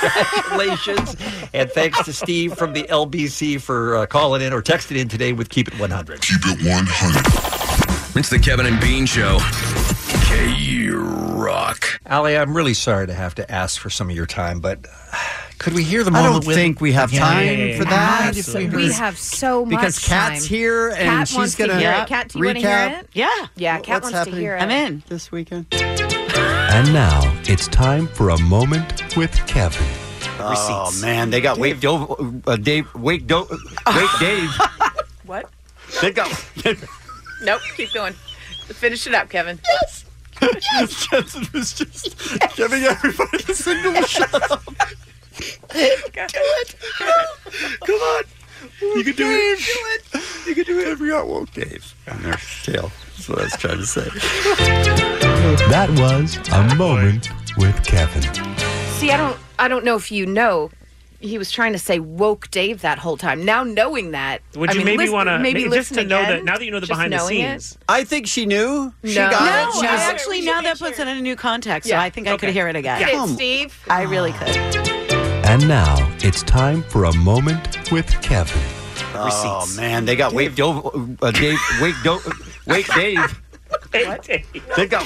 [SPEAKER 12] Congratulations. and thanks to Steve from the LBC for uh, calling in or texting in today with Keep It 100. Keep It 100.
[SPEAKER 17] It's the Kevin and Bean Show. K Rock.
[SPEAKER 12] Allie, I'm really sorry to have to ask for some of your time, but uh, could we hear the
[SPEAKER 11] I
[SPEAKER 12] moment?
[SPEAKER 11] don't think we have time for that.
[SPEAKER 9] We have so much
[SPEAKER 11] Because Kat's
[SPEAKER 9] time.
[SPEAKER 11] here and
[SPEAKER 9] Kat
[SPEAKER 11] she's
[SPEAKER 9] wants to
[SPEAKER 11] gonna
[SPEAKER 9] hear it. Kat, do you want to hear
[SPEAKER 11] recap
[SPEAKER 9] it? Yeah. Yeah, Kat
[SPEAKER 11] what's
[SPEAKER 9] wants to
[SPEAKER 11] happening
[SPEAKER 9] hear it.
[SPEAKER 11] I'm in. this weekend.
[SPEAKER 30] And now it's time for a moment with Kevin.
[SPEAKER 11] Oh man, they got waked over. Uh, Dave, wake do, wake Dave.
[SPEAKER 9] What?
[SPEAKER 11] They've got
[SPEAKER 9] Nope, keep going. Finish it up, Kevin. Yes.
[SPEAKER 10] Jensen was just giving everybody the signal to shut up. Do it. Come on. You can do it. Do it. You can do it every hour. Won't Dave?
[SPEAKER 11] on their tail. That's what I was trying to say.
[SPEAKER 30] That was a moment with Kevin.
[SPEAKER 9] See, I don't I don't know if you know he was trying to say woke Dave that whole time. Now knowing that,
[SPEAKER 7] Would
[SPEAKER 9] I
[SPEAKER 7] you
[SPEAKER 9] mean,
[SPEAKER 7] maybe
[SPEAKER 9] listen-
[SPEAKER 7] wanna-
[SPEAKER 9] maybe
[SPEAKER 7] maybe just
[SPEAKER 9] listen
[SPEAKER 7] to know
[SPEAKER 9] again,
[SPEAKER 7] that- now that you know the
[SPEAKER 9] just
[SPEAKER 7] behind the
[SPEAKER 9] knowing it?
[SPEAKER 7] scenes.
[SPEAKER 11] I think she knew. She
[SPEAKER 9] No.
[SPEAKER 11] got
[SPEAKER 9] No,
[SPEAKER 11] it.
[SPEAKER 9] I
[SPEAKER 11] She was-
[SPEAKER 19] Actually, now that puts it in a new context, so
[SPEAKER 9] Yeah.
[SPEAKER 19] I think I could hear it again.
[SPEAKER 9] Get it, Steve.
[SPEAKER 19] I really could.
[SPEAKER 30] And now it's time for a moment with Kevin.
[SPEAKER 11] Oh man, they got Wake Dove, uh, Dave, Wake Dove, Wake Dave.
[SPEAKER 9] What?
[SPEAKER 11] They got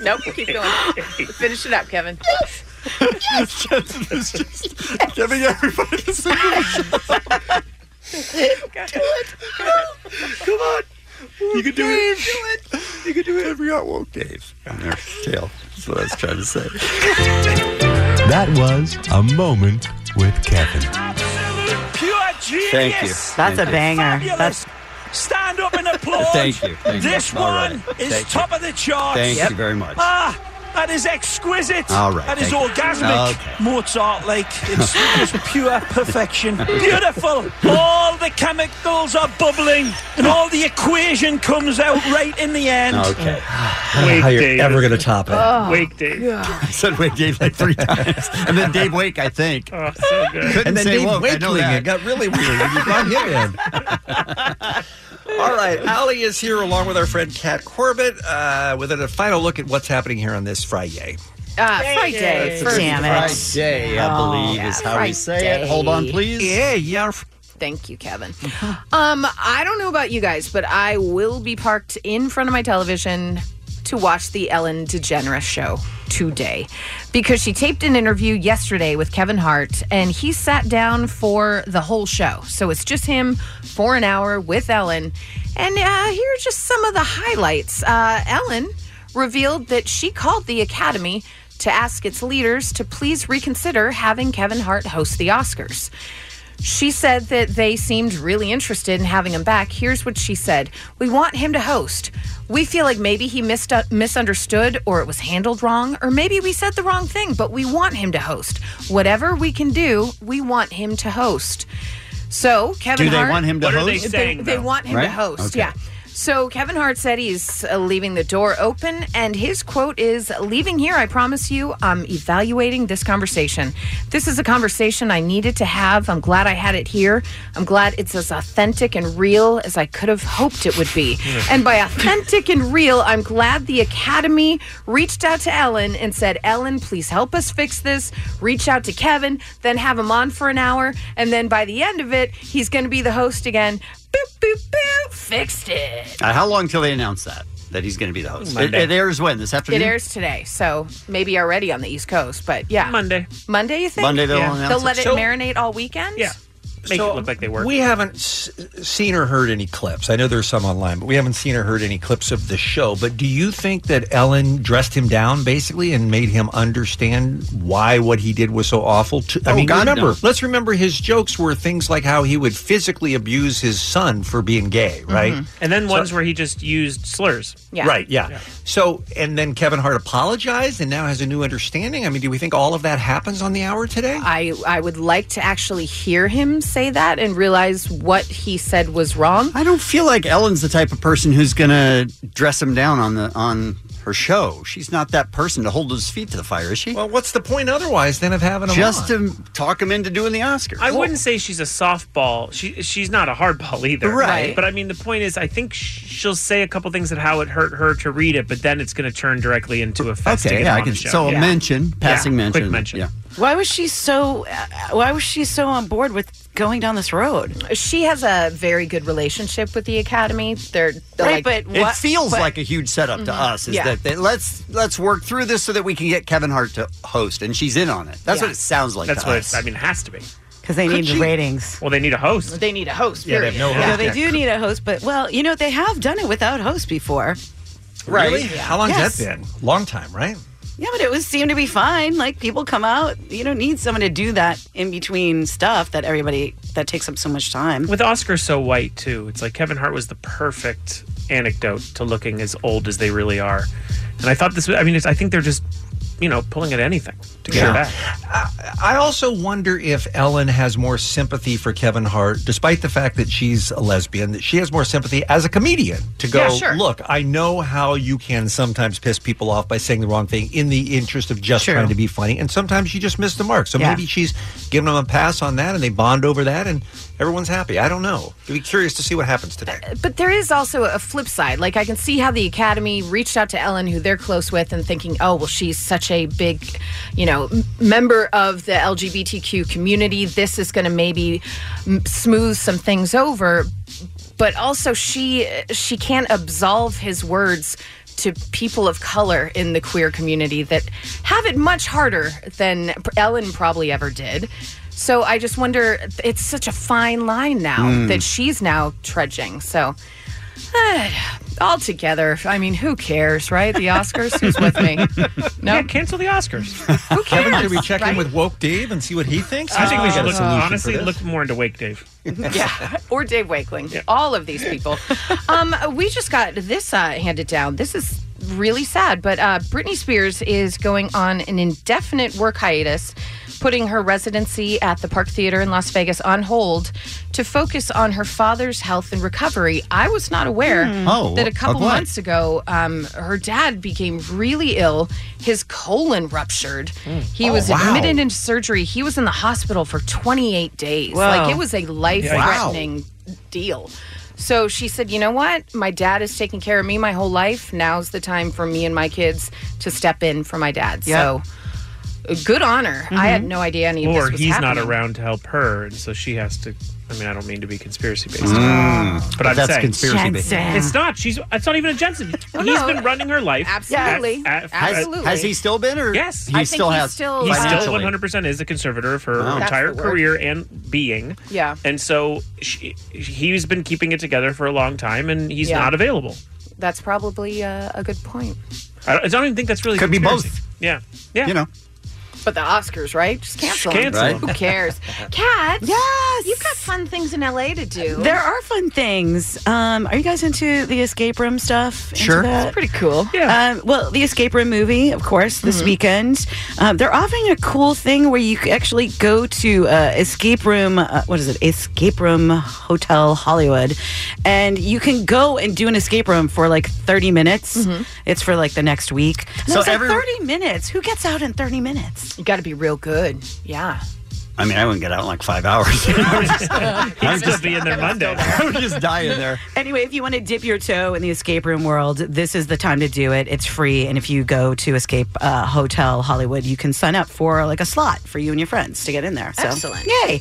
[SPEAKER 9] Nope, keep going. Finish it up, Kevin.
[SPEAKER 10] Jensen was just giving everybody the signal to shut up. Do it. Come on. You can do it. Do it. You can do it every hour. Won't Dave?
[SPEAKER 11] on their tail. That's what I was trying to say.
[SPEAKER 30] That was a moment with Kevin.
[SPEAKER 10] Pure genius.
[SPEAKER 30] Thank you. That's Thank a you. banger.
[SPEAKER 10] Fabulous. Stand up and applaud.
[SPEAKER 30] Thank you. Thank you.
[SPEAKER 10] this
[SPEAKER 30] All
[SPEAKER 10] one
[SPEAKER 30] right.
[SPEAKER 10] is
[SPEAKER 30] Thank you.
[SPEAKER 10] top of the charts.
[SPEAKER 11] Thank you Yep. very much.
[SPEAKER 10] Ah, that is exquisite.
[SPEAKER 11] All right,
[SPEAKER 10] That is
[SPEAKER 11] thank you.
[SPEAKER 10] orgasmic,
[SPEAKER 11] Okay.
[SPEAKER 10] Mozart-like. It's just pure perfection.
[SPEAKER 11] Okay.
[SPEAKER 10] Beautiful. All the chemicals are bubbling, and all the equation comes out right in the end.
[SPEAKER 11] Okay.
[SPEAKER 12] I don't know how you're ever going to top it.
[SPEAKER 10] Wake Dave.
[SPEAKER 11] I said Wake Dave like three times, and then Dave Wake, I think.
[SPEAKER 7] Oh, so good.
[SPEAKER 11] Couldn't
[SPEAKER 12] and then
[SPEAKER 11] say
[SPEAKER 12] Dave
[SPEAKER 11] woke, I know
[SPEAKER 12] Wakeling,
[SPEAKER 11] that.
[SPEAKER 12] it got really weird when you brought him in. All right, Allie is here along with our friend Kat Corbett uh, with a final look at what's happening here on this Friday.
[SPEAKER 9] Uh,
[SPEAKER 11] Friday.
[SPEAKER 9] Friday.
[SPEAKER 11] First Damn it. Friday, I
[SPEAKER 9] Oh,
[SPEAKER 11] believe, is how we say it. Hold on, please.
[SPEAKER 12] Yeah, yeah.
[SPEAKER 9] Thank you, Kevin. um, I don't know about you guys, but I will be parked in front of my television to watch the Ellen DeGeneres show today because she taped an interview yesterday with Kevin Hart and he sat down for the whole show. So it's just him for an hour with Ellen. And uh, here are just some of the highlights. Uh, Ellen revealed that she called the Academy to ask its leaders to please reconsider having Kevin Hart host the Oscars. She said that they seemed really interested in having him back. Here's what she said We want him to host. We feel like maybe he missed, uh, misunderstood or it was handled wrong, or maybe we said the wrong thing, but we want him to host. Whatever we can do, we want him to host. So, Kevin
[SPEAKER 11] Do they
[SPEAKER 9] Hart-
[SPEAKER 11] want him to What are they host? saying,
[SPEAKER 9] they
[SPEAKER 11] though?
[SPEAKER 9] want him
[SPEAKER 11] Right?
[SPEAKER 9] to host,
[SPEAKER 11] Okay.
[SPEAKER 9] yeah. So Kevin Hart said he's uh, leaving the door open, and his quote is Leaving here, I promise you, I'm evaluating this conversation. This is a conversation I needed to have. I'm glad I had it here. I'm glad it's as authentic and real as I could have hoped it would be.
[SPEAKER 23] Yeah.
[SPEAKER 9] and by authentic and real, I'm glad the Academy reached out to Ellen and said, Ellen, please help us fix this. Reach out to Kevin, then have him on for an hour. And then by the end of it, he's going to be the host again. Boop, boop, boop. Fixed it.
[SPEAKER 11] Uh, how long till they announce that that he's going to be the host? It,
[SPEAKER 9] Monday.
[SPEAKER 11] it airs when this afternoon.
[SPEAKER 9] It airs today, so maybe already on the East Coast, but yeah.
[SPEAKER 7] Monday.
[SPEAKER 9] Monday, you think?
[SPEAKER 11] Monday they'll Yeah. announce
[SPEAKER 9] They'll
[SPEAKER 11] it.
[SPEAKER 9] let it
[SPEAKER 11] So-
[SPEAKER 9] marinate all weekend? Yeah.
[SPEAKER 7] Make it look like they work.
[SPEAKER 12] We haven't s- seen or heard any clips. I know there's some online, but we haven't seen or heard any clips of the show. But do you think that Ellen dressed him down basically and made him understand why what he did was so awful? To, I
[SPEAKER 11] Oh,
[SPEAKER 12] mean,
[SPEAKER 11] God,
[SPEAKER 12] remember,
[SPEAKER 11] no.
[SPEAKER 12] let's remember his jokes were things like how he would physically abuse his son for being gay,
[SPEAKER 7] Mm-hmm.
[SPEAKER 12] right?
[SPEAKER 11] Mm-hmm.
[SPEAKER 7] And then
[SPEAKER 12] So-
[SPEAKER 7] ones where he just used slurs.
[SPEAKER 12] Right, yeah. So, and then Kevin Hart apologized and now has a new understanding. I mean, do we think all of that happens on the hour today?
[SPEAKER 9] I, I would like to actually hear him say that and realize what he said was wrong.
[SPEAKER 11] I don't feel like Ellen's the type of person who's going to dress him down on the on her show. She's not that person to hold his feet to the fire, is she?
[SPEAKER 12] Well, what's the point otherwise than of having him
[SPEAKER 11] just
[SPEAKER 12] on?
[SPEAKER 11] to talk him into doing the Oscars?
[SPEAKER 7] I wouldn't say she's a softball. She she's not a hardball either.
[SPEAKER 11] Right.
[SPEAKER 7] But I mean, the point is, I think sh- she'll say a couple things that how it hurt her to read it, but then it's going to turn directly into a fest.
[SPEAKER 11] Okay, yeah, I can. So a mention, passing mention,
[SPEAKER 7] Quick mention.
[SPEAKER 11] Yeah.
[SPEAKER 19] Why was she so? Uh, why was she so on board with going down this road?
[SPEAKER 9] She has a very good relationship with the Academy. They're, they're
[SPEAKER 11] Right,
[SPEAKER 9] like,
[SPEAKER 11] it feels like a huge setup to
[SPEAKER 9] Mhm.
[SPEAKER 19] Mm-hmm.
[SPEAKER 11] us. Is
[SPEAKER 9] Yeah.
[SPEAKER 11] that they, let's let's work through this so that we can get Kevin Hart to host, and she's in on it. That's what
[SPEAKER 9] Yeah.
[SPEAKER 11] it sounds like.
[SPEAKER 7] That's
[SPEAKER 11] to
[SPEAKER 7] what
[SPEAKER 11] us.
[SPEAKER 7] it, I mean. It has to be.
[SPEAKER 19] Because they
[SPEAKER 11] Could
[SPEAKER 19] need
[SPEAKER 11] she-
[SPEAKER 19] ratings.
[SPEAKER 7] Well, they need a host.
[SPEAKER 9] They need a host.
[SPEAKER 7] Yeah, they
[SPEAKER 9] period.
[SPEAKER 7] have no host.
[SPEAKER 19] Yeah, they
[SPEAKER 7] Yeah.
[SPEAKER 19] do need a host, but well, you know they have done it without host before.
[SPEAKER 12] Really? How long's
[SPEAKER 19] Yes.
[SPEAKER 12] that been? Long time, right?
[SPEAKER 19] Yeah, but it was seemed to be fine. Like people come out. You don't need someone to do that in between stuff that everybody that takes up so much time.
[SPEAKER 7] With Oscar so white too, it's like Kevin Hart was the perfect antidote to looking as old as they really are. And I thought this. was- I mean, it's, I think they're just, you know, pulling at anything to get
[SPEAKER 12] Yeah.
[SPEAKER 7] her back.
[SPEAKER 12] I also wonder if Ellen has more sympathy for Kevin Hart, despite the fact that she's a lesbian, that she has more sympathy as a comedian to go,
[SPEAKER 18] Yeah, sure.
[SPEAKER 12] look, I know how you can sometimes piss people off by saying the wrong thing in the interest of just
[SPEAKER 18] True.
[SPEAKER 12] trying to be funny. And sometimes you just miss the mark. So
[SPEAKER 18] Yeah.
[SPEAKER 12] maybe she's giving them a pass on that and they bond over that and everyone's happy. I don't know. I'd be curious to see what happens today.
[SPEAKER 9] But there is also a flip side. Like I can see how the Academy reached out to Ellen, who they're close with, and thinking, oh well, she's such a big, you know, m- member of the LGBTQ community. This is going to maybe m- smooth some things over. But also, she she can't absolve his words to people of color in the queer community that have it much harder than p- Ellen probably ever did. So I just wonder, it's such a fine line now
[SPEAKER 19] Mm.
[SPEAKER 9] that she's now trudging. So eh, altogether, I mean, who cares, right? The Oscars, who's with me? No,
[SPEAKER 7] cancel the Oscars.
[SPEAKER 9] Who cares?
[SPEAKER 12] Kevin, should we check in
[SPEAKER 9] right?
[SPEAKER 12] with Woke Dave and see what he thinks?
[SPEAKER 7] I think we
[SPEAKER 12] He's got a
[SPEAKER 7] should Uh, look,
[SPEAKER 12] solution for
[SPEAKER 7] honestly
[SPEAKER 12] this.
[SPEAKER 7] look more into Wake Dave.
[SPEAKER 9] yeah, or Dave Wakeling. All of these people. um, we just got this uh, handed down. This is really sad, but uh, Britney Spears is going on an indefinite work hiatus, putting her residency at the Park Theater in Las Vegas on hold to focus on her father's health and recovery. I was not aware
[SPEAKER 19] Hmm. Oh,
[SPEAKER 9] that a
[SPEAKER 19] of
[SPEAKER 9] couple
[SPEAKER 19] what?
[SPEAKER 9] months ago, um, her dad became really ill. His colon ruptured. He
[SPEAKER 19] Oh,
[SPEAKER 9] was
[SPEAKER 19] wow.
[SPEAKER 9] admitted into surgery. He was in the hospital for 28 days. Like
[SPEAKER 19] Whoa.
[SPEAKER 9] it was a life threatening deal. So she said, You know what? My dad is taking care of me my whole life. Now's the time for me and my kids to step in for my dad.
[SPEAKER 7] Yeah.
[SPEAKER 9] So good honor. I had
[SPEAKER 19] Mm-hmm.
[SPEAKER 7] Mhm.
[SPEAKER 9] no idea any of
[SPEAKER 7] Or
[SPEAKER 9] this was
[SPEAKER 7] he's
[SPEAKER 9] happening.
[SPEAKER 7] not around to help her, and so she has to. I mean, I don't mean to be conspiracy based,
[SPEAKER 12] Mm-hmm.
[SPEAKER 18] Mm.
[SPEAKER 7] but,
[SPEAKER 18] But
[SPEAKER 7] I'm
[SPEAKER 18] that's
[SPEAKER 7] saying
[SPEAKER 18] conspiracy based. Jensen.
[SPEAKER 7] It's not. She's. It's not even a Jensen. He's
[SPEAKER 18] no.
[SPEAKER 7] been running her life.
[SPEAKER 9] Absolutely.
[SPEAKER 7] At- at-
[SPEAKER 11] Has-
[SPEAKER 9] Absolutely.
[SPEAKER 11] has he still been, or-
[SPEAKER 7] yes,
[SPEAKER 11] He I think still he's has still,
[SPEAKER 7] He still
[SPEAKER 11] financially.
[SPEAKER 7] 100 percent is a conservator of her
[SPEAKER 11] Wow. That's
[SPEAKER 7] entire
[SPEAKER 11] the word.
[SPEAKER 7] career and being.
[SPEAKER 9] Yeah.
[SPEAKER 7] And so she, he's been keeping it together for a long time, and he's
[SPEAKER 9] Yeah.
[SPEAKER 7] not available.
[SPEAKER 9] That's probably uh, a good point.
[SPEAKER 7] I don't, I don't even think that's really
[SPEAKER 11] Could be
[SPEAKER 7] conspiracy. Yeah. Yeah. You
[SPEAKER 11] know.
[SPEAKER 9] But the Oscars, right? Just cancel,
[SPEAKER 7] Just
[SPEAKER 9] 'em.
[SPEAKER 7] cancel 'em. Right.
[SPEAKER 9] Who cares? Kat, yes, you've got fun things in LA to do.
[SPEAKER 19] There are fun things. Um, are you guys into the escape room stuff? Into
[SPEAKER 9] Sure.
[SPEAKER 19] that?
[SPEAKER 9] It's pretty cool.
[SPEAKER 19] Yeah. Um, well, the escape room movie, of course, this weekend. Um, they're offering a cool thing where you c- actually go to uh, escape room. Uh, what is it? Escape room hotel Hollywood, and you can go and do an escape room for like thirty minutes. It's for like the next week. And I
[SPEAKER 11] So
[SPEAKER 19] was like,
[SPEAKER 11] every-
[SPEAKER 19] thirty minutes. Who gets out in thirty minutes?
[SPEAKER 9] You got to be real good. Yeah.
[SPEAKER 11] I mean, I wouldn't get out in like five hours.
[SPEAKER 7] He's going to be in there Monday.
[SPEAKER 11] I would just die in there.
[SPEAKER 19] Anyway, if you want to dip your toe in the escape room world, this is the time to do it. It's free, and if you go to Escape uh, Hotel Hollywood, you can sign up for like a slot for you and your friends to get in there. So,
[SPEAKER 9] Excellent.
[SPEAKER 19] Yay!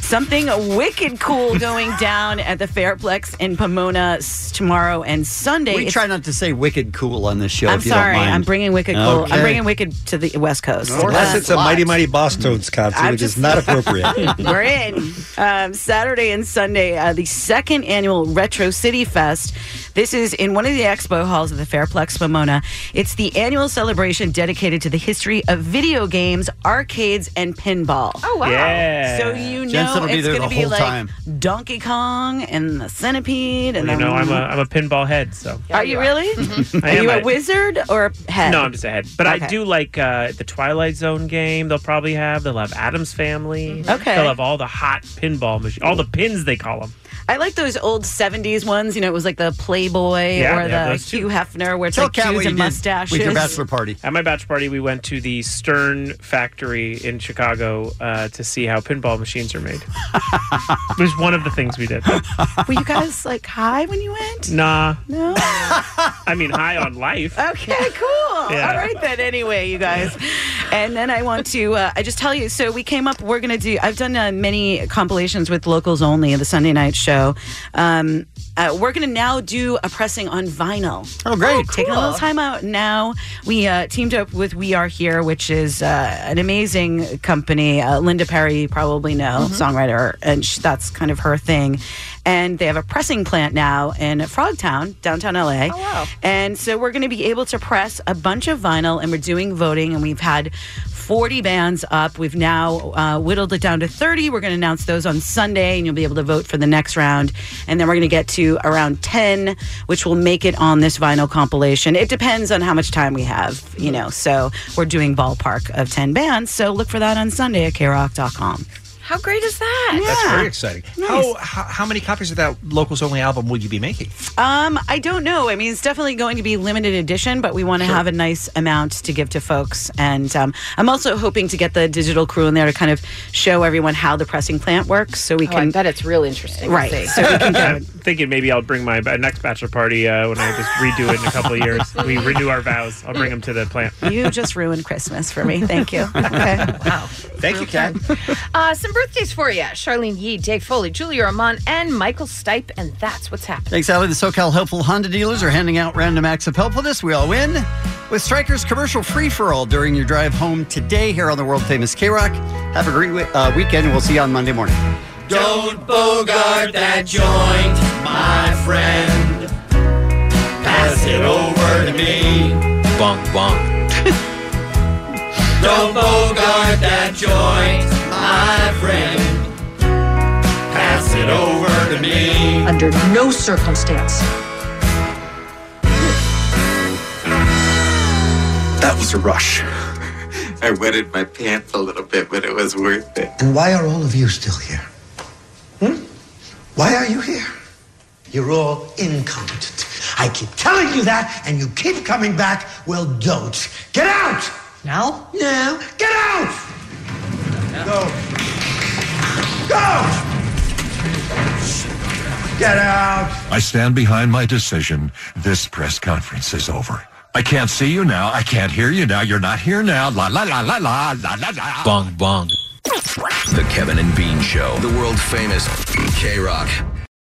[SPEAKER 19] Something wicked cool going down at the Fairplex in Pomona s- tomorrow and Sunday.
[SPEAKER 11] We
[SPEAKER 19] It's-
[SPEAKER 11] try not to say wicked cool on this show.
[SPEAKER 19] I'm
[SPEAKER 11] if you
[SPEAKER 19] sorry,
[SPEAKER 11] Don't mind.
[SPEAKER 19] I'm bringing wicked cool.
[SPEAKER 11] Okay.
[SPEAKER 19] I'm bringing wicked to the West Coast.
[SPEAKER 12] Unless
[SPEAKER 19] Uh,
[SPEAKER 12] it's a Mighty Mighty Boss Toads concert,
[SPEAKER 19] I'm
[SPEAKER 12] which
[SPEAKER 19] just-
[SPEAKER 12] is not appropriate.
[SPEAKER 19] We're in. Um, Saturday and Sunday, uh, the second annual Retro City Fest. This is in one of the expo halls of the Fairplex Pomona. It's the annual celebration dedicated to the history of video games, arcades, and pinball.
[SPEAKER 9] Oh,
[SPEAKER 19] wow.
[SPEAKER 7] Yeah.
[SPEAKER 19] So you know
[SPEAKER 7] Jensen will be
[SPEAKER 19] it's
[SPEAKER 7] there
[SPEAKER 19] going
[SPEAKER 7] the
[SPEAKER 19] to be
[SPEAKER 7] whole
[SPEAKER 19] like
[SPEAKER 7] time.
[SPEAKER 19] Donkey Kong and the Centipede. And
[SPEAKER 7] you
[SPEAKER 19] the-
[SPEAKER 7] know, I'm a I'm a pinball head, so.
[SPEAKER 19] Are you really?
[SPEAKER 7] I
[SPEAKER 19] Are
[SPEAKER 7] am
[SPEAKER 19] you
[SPEAKER 7] a-
[SPEAKER 19] a wizard or a head?
[SPEAKER 7] No, I'm just ahead. But I
[SPEAKER 19] Okay.
[SPEAKER 7] do like uh, the Twilight Zone game. They'll probably have. They'll have Adam's Family.
[SPEAKER 19] Mm-hmm. Okay.
[SPEAKER 7] They'll have all the hot pinball machines. All the pins they call them.
[SPEAKER 19] I like those old '70s ones. You know, it was like the Playboy
[SPEAKER 7] Yeah,
[SPEAKER 19] or
[SPEAKER 7] they have
[SPEAKER 19] the
[SPEAKER 7] those too.
[SPEAKER 19] Hugh Hefner, where it's like dudes and mustaches.
[SPEAKER 11] party.
[SPEAKER 7] At my bachelor party, we went to the Stern factory in Chicago uh, to see how pinball machines are made. it was one of the things we did.
[SPEAKER 19] Were you guys like high when you went?
[SPEAKER 7] Nah,
[SPEAKER 19] No.
[SPEAKER 7] I mean high on life.
[SPEAKER 19] Okay, cool.
[SPEAKER 7] Yeah.
[SPEAKER 19] All right then. Anyway, you guys, and then I want to. Uh, I just tell you. So we came up. We're gonna do. I've done uh, many compilations with locals only. The Sunday night show. Um, uh, we're gonna now do do a pressing on vinyl.
[SPEAKER 11] Oh, great.
[SPEAKER 19] Taking a
[SPEAKER 11] cool.
[SPEAKER 19] little time out now. We uh, teamed up with We Are Here, which is uh, an amazing company. Uh, Linda Perry, you probably know,
[SPEAKER 11] Mm-hmm.
[SPEAKER 24] Mhm.
[SPEAKER 19] songwriter, and sh- that's kind of her thing. And they have a pressing plant now in Frogtown, downtown LA. Oh, wow. And so we're going to be able to press a bunch of vinyl, and we're doing voting, and we've had 40 bands up. We've now uh, whittled it down to 30. We're going to announce those on Sunday, and you'll be able to vote for the next round. And then we're going to get to around 10, which will make it on this vinyl compilation. It depends on how much time we have, you know. So we're doing ballpark of 10 bands. So look for that on Sunday at krock.com.
[SPEAKER 9] How great is that?
[SPEAKER 19] Yeah.
[SPEAKER 12] That's very exciting.
[SPEAKER 19] Nice.
[SPEAKER 12] How, how how many copies of that locals only album will you be making?
[SPEAKER 19] Um, I don't know. I mean, it's definitely going to be limited edition, but we want to have a nice amount to give to folks. And um, I'm also hoping to get the digital crew in there to kind of show everyone how the pressing plant works, so we
[SPEAKER 9] Oh, I
[SPEAKER 19] can.
[SPEAKER 9] bet it's real interesting.
[SPEAKER 19] Right. So we can go.
[SPEAKER 7] I'm thinking maybe I'll bring my uh, next bachelor party uh, when I just redo it in a couple of years. We renew our vows. I'll bring them to the plant.
[SPEAKER 19] You just ruined Christmas for me. Thank you. Okay.
[SPEAKER 9] Wow.
[SPEAKER 12] Thank you, Ken.
[SPEAKER 9] Uh, some birthdays for you Charlene Yee, Dave Foley, Julia Armand, and Michael Stipe. And that's what's happening.
[SPEAKER 11] Thanks, Allie. The SoCal Helpful Honda dealers are handing out random acts of helpfulness. We all win with Strikers commercial free for all during your drive home today here on the world famous K Rock. Have a great we- uh, weekend. We'll see you on Monday morning.
[SPEAKER 8] Don't bogart that joint, my friend. Pass it over to me.
[SPEAKER 12] Bonk bonk.
[SPEAKER 8] Don't bogart that joint, my friend. Pass it over to me.
[SPEAKER 2] Under no circumstance.
[SPEAKER 32] That was a rush. I wetted my pants a little bit, but it was worth it.
[SPEAKER 10] And why are all of you still here? Hmm? Why are you here? You're all incompetent. I keep telling you that, and you keep coming back. Well, don't. Get out! Now? No. Get out! Go. Go! Get out!
[SPEAKER 30] I stand behind my decision. This press conference is over. I can't see you now. I can't hear you now. You're not here now. La la la la la la la la.
[SPEAKER 4] Bong bong. The Kevin and Bean Show. The world famous K Rock.